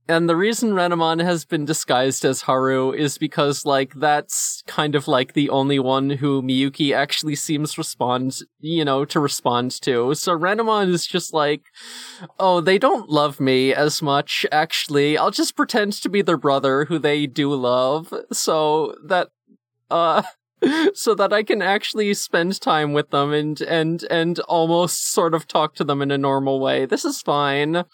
S2: And the reason Renamon has been disguised as Haru is because, like, that's kind of like the only one who Miyuki actually seems respond, you know, to respond to. So Renamon is just like, oh, they don't love me as much, actually. I'll just pretend to be their brother who they do love. So that, uh, so that I can actually spend time with them and, and, and almost sort of talk to them in a normal way. This is fine.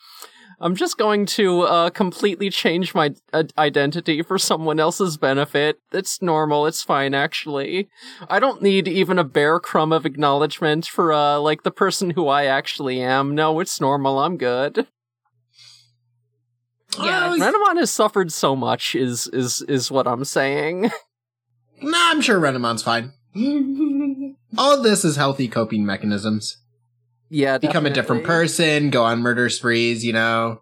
S2: I'm just going to uh, completely change my uh, identity for someone else's benefit. It's normal. It's fine, actually. I don't need even a bare crumb of acknowledgement for uh, like the person who I actually am. No, it's normal. I'm good.
S4: Yeah.
S3: Oh, it's-
S2: Renamon has suffered so much. Is is is what I'm saying.
S3: Nah, I'm sure Renamon's fine.
S4: oh,
S3: All this is healthy coping mechanisms.
S2: yeah,
S3: Become a different
S2: definitely.
S3: person, go on murder sprees, you know.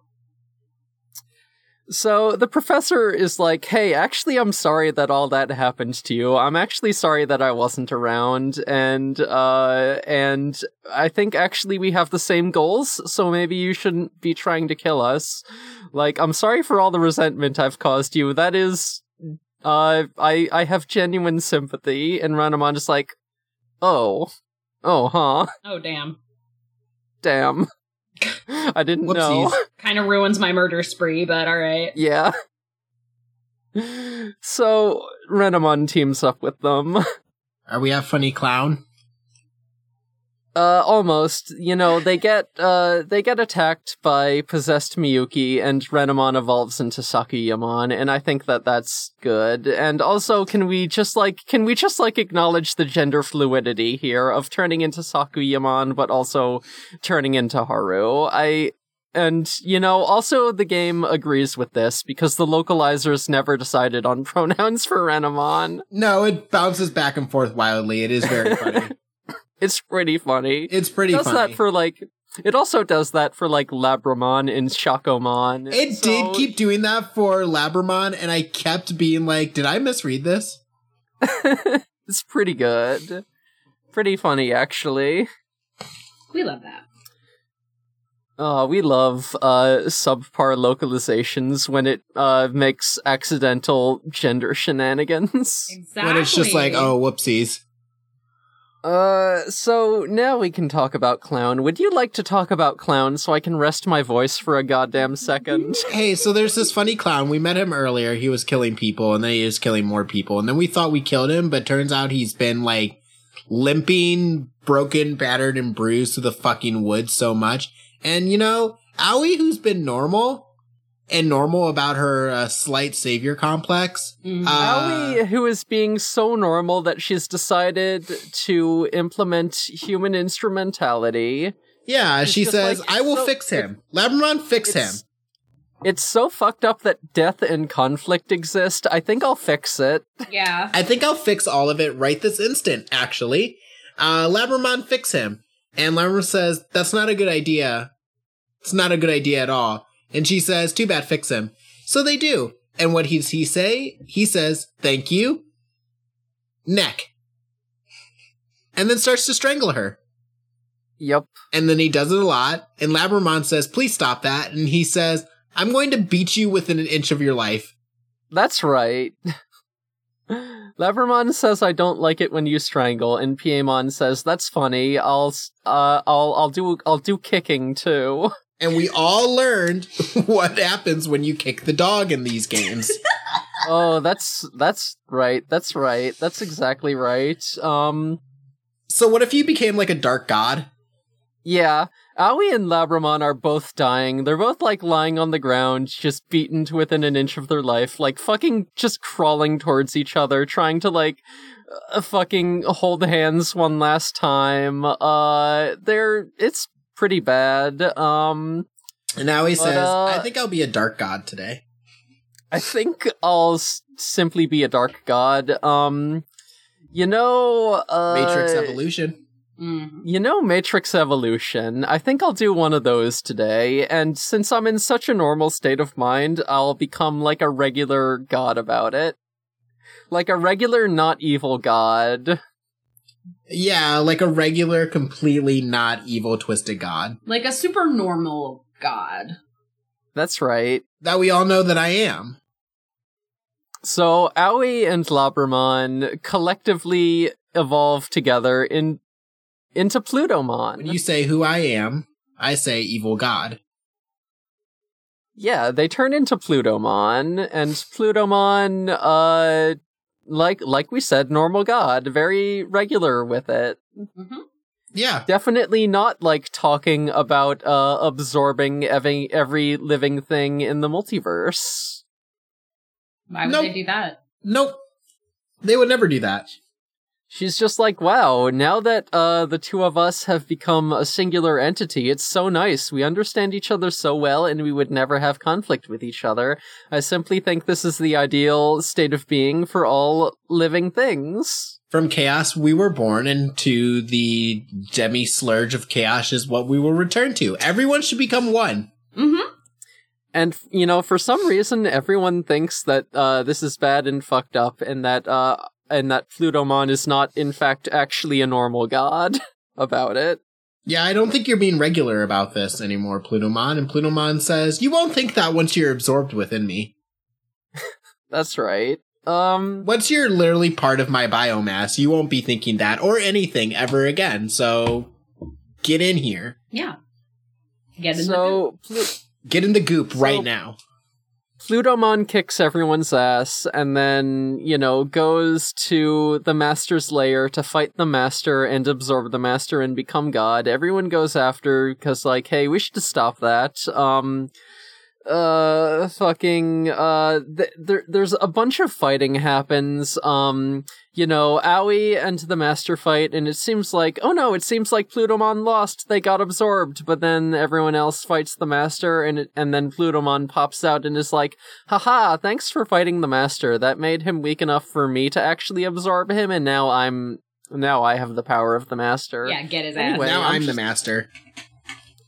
S2: So the professor is like, "Hey, actually, I'm sorry that all that happened to you. I'm actually sorry that I wasn't around, and uh, and I think actually we have the same goals, so maybe you shouldn't be trying to kill us. Like, I'm sorry for all the resentment I've caused you. That is, uh, I I have genuine sympathy." And Ranamon is like, "Oh, oh, huh?
S4: oh, damn.
S2: Damn, I didn't know."
S3: Whoopsies.
S4: Kind of ruins my murder spree, but all right.
S2: Yeah. So Renamon teams up with them. Uh
S3: Are we a funny clown?
S2: Uh, almost. You know, they get uh they get attacked by possessed Miyuki and Renamon evolves into Sakuyamon and I think that that's good. And also can we just like can we just like acknowledge the gender fluidity here of turning into Sakuyamon but also turning into Haru? I and you know also the game agrees with this because the localizers never decided on pronouns for renamon
S3: No, it bounces back and forth wildly. It is very funny.
S2: it's pretty funny it
S3: it's pretty
S2: does
S3: funny.
S2: that for like it also does that for like labramon and shakomon
S3: it
S2: So-
S3: did keep doing that for Labramon, and I kept being like, did I misread this?
S2: it's pretty good pretty funny actually
S4: We love that.
S2: Oh, we love uh, subpar localizations when it uh, makes accidental gender shenanigans.
S4: Exactly.
S3: When it's just like, oh, whoopsies.
S2: Uh, so now we can talk about clown. Would you like to talk about clown so I can rest my voice for a goddamn second?
S3: Hey, so there's this funny clown. We met him earlier. He was killing people, and then he was killing more people. And then we thought we killed him, but turns out he's been like limping, broken, battered, and bruised to the fucking woods so much. And you know, Owie, who's been normal and normal about her uh, slight savior complex, uh,
S2: Mm-hmm. Owie, who is being so normal that she's decided to implement human instrumentality.
S3: yeah,
S2: It's
S3: she
S2: just
S3: says,
S2: like,
S3: "I will
S2: so-
S3: fix him. Labramon, fix him."
S2: It's- It's so fucked up that death and conflict exist. I think I'll fix it.
S5: Yeah.
S3: I think I'll fix all of it right this instant, actually. Uh, Labramon, fix him. And Labramon says, That's not a good idea. It's not a good idea at all. And she says, Too bad, fix him. So they do. And what does he say? He says, Thank you. Neck. And then starts to strangle her.
S2: Yep.
S3: And then he does it a lot. And Labramon says, Please stop that. And he says, I'm going to beat you within an inch of your life.
S2: That's right. Levermon says I don't like it when you strangle, and Piemon says that's funny. I'll s- uh, I'll I'll do I'll do kicking too.
S3: And we all learned what happens when you kick the dog in these games.
S2: oh, that's that's right. That's right. That's exactly right. Um,
S3: so what if you became like a dark god?
S2: yeah. Aoi and Labramon are both dying. They're both like lying on the ground, just beaten to within an inch of their life, like fucking just crawling towards each other, trying to like uh, fucking hold hands one last time. Uh, they're it's pretty bad. Um.
S3: And now he
S2: But,
S3: says,
S2: uh,
S3: I think I'll be a dark god today.
S2: I think I'll s- simply be a dark god. Um, you know, uh,
S3: Matrix evolution.
S4: Mm.
S2: You know, Matrix Evolution. I think I'll do one of those today. And since I'm in such a normal state of mind, I'll become like a regular god about it, like a regular not evil god.
S3: Yeah, like a regular, completely not evil twisted god.
S4: Like a super normal god.
S2: That's right.
S3: That we all know that I am.
S2: So Aoi and Labramon collectively evolve together in into Plutomon.
S3: When you say who I am, I say evil god.
S2: Yeah, they turn into Plutomon, and Plutomon, uh, like like we said, normal god, very regular with it.
S4: Mm-hmm.
S3: Yeah.
S2: Definitely not like talking about uh, absorbing every every living thing in the multiverse.
S4: Why would
S3: Nope.
S4: they do that?
S3: Nope. They would never do that.
S2: She's just like, wow, now that uh, the two of us have become a singular entity, it's so nice. We understand each other so well, and we would never have conflict with each other. I simply think this is the ideal state of being for all living things.
S3: From chaos we were born, and to the demi slurge of chaos is what we will return to. Everyone should become one.
S4: Mm-hmm.
S2: And, you know, for some reason, everyone thinks that uh, this is bad and fucked up, and that, uh, and that Plutomon is not, in fact, actually a normal god about it.
S3: Yeah, I don't think you're being regular about this anymore, Plutomon. And Plutomon says, You won't think that once you're absorbed within me.
S2: That's right. Um,
S3: Once you're literally part of my biomass, you won't be thinking that or anything ever again. So get in here.
S4: Yeah. Get in
S2: so, Plu-
S3: Get in the goop right
S2: So-
S3: now.
S2: Plutomon kicks everyone's ass and then, you know, goes to the master's lair to fight the master and absorb the master and become god. Everyone goes after cuz like, hey, we should stop that. Um uh fucking uh th- there there's a bunch of fighting happens um you know Aoi and the master fight and it seems like oh no it seems like plutomon lost they got absorbed but then everyone else fights the master and it, and then plutomon pops out and is like haha thanks for fighting the master that made him weak enough for me to actually absorb him and now i'm now i have the power of the master
S4: Yeah, get his ass.
S2: Anyway,
S3: now
S2: I'm
S3: I'm, the
S2: just-
S3: master.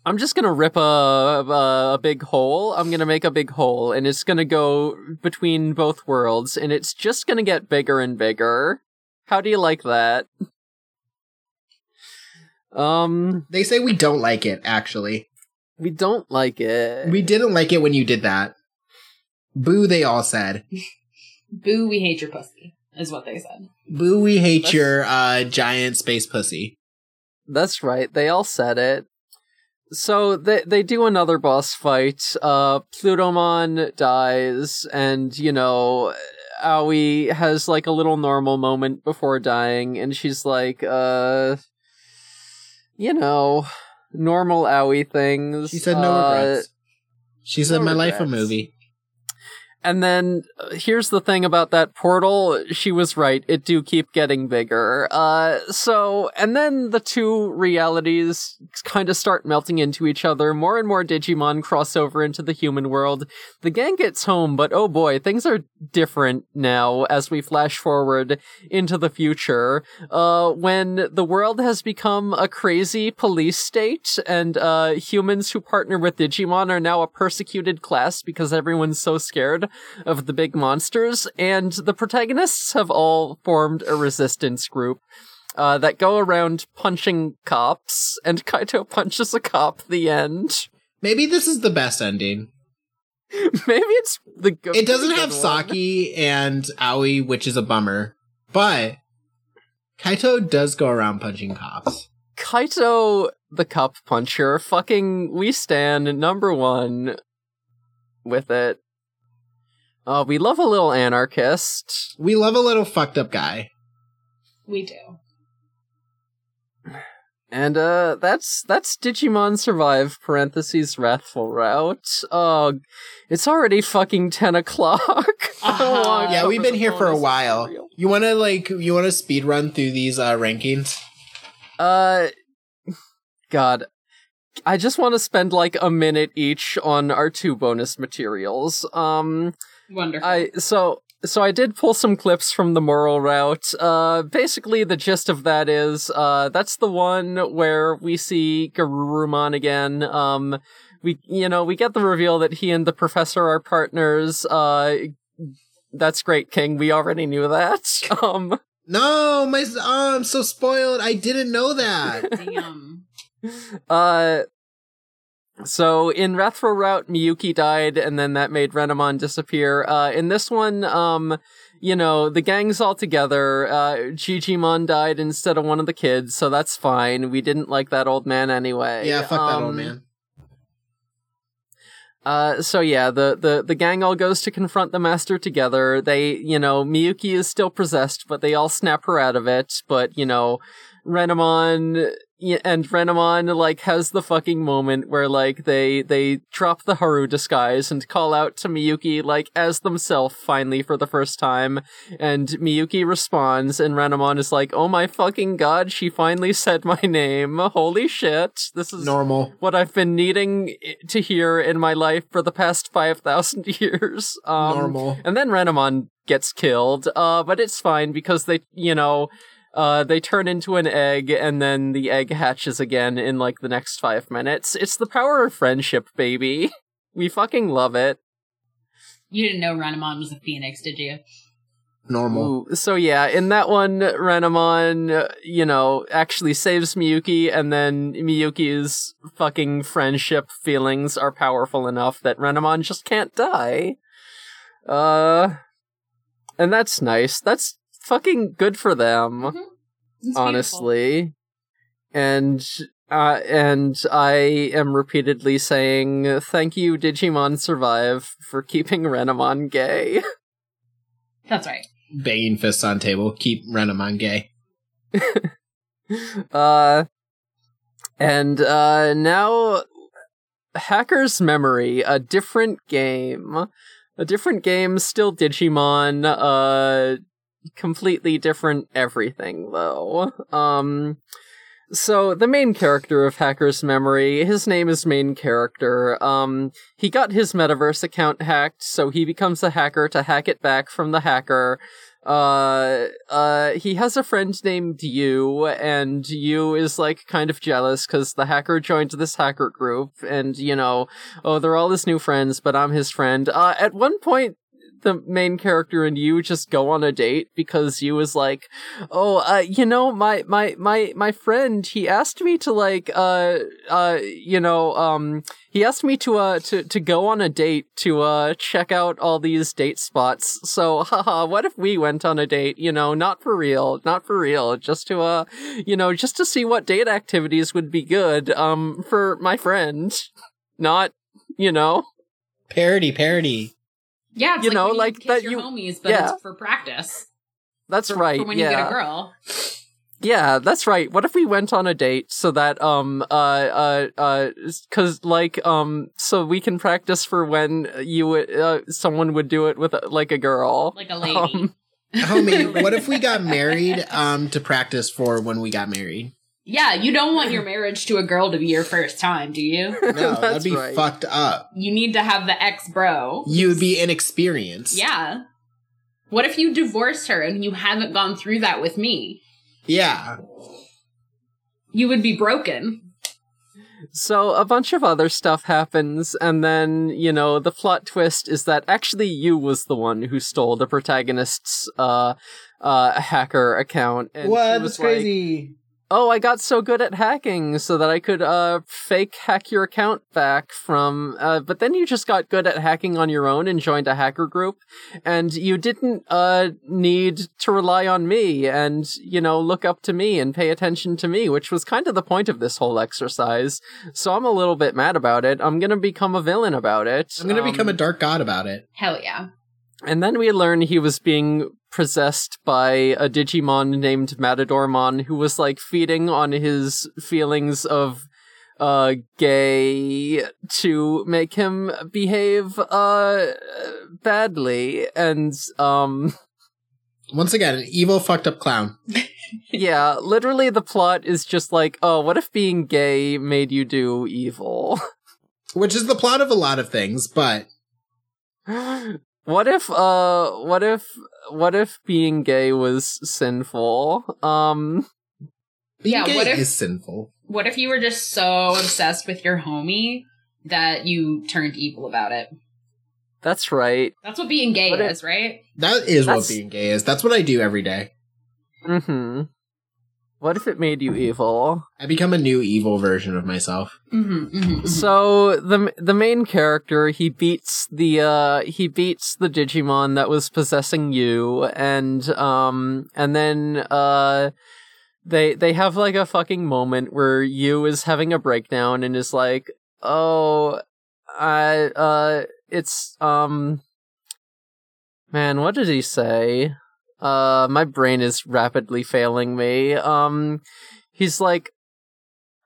S2: I'm just gonna rip a, a a big hole. I'm gonna make a big hole, and it's gonna go between both worlds, and it's just gonna get bigger and bigger. How do you like that? Um,
S3: They say we don't like it, actually.
S2: we don't like it.
S3: We didn't like it when you did that. Boo, they all said.
S4: Boo, we hate your pussy, is what they said.
S3: Boo, we hate
S2: Let's-
S3: your uh, giant space pussy.
S2: That's right. They all said it. So they they do another boss fight. Uh, Plutomon dies, and you know, Aoi has like a little normal moment before dying, and she's like, uh, you know, normal Aoi things.
S3: She said no
S2: Uh,
S3: regrets. She said
S2: no
S3: my life a
S2: regrets.
S3: movie.
S2: And then uh, here's the thing about that portal. She was right. It do keep getting bigger. Uh, so, and then the two realities kind of start melting into each other. More and more Digimon cross over into the human world. The gang gets home, but oh boy, things are different now as we flash forward into the future. Uh, when the world has become a crazy police state and, uh, humans who partner with Digimon are now a persecuted class because everyone's so scared of the big monsters, and the protagonists have all formed a resistance group uh, that go around punching cops, and Kaito punches a cop. The end.
S3: Maybe this is the best ending.
S2: Maybe it's the. Go-
S3: It doesn't
S2: the
S3: have
S2: good one.
S3: Saki and Aoi, which is a bummer, but Kaito does go around punching cops.
S2: Kaito, the cop puncher, fucking we stand number one with it. Uh, we love a little anarchist.
S3: We love a little fucked up guy.
S4: We do.
S2: And uh that's that's Digimon Survive parentheses wrathful route. Oh it's already fucking ten o'clock. I don't
S4: Uh-huh.
S2: wanna
S3: Oh, Yeah,
S2: cover
S3: we've been
S2: the
S3: here for a
S2: bonus
S3: while.
S2: material.
S3: You want to like you want to speed run through these uh, rankings?
S2: Uh God. I just want to spend like a minute each on our two bonus materials. Um
S4: Wonderful.
S2: I so so I did pull some clips from the moral route. Uh, basically, the gist of that is uh, that's the one where we see Garurumon again. Um, we you know we get the reveal that he and the professor are partners. Uh, that's great, King. We already knew that. Um,
S3: No, my oh, I'm so spoiled. I didn't know that.
S4: Damn.
S2: uh. So in Wrathful Route, Miyuki died, and then that made Renamon disappear. Uh, in this one, um, you know, the gang's all together. Uh, Gigimon died instead of one of the kids, so that's fine. We didn't like that old man anyway.
S3: yeah, fuck that old
S2: Um,
S3: man.
S2: Uh, so yeah, the, the, the gang all goes to confront the master together. They, you know, Miyuki is still possessed, but they all snap her out of it. But, you know, Renamon, y- and Renamon, like, has the fucking moment where, like, they, they drop the Haru disguise and call out to Miyuki, like, as themselves finally for the first time. And Miyuki responds, and Renamon is like, oh my fucking god, she finally said my name. Holy shit. This is
S3: Normal.
S2: what I've been needing i- to hear in my life for the past 5,000 years. Um,
S3: Normal.
S2: And then Renamon gets killed, uh, but it's fine because they, you know, uh, they turn into an egg and then the egg hatches again in like the next five minutes. It's the power of friendship, baby. We fucking love it.
S4: You didn't know Renamon was a phoenix, did you?
S3: Normal.
S2: Ooh, so yeah, in that one, Renamon, uh, you know, actually saves Miyuki, and then Miyuki's fucking friendship feelings are powerful enough that Renamon just can't die. Uh, and that's nice. That's fucking good for them
S4: It's Mm-hmm. beautiful.
S2: Mm-hmm. honestly. And uh, and I am repeatedly saying thank you, Digimon Survive, for keeping Renamon gay.
S4: That's right.
S3: Banging fists on table. Keep Renamon gay.
S2: uh, and uh, now Hacker's Memory, a different game. A different game, still Digimon, uh completely different everything though. Um so the main character of Hacker's Memory, his name is main character. Um he got his metaverse account hacked, so he becomes a hacker to hack it back from the hacker. Uh, uh, he has a friend named Yu, and Yu is like kind of jealous because the hacker joined this hacker group, and you know, oh, they're all his new friends, but I'm his friend. Uh, at one point, the main character and you just go on a date because you was like, oh, uh, you know, my, my, my, my friend, he asked me to like, uh, uh, you know, um, he asked me to, uh, to, to go on a date to, uh, check out all these date spots. So, haha, what if we went on a date, you know, not for real, not for real, just to, uh, you know, just to see what date activities would be good, um, for my friend, not, you know.
S3: Parody, parody.
S4: Yeah, it's
S2: You
S4: like
S2: know,
S4: when
S2: like
S4: kiss
S2: that
S4: your
S2: you-
S4: homies, but
S2: yeah.
S4: it's for practice.
S2: That's
S4: for,
S2: right.
S4: For when
S2: yeah.
S4: you get a girl.
S2: Yeah, that's right. What if we went on a date so that um uh uh uh cuz like um so we can practice for when you would uh, someone would do it with a, like a girl.
S4: like a lady.
S2: Um,
S3: Homie, what if we got married um to practice for when we got married?
S4: yeah, you don't want your marriage to a girl to be your first time, do you?
S3: No, that'd
S2: That's
S3: be
S2: right.
S3: fucked up.
S4: You need to have the ex bro.
S3: You'd be inexperienced.
S4: Yeah. What if you divorced her and you haven't gone through that with me?
S3: Yeah.
S4: You would be broken.
S2: so a bunch of other stuff happens and then, you know, the plot twist is that actually you was the one who stole the protagonist's uh uh hacker account and she
S3: what?
S2: was
S3: That's
S2: like,
S3: crazy.
S2: oh, I got so good at hacking so that I could uh fake hack your account back from uh but then you just got good at hacking on your own and joined a hacker group and you didn't uh need to rely on me and you know look up to me and pay attention to me, which was kind of the point of this whole exercise. So I'm a little bit mad about it. I'm going to become a villain about it.
S3: I'm gonna
S2: Um,
S3: become a dark god about it.
S4: Hell yeah.
S2: and then we learn he was being possessed by a Digimon named Matadormon, who was like feeding on his feelings of uh gay to make him behave uh badly and um
S3: Once again, an evil fucked up clown.
S2: yeah literally the plot is just like oh what if being gay made you do evil
S3: Which is the plot of a lot of things, but
S2: what if uh what if what if being gay was sinful um
S3: being
S4: Yeah,
S3: gay
S4: what if-
S3: is sinful.
S4: What if you were just so obsessed with your homie that you turned evil about it?
S2: that's right
S4: That's what being gay
S2: What if-
S4: is, right?
S3: That is what
S2: That's-
S3: being gay is. That's what I do every day.
S2: Mm-hmm. What if it made you evil?
S3: I become a new evil version of myself.
S4: Mm-hmm, mm-hmm.
S2: So the the main character he beats the uh he beats the Digimon that was possessing you, and um and then uh they they have like a fucking moment where you is having a breakdown and is like, oh, I uh it's um man, what did he say? Uh, my brain is rapidly failing me. Um, he's like,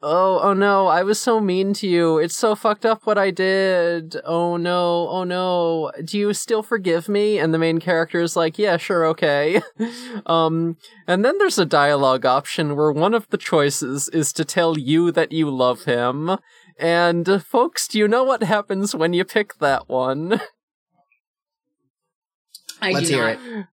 S2: Oh, oh no, I was so mean to you. It's so fucked up what I did. Oh no, oh no. Do you still forgive me? And the main character is like, yeah, sure, okay. um, and then there's a dialogue option where one of the choices is to tell you that you love him. And uh, folks, do you know what happens when you pick that one?
S4: I
S3: Let's
S4: do
S3: hear
S4: not.
S3: it.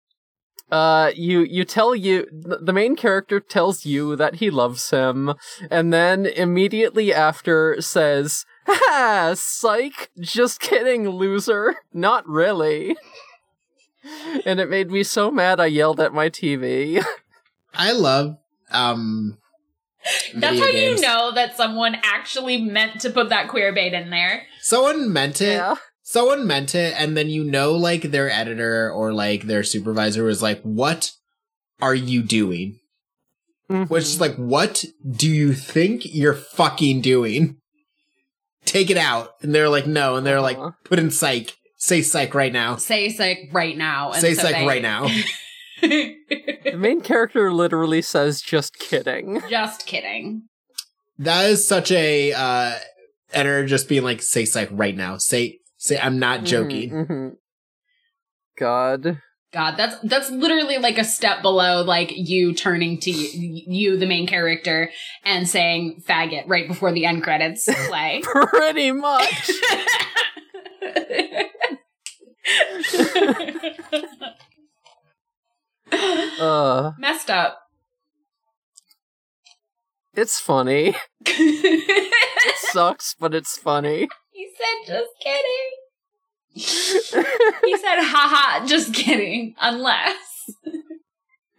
S2: Uh, you you tell you the main character tells you that he loves him, and then immediately after says, "Ha! Psych! Just kidding, loser. Not really." And it made me so mad I yelled at my TV.
S3: I love um
S4: That's
S3: video
S4: how
S3: games.
S4: you know that someone actually meant to put that queer bait in there.
S3: Someone meant it.
S2: yeah.
S3: Someone meant it, and then you know like their editor or like their supervisor was like, What are you doing? Which is like, what do you think you're fucking doing? Take it out. And they're like, no. And they're like,
S2: Aw.
S3: put in psych. Say psych right now.
S4: Say psych right now.
S3: Say psych right now.
S4: now.
S2: the main character literally says, "Just kidding."
S4: Just kidding.
S3: That is such a uh editor just being like, say psych right now. Say say I'm not joking.
S2: Mhm, mhm. God.
S4: God, that's that's literally like a step below like you turning to you, you the main character and saying faggot right before the end credits play.
S2: Pretty much. Uh,
S4: Messed up.
S2: it's funny.
S4: he
S2: It sucks, but it's funny.
S4: said just kidding. He said haha, just kidding. Unless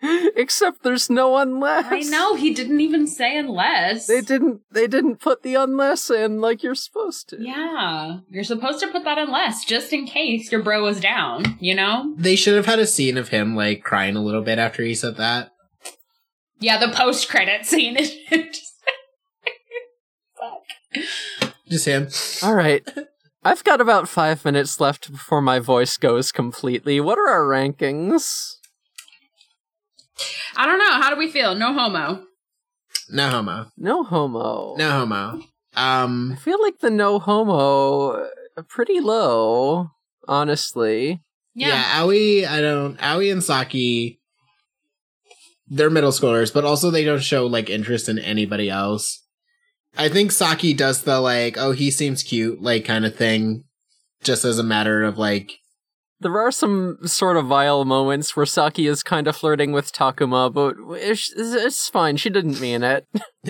S2: Except there's no unless.
S4: I know he didn't even say unless.
S2: They didn't they didn't put the unless in like you're supposed to.
S4: Yeah, you're supposed to put that unless just in case your bro was down, you know?
S3: They should have had a scene of him like crying a little bit after he said that.
S4: Yeah, the post credit scene. is just-
S3: Just him.
S2: All right. I've got about 5 minutes left before my voice goes completely. What are our rankings?
S5: I don't know. How do we feel? No homo.
S3: No homo.
S2: No homo.
S3: No homo.
S2: I
S3: Um,
S2: feel like the no homo uh, pretty low, honestly.
S3: yeah. Aoi, I don't. Aoi and Saki, they're middle schoolers, but also they don't show like interest in anybody else. I think Saki does the like, oh, he seems cute, like kind of thing, just as a matter of like,
S2: There are some sort of vile moments where Saki is kind of flirting with Takuma, but it's, it's fine. She didn't mean it.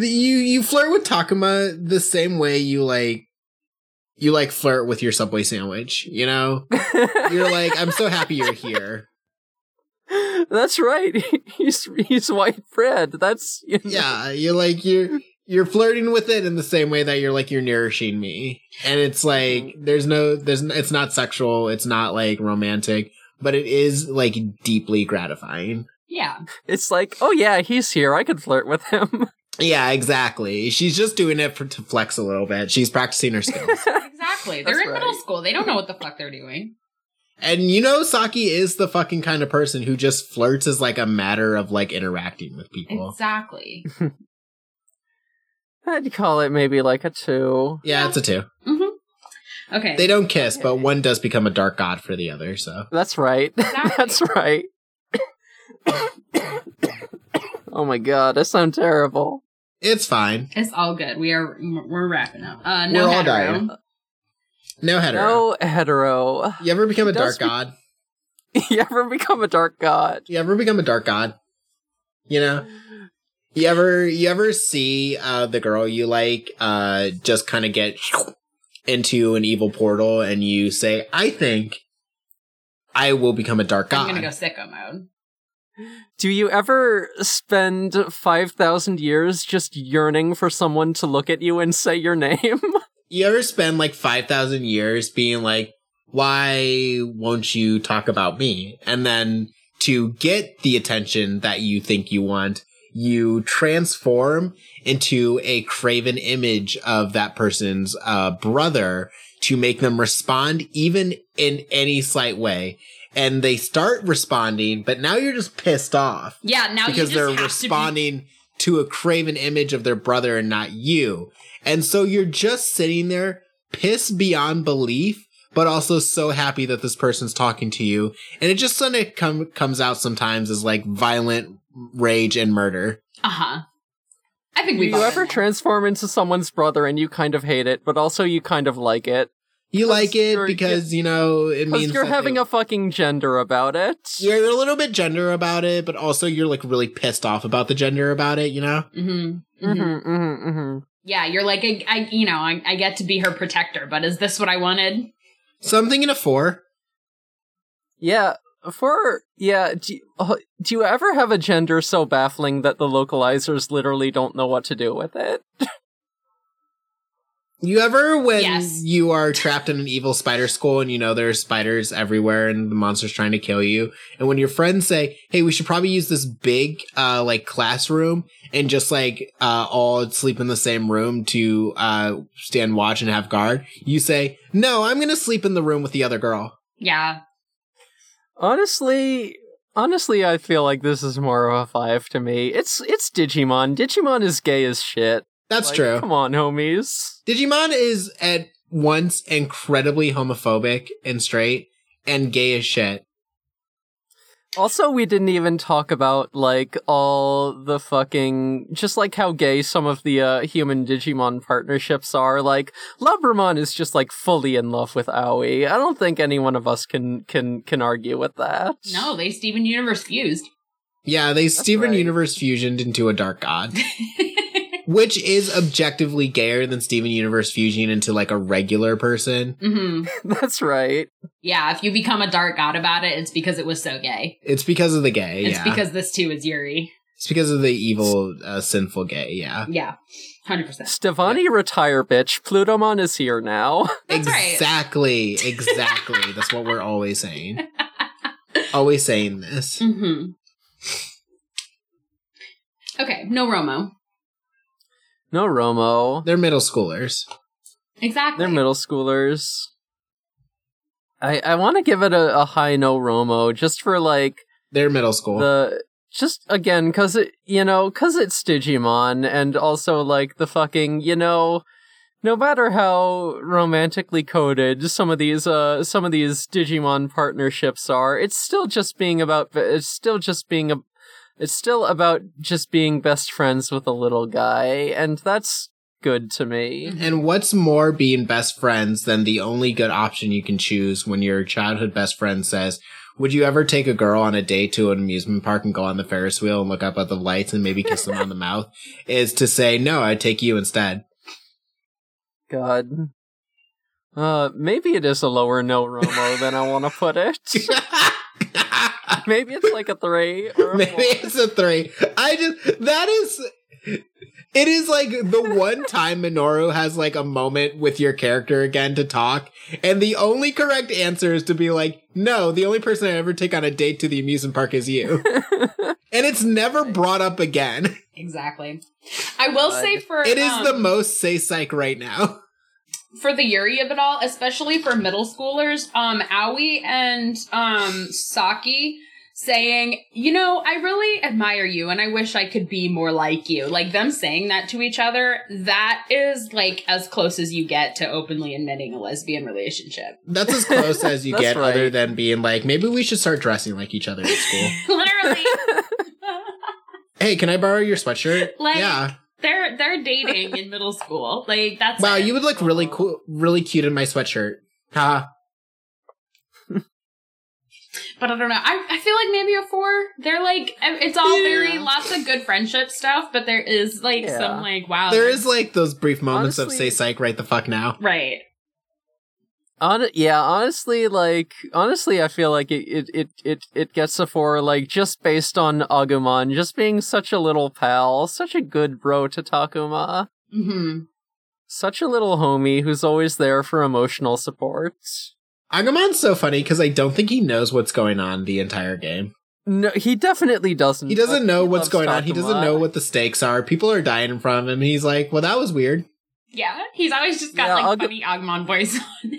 S3: you you flirt with Takuma the same way you like you like flirt with your subway sandwich, you know? You're like, I'm so happy you're here.
S2: That's right. He's he's white bread. That's you know,
S3: Yeah, you're like you're you're flirting with it in the same way that you're like you're nourishing me. And it's like
S2: Mm.
S3: there's no there's n- it's not sexual, it's not like romantic, but it is like deeply gratifying.
S5: Yeah.
S2: It's like, oh yeah, he's here. I could flirt with him.
S3: Yeah, exactly. She's just doing it for to flex a little bit. She's practicing her skills.
S5: Exactly.
S2: That's
S5: They're in middle
S2: right.
S5: school. They don't know what the fuck they're doing.
S3: And you know, Saki is the fucking kind of person who just flirts as like a matter of like interacting with people.
S5: Exactly.
S2: I'd call it maybe like a two.
S3: Yeah, it's a two.
S5: Mm-hmm. Okay.
S3: They don't kiss, but one does become a dark god for the other. So
S2: That's right.
S5: Exactly.
S2: That's right. oh my god, I sound terrible.
S3: it's fine.
S5: it's all good. We are we're wrapping up. Uh, no
S3: We're all
S5: hetero.
S3: dying. No hetero.
S2: No hetero.
S3: You ever become a
S2: It does
S3: dark
S2: be-
S3: god?
S2: you ever become a dark god?
S3: You ever become a dark god? You know. You ever you ever see uh, the girl you like uh, just kind of get into an evil portal, and you say, "I think I will become a dark
S5: I'm
S3: god."
S5: gonna go sicko mode.
S2: Do you ever spend 5,000 years just yearning for someone to look at you and say your name?
S3: You ever spend like 5,000 years being like, why won't you talk about me? And then to get the attention that you think you want, you transform into a craven image of that person's uh, brother to make them respond even in any slight way. And they start responding, but now you're just pissed off
S5: Yeah. Now
S3: because
S5: you just
S3: they're
S5: have
S3: responding to, a craven image of their brother and not you. And so you're just sitting there pissed beyond belief, but also so happy that this person's talking to you. And it just sort of come, comes out sometimes as like violent rage and murder.
S5: To be, uh-huh. I think
S2: Do
S5: we've
S2: you
S5: all
S2: ever
S5: been there.
S2: transform into someone's brother and you kind of hate it, but also you kind of like it?
S3: You like it
S2: you're-
S3: because, you know, it
S2: Because
S3: means
S2: you're
S3: that
S2: having
S3: they-
S2: a fucking gender about it.
S3: You're a little bit gender about it, but also you're like really pissed off about the gender about it, you know?
S5: Mhm, mhm.
S2: Mm-hmm, mm-hmm, mm-hmm.
S5: Yeah, you're like, I, I you know, I, I get to be her protector, but is this what I wanted?
S3: Something in a four.
S2: Yeah, for yeah, do you, uh, do you ever have a gender so baffling that the localizers literally don't know what to do with it?
S3: You ever when
S5: Yes.
S3: you are trapped in an evil spider school and you know there's spiders everywhere and the monster's trying to kill you, and when your friends say, "Hey, we should probably use this big uh like classroom and just like uh all sleep in the same room to uh stand watch and have guard," you say, "No, I'm gonna sleep in the room with the other girl."
S5: Yeah.
S2: Honestly, honestly, I feel like this is more of a five to me. It's it's Digimon. Digimon is gay as shit.
S3: That's
S2: Like,
S3: true.
S2: Come on, homies.
S3: Digimon is at once incredibly homophobic and straight and gay as shit.
S2: Also, we didn't even talk about like all the fucking just like how gay some of the uh, human Digimon partnerships are. Like Labramon is just like fully in love with Aoi. I don't think any one of us can can can argue with that.
S5: No, they Steven Universe fused.
S3: Yeah, they Steven
S2: right.
S3: Universe fusioned into a dark god. Which is objectively gayer than Steven Universe fusion into like a regular person.
S5: hmm
S2: that's right.
S5: Yeah, if you become a dark god about it, it's because it was so gay.
S3: It's because of the gay,
S5: It's
S3: yeah.
S5: because this too is Yuri.
S3: it's because of the evil, uh, sinful gay, yeah.
S5: Yeah, hundred percent.
S2: Stefani retire, bitch. Plutomon is here now.
S5: That's right.
S3: exactly, exactly. That's what we're always saying. Always saying this.
S5: hmm Okay, no Romo.
S2: No Romo.
S3: They're middle schoolers.
S5: Exactly.
S2: They're middle schoolers. I I want to give it a, a high no Romo just for like
S3: They're middle school.
S2: The just again because it you know because it's Digimon and also like the fucking you know. No matter how romantically coded some of these uh some of these Digimon partnerships are, it's still just being about it's still just being a it's still about just being best friends with a little guy, and that's good to me.
S3: and what's more being best friends than the only good option you can choose when your childhood best friend says, Would you ever take a girl on a date to an amusement park and go on the Ferris wheel and look up at the lights and maybe kiss them on the mouth? Is to say, No, I'd take you instead.
S2: God. Uh, maybe it is a lower no Romo than I want to put it. Maybe it's like a three or a
S3: Maybe
S2: four.
S3: it's a three. I just that is it is like the one time Minoru has like a moment with your character again to talk, and the only correct answer is to be like, no, the only person I ever take on a date to the amusement park is you. and it's never brought up again.
S4: Exactly. I will
S2: God.
S4: say for
S3: It is
S4: um,
S3: the most say psych right now.
S4: for the Yuri of it all, especially for middle schoolers, um, Aoi and um Saki saying, you know, I really admire you and I wish I could be more like you. Like them saying that to each other, that is like as close as you get to openly admitting a lesbian relationship.
S3: That's as close as you
S2: That's
S3: get,
S2: right.
S3: other than being like, maybe we should start dressing like each other at school.
S4: Literally,
S3: hey, can I borrow your sweatshirt?
S4: Like-
S3: yeah.
S4: they're they're dating in middle school. Like that's
S3: Wow,
S4: it.
S3: you would look really cool, really cute in my sweatshirt. Ha.
S4: But I don't know. I, I feel like maybe a four. They're like e, it's all very lots of good friendship stuff, but there is like
S2: Yeah.
S4: some like wow.
S3: There is like those brief moments
S2: Honestly-
S3: of say psych right the fuck now.
S4: right.
S2: Hon- yeah, honestly, like honestly, I feel like it, it it it it gets a four, like just based on Agumon just being such a little pal, such a good bro to Takuma,
S4: Mm-hmm.
S2: such a little homie who's always there for emotional support.
S3: Agumon's so funny because I don't think he knows what's going on the entire game.
S2: No, he definitely doesn't.
S3: He
S2: but
S3: doesn't know
S2: Mm, loves
S3: what's going on. He doesn't
S2: Takuma.
S3: know what the stakes are. People are dying in front of him. He's like, well, that was weird.
S4: Yeah, he's always just got
S2: Yeah,
S4: like
S2: I'll go-
S4: funny Agumon voice. on.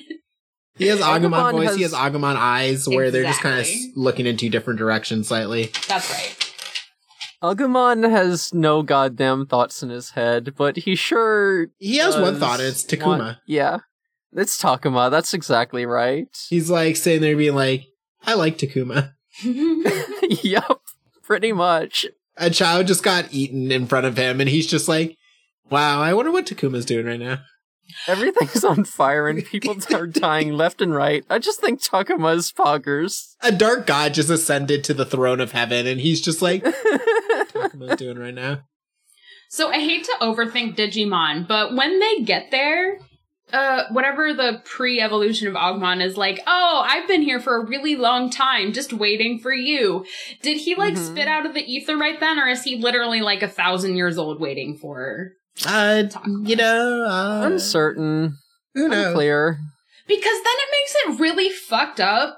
S3: He has Agumon,
S2: Agumon
S3: voice. He has
S2: has-
S3: Agumon eyes where they're just kind of
S4: Exactly.
S3: looking in two different directions slightly.
S4: That's right.
S2: Agumon has no goddamn thoughts in his head, but he sure
S3: He has one
S2: does
S3: thought. And it's Takuma.
S2: want- yeah, it's Takuma. That's exactly right.
S3: He's like sitting there being like, I like Takuma.
S2: yup, pretty much.
S3: A child just got eaten in front of him, and he's just like, wow, I wonder what Takuma's doing right now.
S2: Everything's on fire and people are dying left and right. I just think Takuma's poggers.
S3: a dark god just ascended to the throne of heaven and he's just like what am I doing right now
S4: so I hate to overthink Digimon, but when they get there, uh, whatever the pre-evolution of Agumon is like, oh, I've been here for a really long time, just waiting for you. Did he like
S2: Mhm.
S4: spit out of the ether right then, or is he literally like a thousand years old waiting for? her?
S3: uh you know uh,
S2: Uncertain,
S3: who knows
S2: unclear.
S4: Because then it makes it really fucked up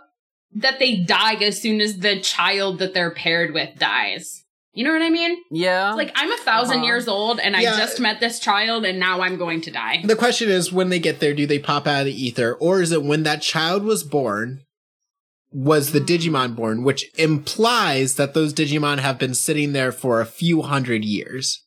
S4: that they die as soon as the child that they're paired with dies. You know what I mean?
S2: Yeah.
S4: It's like I'm a 1000
S2: Uh-huh.
S4: years old and
S3: Yeah.
S4: I just met this child and now I'm going to die.
S3: the question is when they get there do they pop out of the ether or is it when that child was born was the digimon born which implies that those digimon have been sitting there for a few hundred years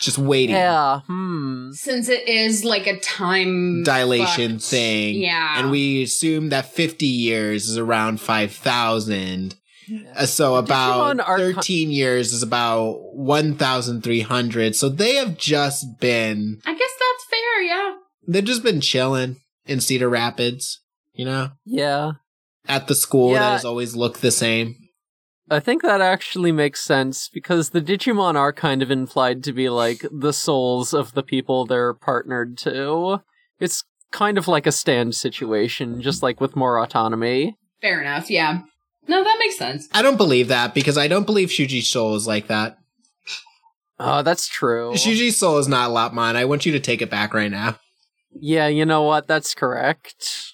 S3: just waiting
S2: yeah. Hmm.
S4: Since it is like a time
S3: dilation
S4: fucked-
S3: thing
S4: Yeah.
S3: and we assume that 50 years is around 5000 Uh, so about
S2: Digimon are con-
S3: 13 years is about 1300 so they have just been
S4: I guess that's fair, yeah.
S3: they've just been chilling in cedar rapids you know
S2: Yeah.
S3: at the school that
S2: Yeah.
S3: has always looked the same
S2: I think that actually makes sense because the Digimon are kind of implied to be like the souls of the people they're partnered to. It's kind of like a stand situation, just like with more autonomy.
S4: Fair enough, yeah. No, that makes sense.
S3: i don't believe that because i don't believe shuji soul is like that
S2: Oh, that's true.
S3: shuji soul is not lapmon i want you to take it back right now
S2: Yeah, you know what? That's correct.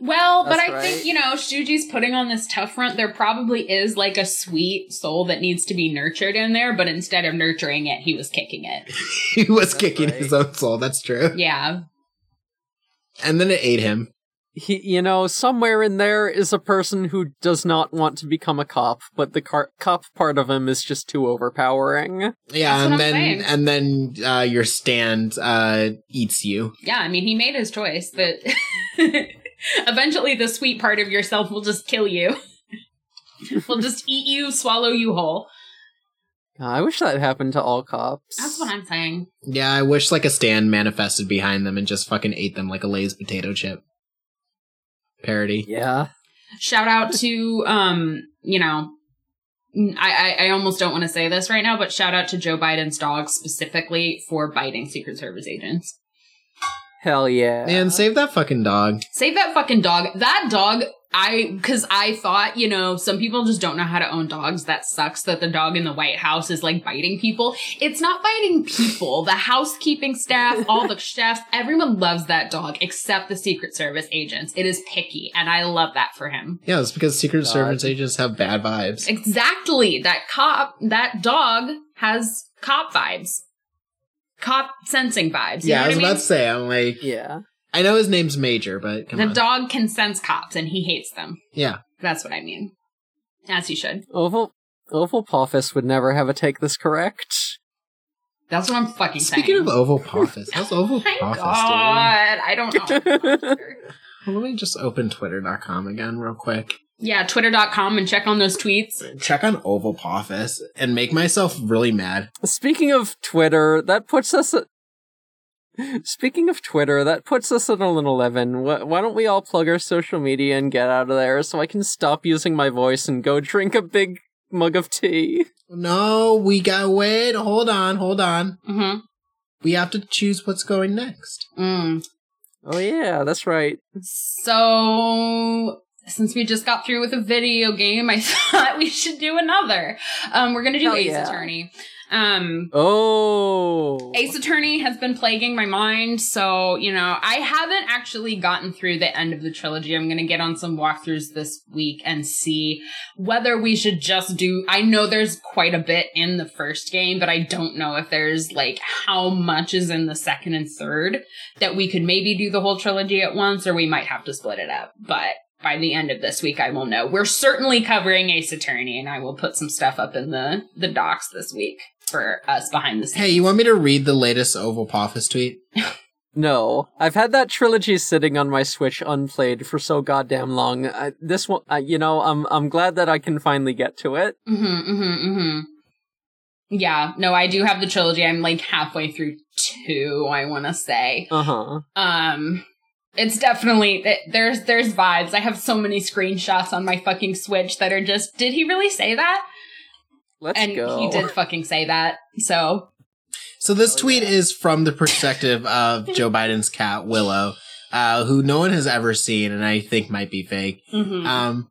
S4: Well, but
S2: That's
S4: I
S2: right.
S4: think, you know, Shuji's putting on this tough front. There probably is like a sweet soul that needs to be nurtured in there, but instead of nurturing it, he was kicking it.
S3: he was kicking
S2: right.
S3: his own soul that's true
S4: Yeah.
S3: and then it ate him
S2: he, you know, somewhere in there is a person who does not want to become a cop, but the car- cop part of him is just too overpowering.
S4: That's
S3: Yeah,
S4: what I'm
S3: and then
S4: saying.
S3: and then uh, your stand uh, eats you.
S4: yeah, I mean, he made his choice, but eventually the sweet part of yourself will just kill you. will just eat you, swallow you whole.
S2: I wish that happened to all cops.
S4: That's what I'm saying.
S3: Yeah, I wish like a stand manifested behind them and just fucking ate them like a Lay's potato chip. Parody.
S2: Yeah.
S4: Shout out to, um, you know, I, I, I almost don't want to say this right now, but shout out to Joe Biden's dog specifically for biting Secret Service agents.
S2: Hell yeah.
S3: Man, save that fucking dog.
S4: Save that fucking dog. That dog, I, because I thought, you know, some people just don't know how to own dogs. That sucks that the dog in the White House is like biting people. It's not biting people. The housekeeping staff, all the chefs, everyone loves that dog except the Secret Service agents. It is picky, and I love that for him.
S3: Yeah, it's because Secret
S2: God.
S3: Service agents have bad vibes.
S4: Exactly. That cop, that dog has cop vibes, cop sensing vibes. You
S3: yeah,
S4: know
S3: I was
S4: what
S3: about
S4: I
S3: to say, I'm like,
S2: yeah.
S3: I know his name's Major, but come
S4: mean?
S3: on.
S4: The dog can sense cops, and he hates them.
S3: yeah.
S4: That's what I mean. As he should.
S2: Oval Oval Poffus would never have a take this correct.
S4: That's what I'm fucking
S3: Speaking
S4: saying.
S3: of Oval Poffus, how's Oval
S4: Oh my
S3: Poffus doing?
S4: God, I don't know.
S3: Well, let me just open twitter.com again real quick.
S4: yeah, twitter.com and check on those tweets.
S3: Check on Oval Poffus and make myself really mad.
S2: Speaking of Twitter, that puts us at Speaking of Twitter, that puts us at an 11. Wh- Why don't we all plug our social media and get out of there so I can stop using my voice and go drink a big mug of tea?
S3: No, we got wait, hold on, hold on.
S4: Mm-hmm.
S3: We have to choose what's going next.
S4: Mm.
S2: Oh yeah, that's right.
S4: So, since we just got through with a video game, I thought we should do another. Um, we're going to do
S2: Hell
S4: Ace
S2: yeah.
S4: Attorney. Um,
S2: Oh.
S4: Ace Attorney has been plaguing my mind, so you know I haven't actually gotten through the end of the trilogy. I'm gonna get on some walkthroughs this week and see whether we should just do. I know there's quite a bit in the first game, but I don't know if there's like how much is in the second and third that we could maybe do the whole trilogy at once, or we might have to split it up. But by the end of this week, I will know. We're certainly covering Ace Attorney, and I will put some stuff up in the the docs this week for us behind the scenes.
S3: Hey, you want me to read the latest Oval Poffus tweet?
S2: No, I've had that trilogy sitting on my Switch unplayed for so goddamn long. I, this one, I, you know, I'm I'm glad that I can finally get to it.
S4: Mm-hmm, mm-hmm, mm-hmm. Yeah, no, I do have the trilogy. I'm like halfway through two, I want to say.
S2: Uh huh.
S4: Um, it's definitely th- there's there's vibes. I have so many screenshots on my fucking Switch that are just. Did he really say that?
S2: Let's
S4: and
S2: go.
S4: he did fucking say that. So
S3: So this
S2: Oh,
S3: tweet
S2: yeah.
S3: is from the perspective of Joe Biden's cat Willow, uh, who no one has ever seen, and I think might be fake.
S2: Mm-hmm.
S4: Mm-hmm.
S3: Um,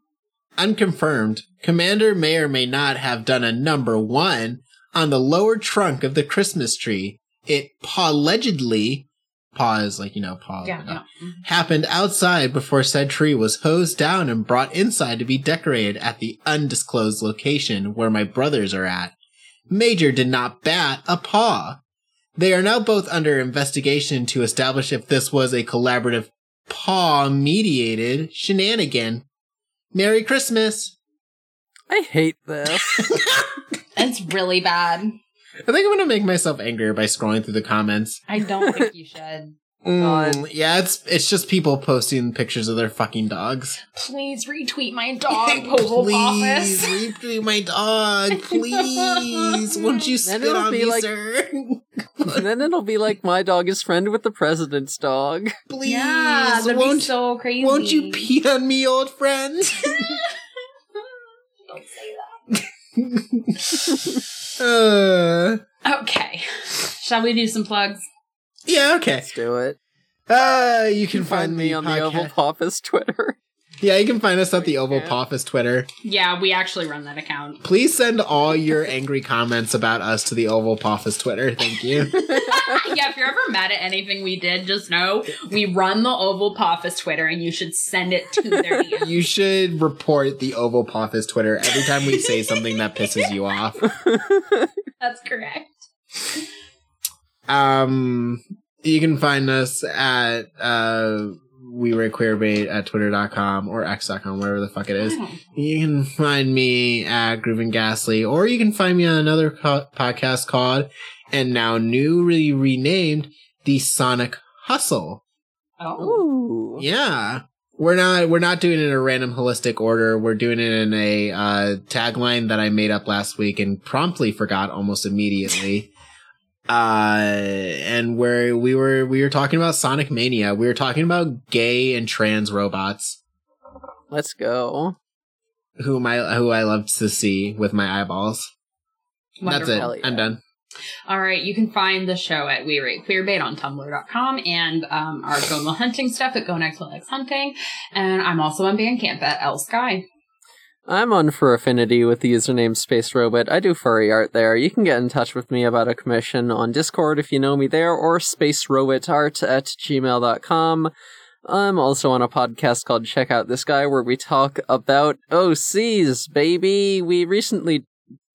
S3: unconfirmed, Commander may or may not have done a number one on the lower trunk of the Christmas tree. It allegedly, pause like you know, pause.
S4: yeah, yeah.
S3: happened outside before said tree was hosed down and brought inside to be decorated at the undisclosed location where my brothers are at. Major did not bat a paw. They are now both under investigation to establish if this was a collaborative paw mediated shenanigan. Merry Christmas!
S2: I hate this.
S4: it's really bad.
S3: I think I'm gonna make myself angrier by scrolling through the comments.
S4: I don't think you should.
S2: God.
S3: Mm, yeah, it's it's just people posting pictures of their fucking dogs.
S4: Please retweet my dog puzzle office.
S3: Please retweet my dog. Please, won't you
S2: Then
S3: spit
S2: it'll
S3: on
S2: be
S3: me,
S2: like-
S3: sir?
S2: and then it'll be like my dog is friend with the president's dog.
S3: Please,
S4: Yeah, that'd be
S3: won't
S4: so crazy.
S3: won't you pee on me, old friend?
S4: Don't say that.
S3: uh,
S4: Okay. Shall we do some plugs?
S3: yeah, okay.
S2: Let's do it.
S3: Uh, you can
S2: Find me on the Oval
S3: podcast-
S2: Poppus Twitter.
S3: Yeah, you can find us at the Oval
S2: Yeah.
S3: Poffus Twitter.
S4: Yeah, we actually run that account.
S3: Please send all your angry comments about us to the Oval Poffus Twitter. Thank you.
S4: yeah, if you're ever mad at anything we did, just know we run the Oval Poffus Twitter and you should send it to their DM.
S3: you should report the Oval Poffus Twitter every time we say something that pisses you off.
S4: That's correct.
S3: Um, you can find us at uh, we were queerbait at twitter.com or x.com, wherever the fuck it is. You can find me at Groovin Ghastly, or you can find me on another co- podcast called and now newly renamed the Sonic Hustle.
S4: Oh,
S2: Ooh.
S3: Yeah. We're not we're not doing it in a random holistic order. We're doing it in a uh, tagline that I made up last week and promptly forgot almost immediately. uh, and where we were we were talking about Sonic Mania. We were talking about gay and trans robots
S2: Let's go.
S3: whom I who I loved to see with my eyeballs. That's
S2: Wonderful.
S3: it. I'm done.
S4: all right. You can find the show at We Rate Queerbait on Tumblr.com and um, our Gonal Hunting stuff at GoNextLX Hunting. And I'm also on Bandcamp at L Sky.
S2: I'm on for affinity with the username Space Robot. I do furry art there. You can get in touch with me about a commission on Discord if you know me there, or spacerobotart at gmail.com. I'm also on a podcast called Check Out This Guy where we talk about OCs, baby. We recently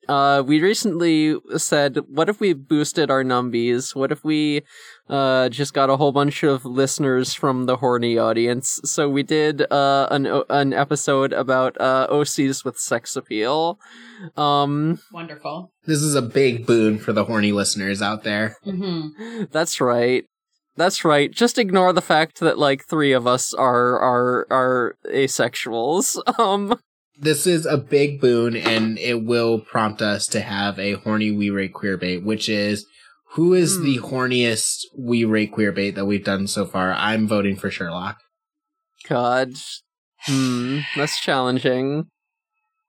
S2: uh we recently said, what if we boosted our numbies? What if we uh, just got a whole bunch of listeners from the horny audience. So we did uh, an o- an episode about uh, OCs with sex appeal. Um,
S4: Wonderful.
S3: This is a big boon for the horny listeners out there.
S4: hmm
S2: that's right. That's right. Just ignore the fact that like three of us are are are asexuals. Um,
S3: this is a big boon and it will prompt us to have a horny we rate queer bait which is who is
S2: Hmm.
S3: the horniest we rate queer bait that we've done so far i'm voting for sherlock
S2: God, hmm, that's challenging.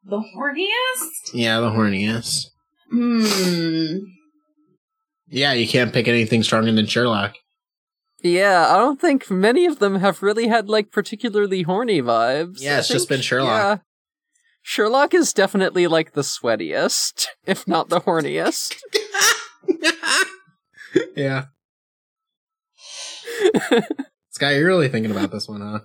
S4: The horniest?
S3: yeah the horniest
S4: Hmm.
S3: yeah you can't pick anything stronger than sherlock
S2: Yeah, I don't think many of them have really had like particularly horny vibes.
S3: Yeah,
S2: I
S3: it's just
S2: think-
S3: been Sherlock.
S2: Sherlock is definitely like the sweatiest, if not the horniest.
S3: yeah sky you're really thinking about this one huh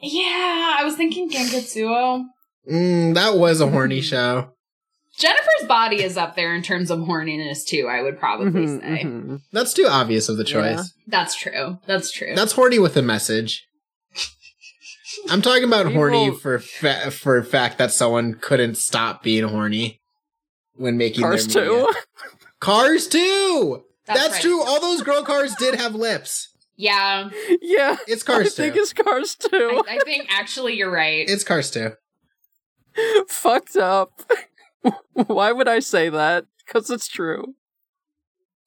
S4: Yeah, I was thinking Gengetsuo.
S3: mm, that was a horny show
S4: Jennifer's body is up there in terms of horniness too, I would probably
S2: Mhm,
S4: say.
S2: mhm.
S3: that's too obvious of the choice
S2: Yeah.
S4: That's true. That's true.
S3: That's horny with a message. I'm talking about
S2: People-
S3: horny for fa- for a fact that someone couldn't stop being horny when making
S2: Cars
S3: their media.
S2: 2?
S3: Cars too. That's,
S4: right.
S3: true. All those girl cars did have lips.
S4: Yeah.
S2: yeah.
S3: It's
S2: I
S3: uh, Cars
S2: think
S3: too.
S2: it's Cars
S4: I,
S2: 2.
S4: I think actually you're right.
S3: It's Cars too.
S2: Fucked up. Why would I say that? Because it's true.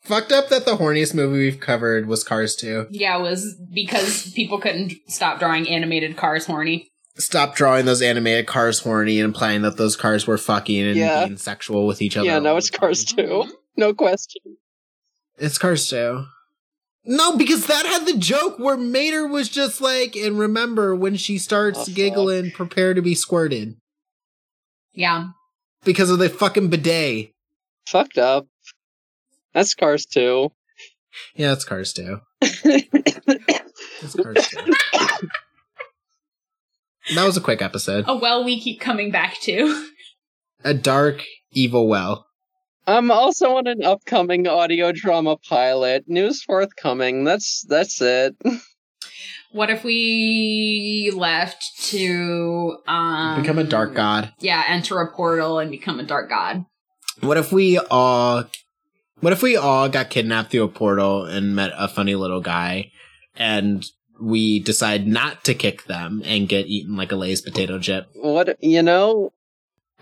S3: Fucked up that the horniest movie we've covered was Cars too.
S4: yeah, it was because people couldn't stop drawing animated cars horny.
S3: Stop drawing those animated cars horny and implying that those cars were fucking and
S2: Yeah.
S3: being sexual with each other.
S2: Yeah,
S3: all
S2: no,
S3: the
S2: it's
S3: time.
S2: Cars 2. No question.
S3: It's Cars 2. No, because that had the joke where Mater was just like, and remember when she starts
S2: Oh, fuck.
S3: giggling, prepare to be squirted
S4: Yeah.
S3: because of the fucking bidet.
S2: Fucked up. That's Cars 2.
S3: Yeah, it's Cars 2. It's Cars 2. that was a quick episode.
S4: A Oh, well we keep coming back to.
S3: A dark, evil well.
S2: I'm Um, also on an upcoming audio drama pilot. News forthcoming. That's that's it.
S4: What if we left to um
S3: Become a dark god.
S4: Yeah, enter a portal and become a dark god.
S3: What if we all. What if we all got kidnapped through a portal and met a funny little guy and we decide not to kick them and get eaten like a Lay's potato chip?
S2: What you know?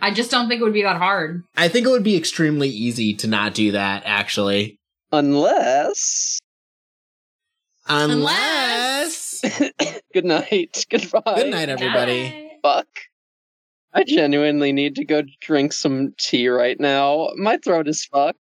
S4: I just don't think it would be that hard.
S3: I think it would be extremely easy to not do that, actually.
S6: Unless.
S3: Unless.
S6: Good night. Goodbye.
S3: Good night, everybody.
S4: Bye.
S6: Fuck. I genuinely need to go drink some tea right now. My throat is fucked.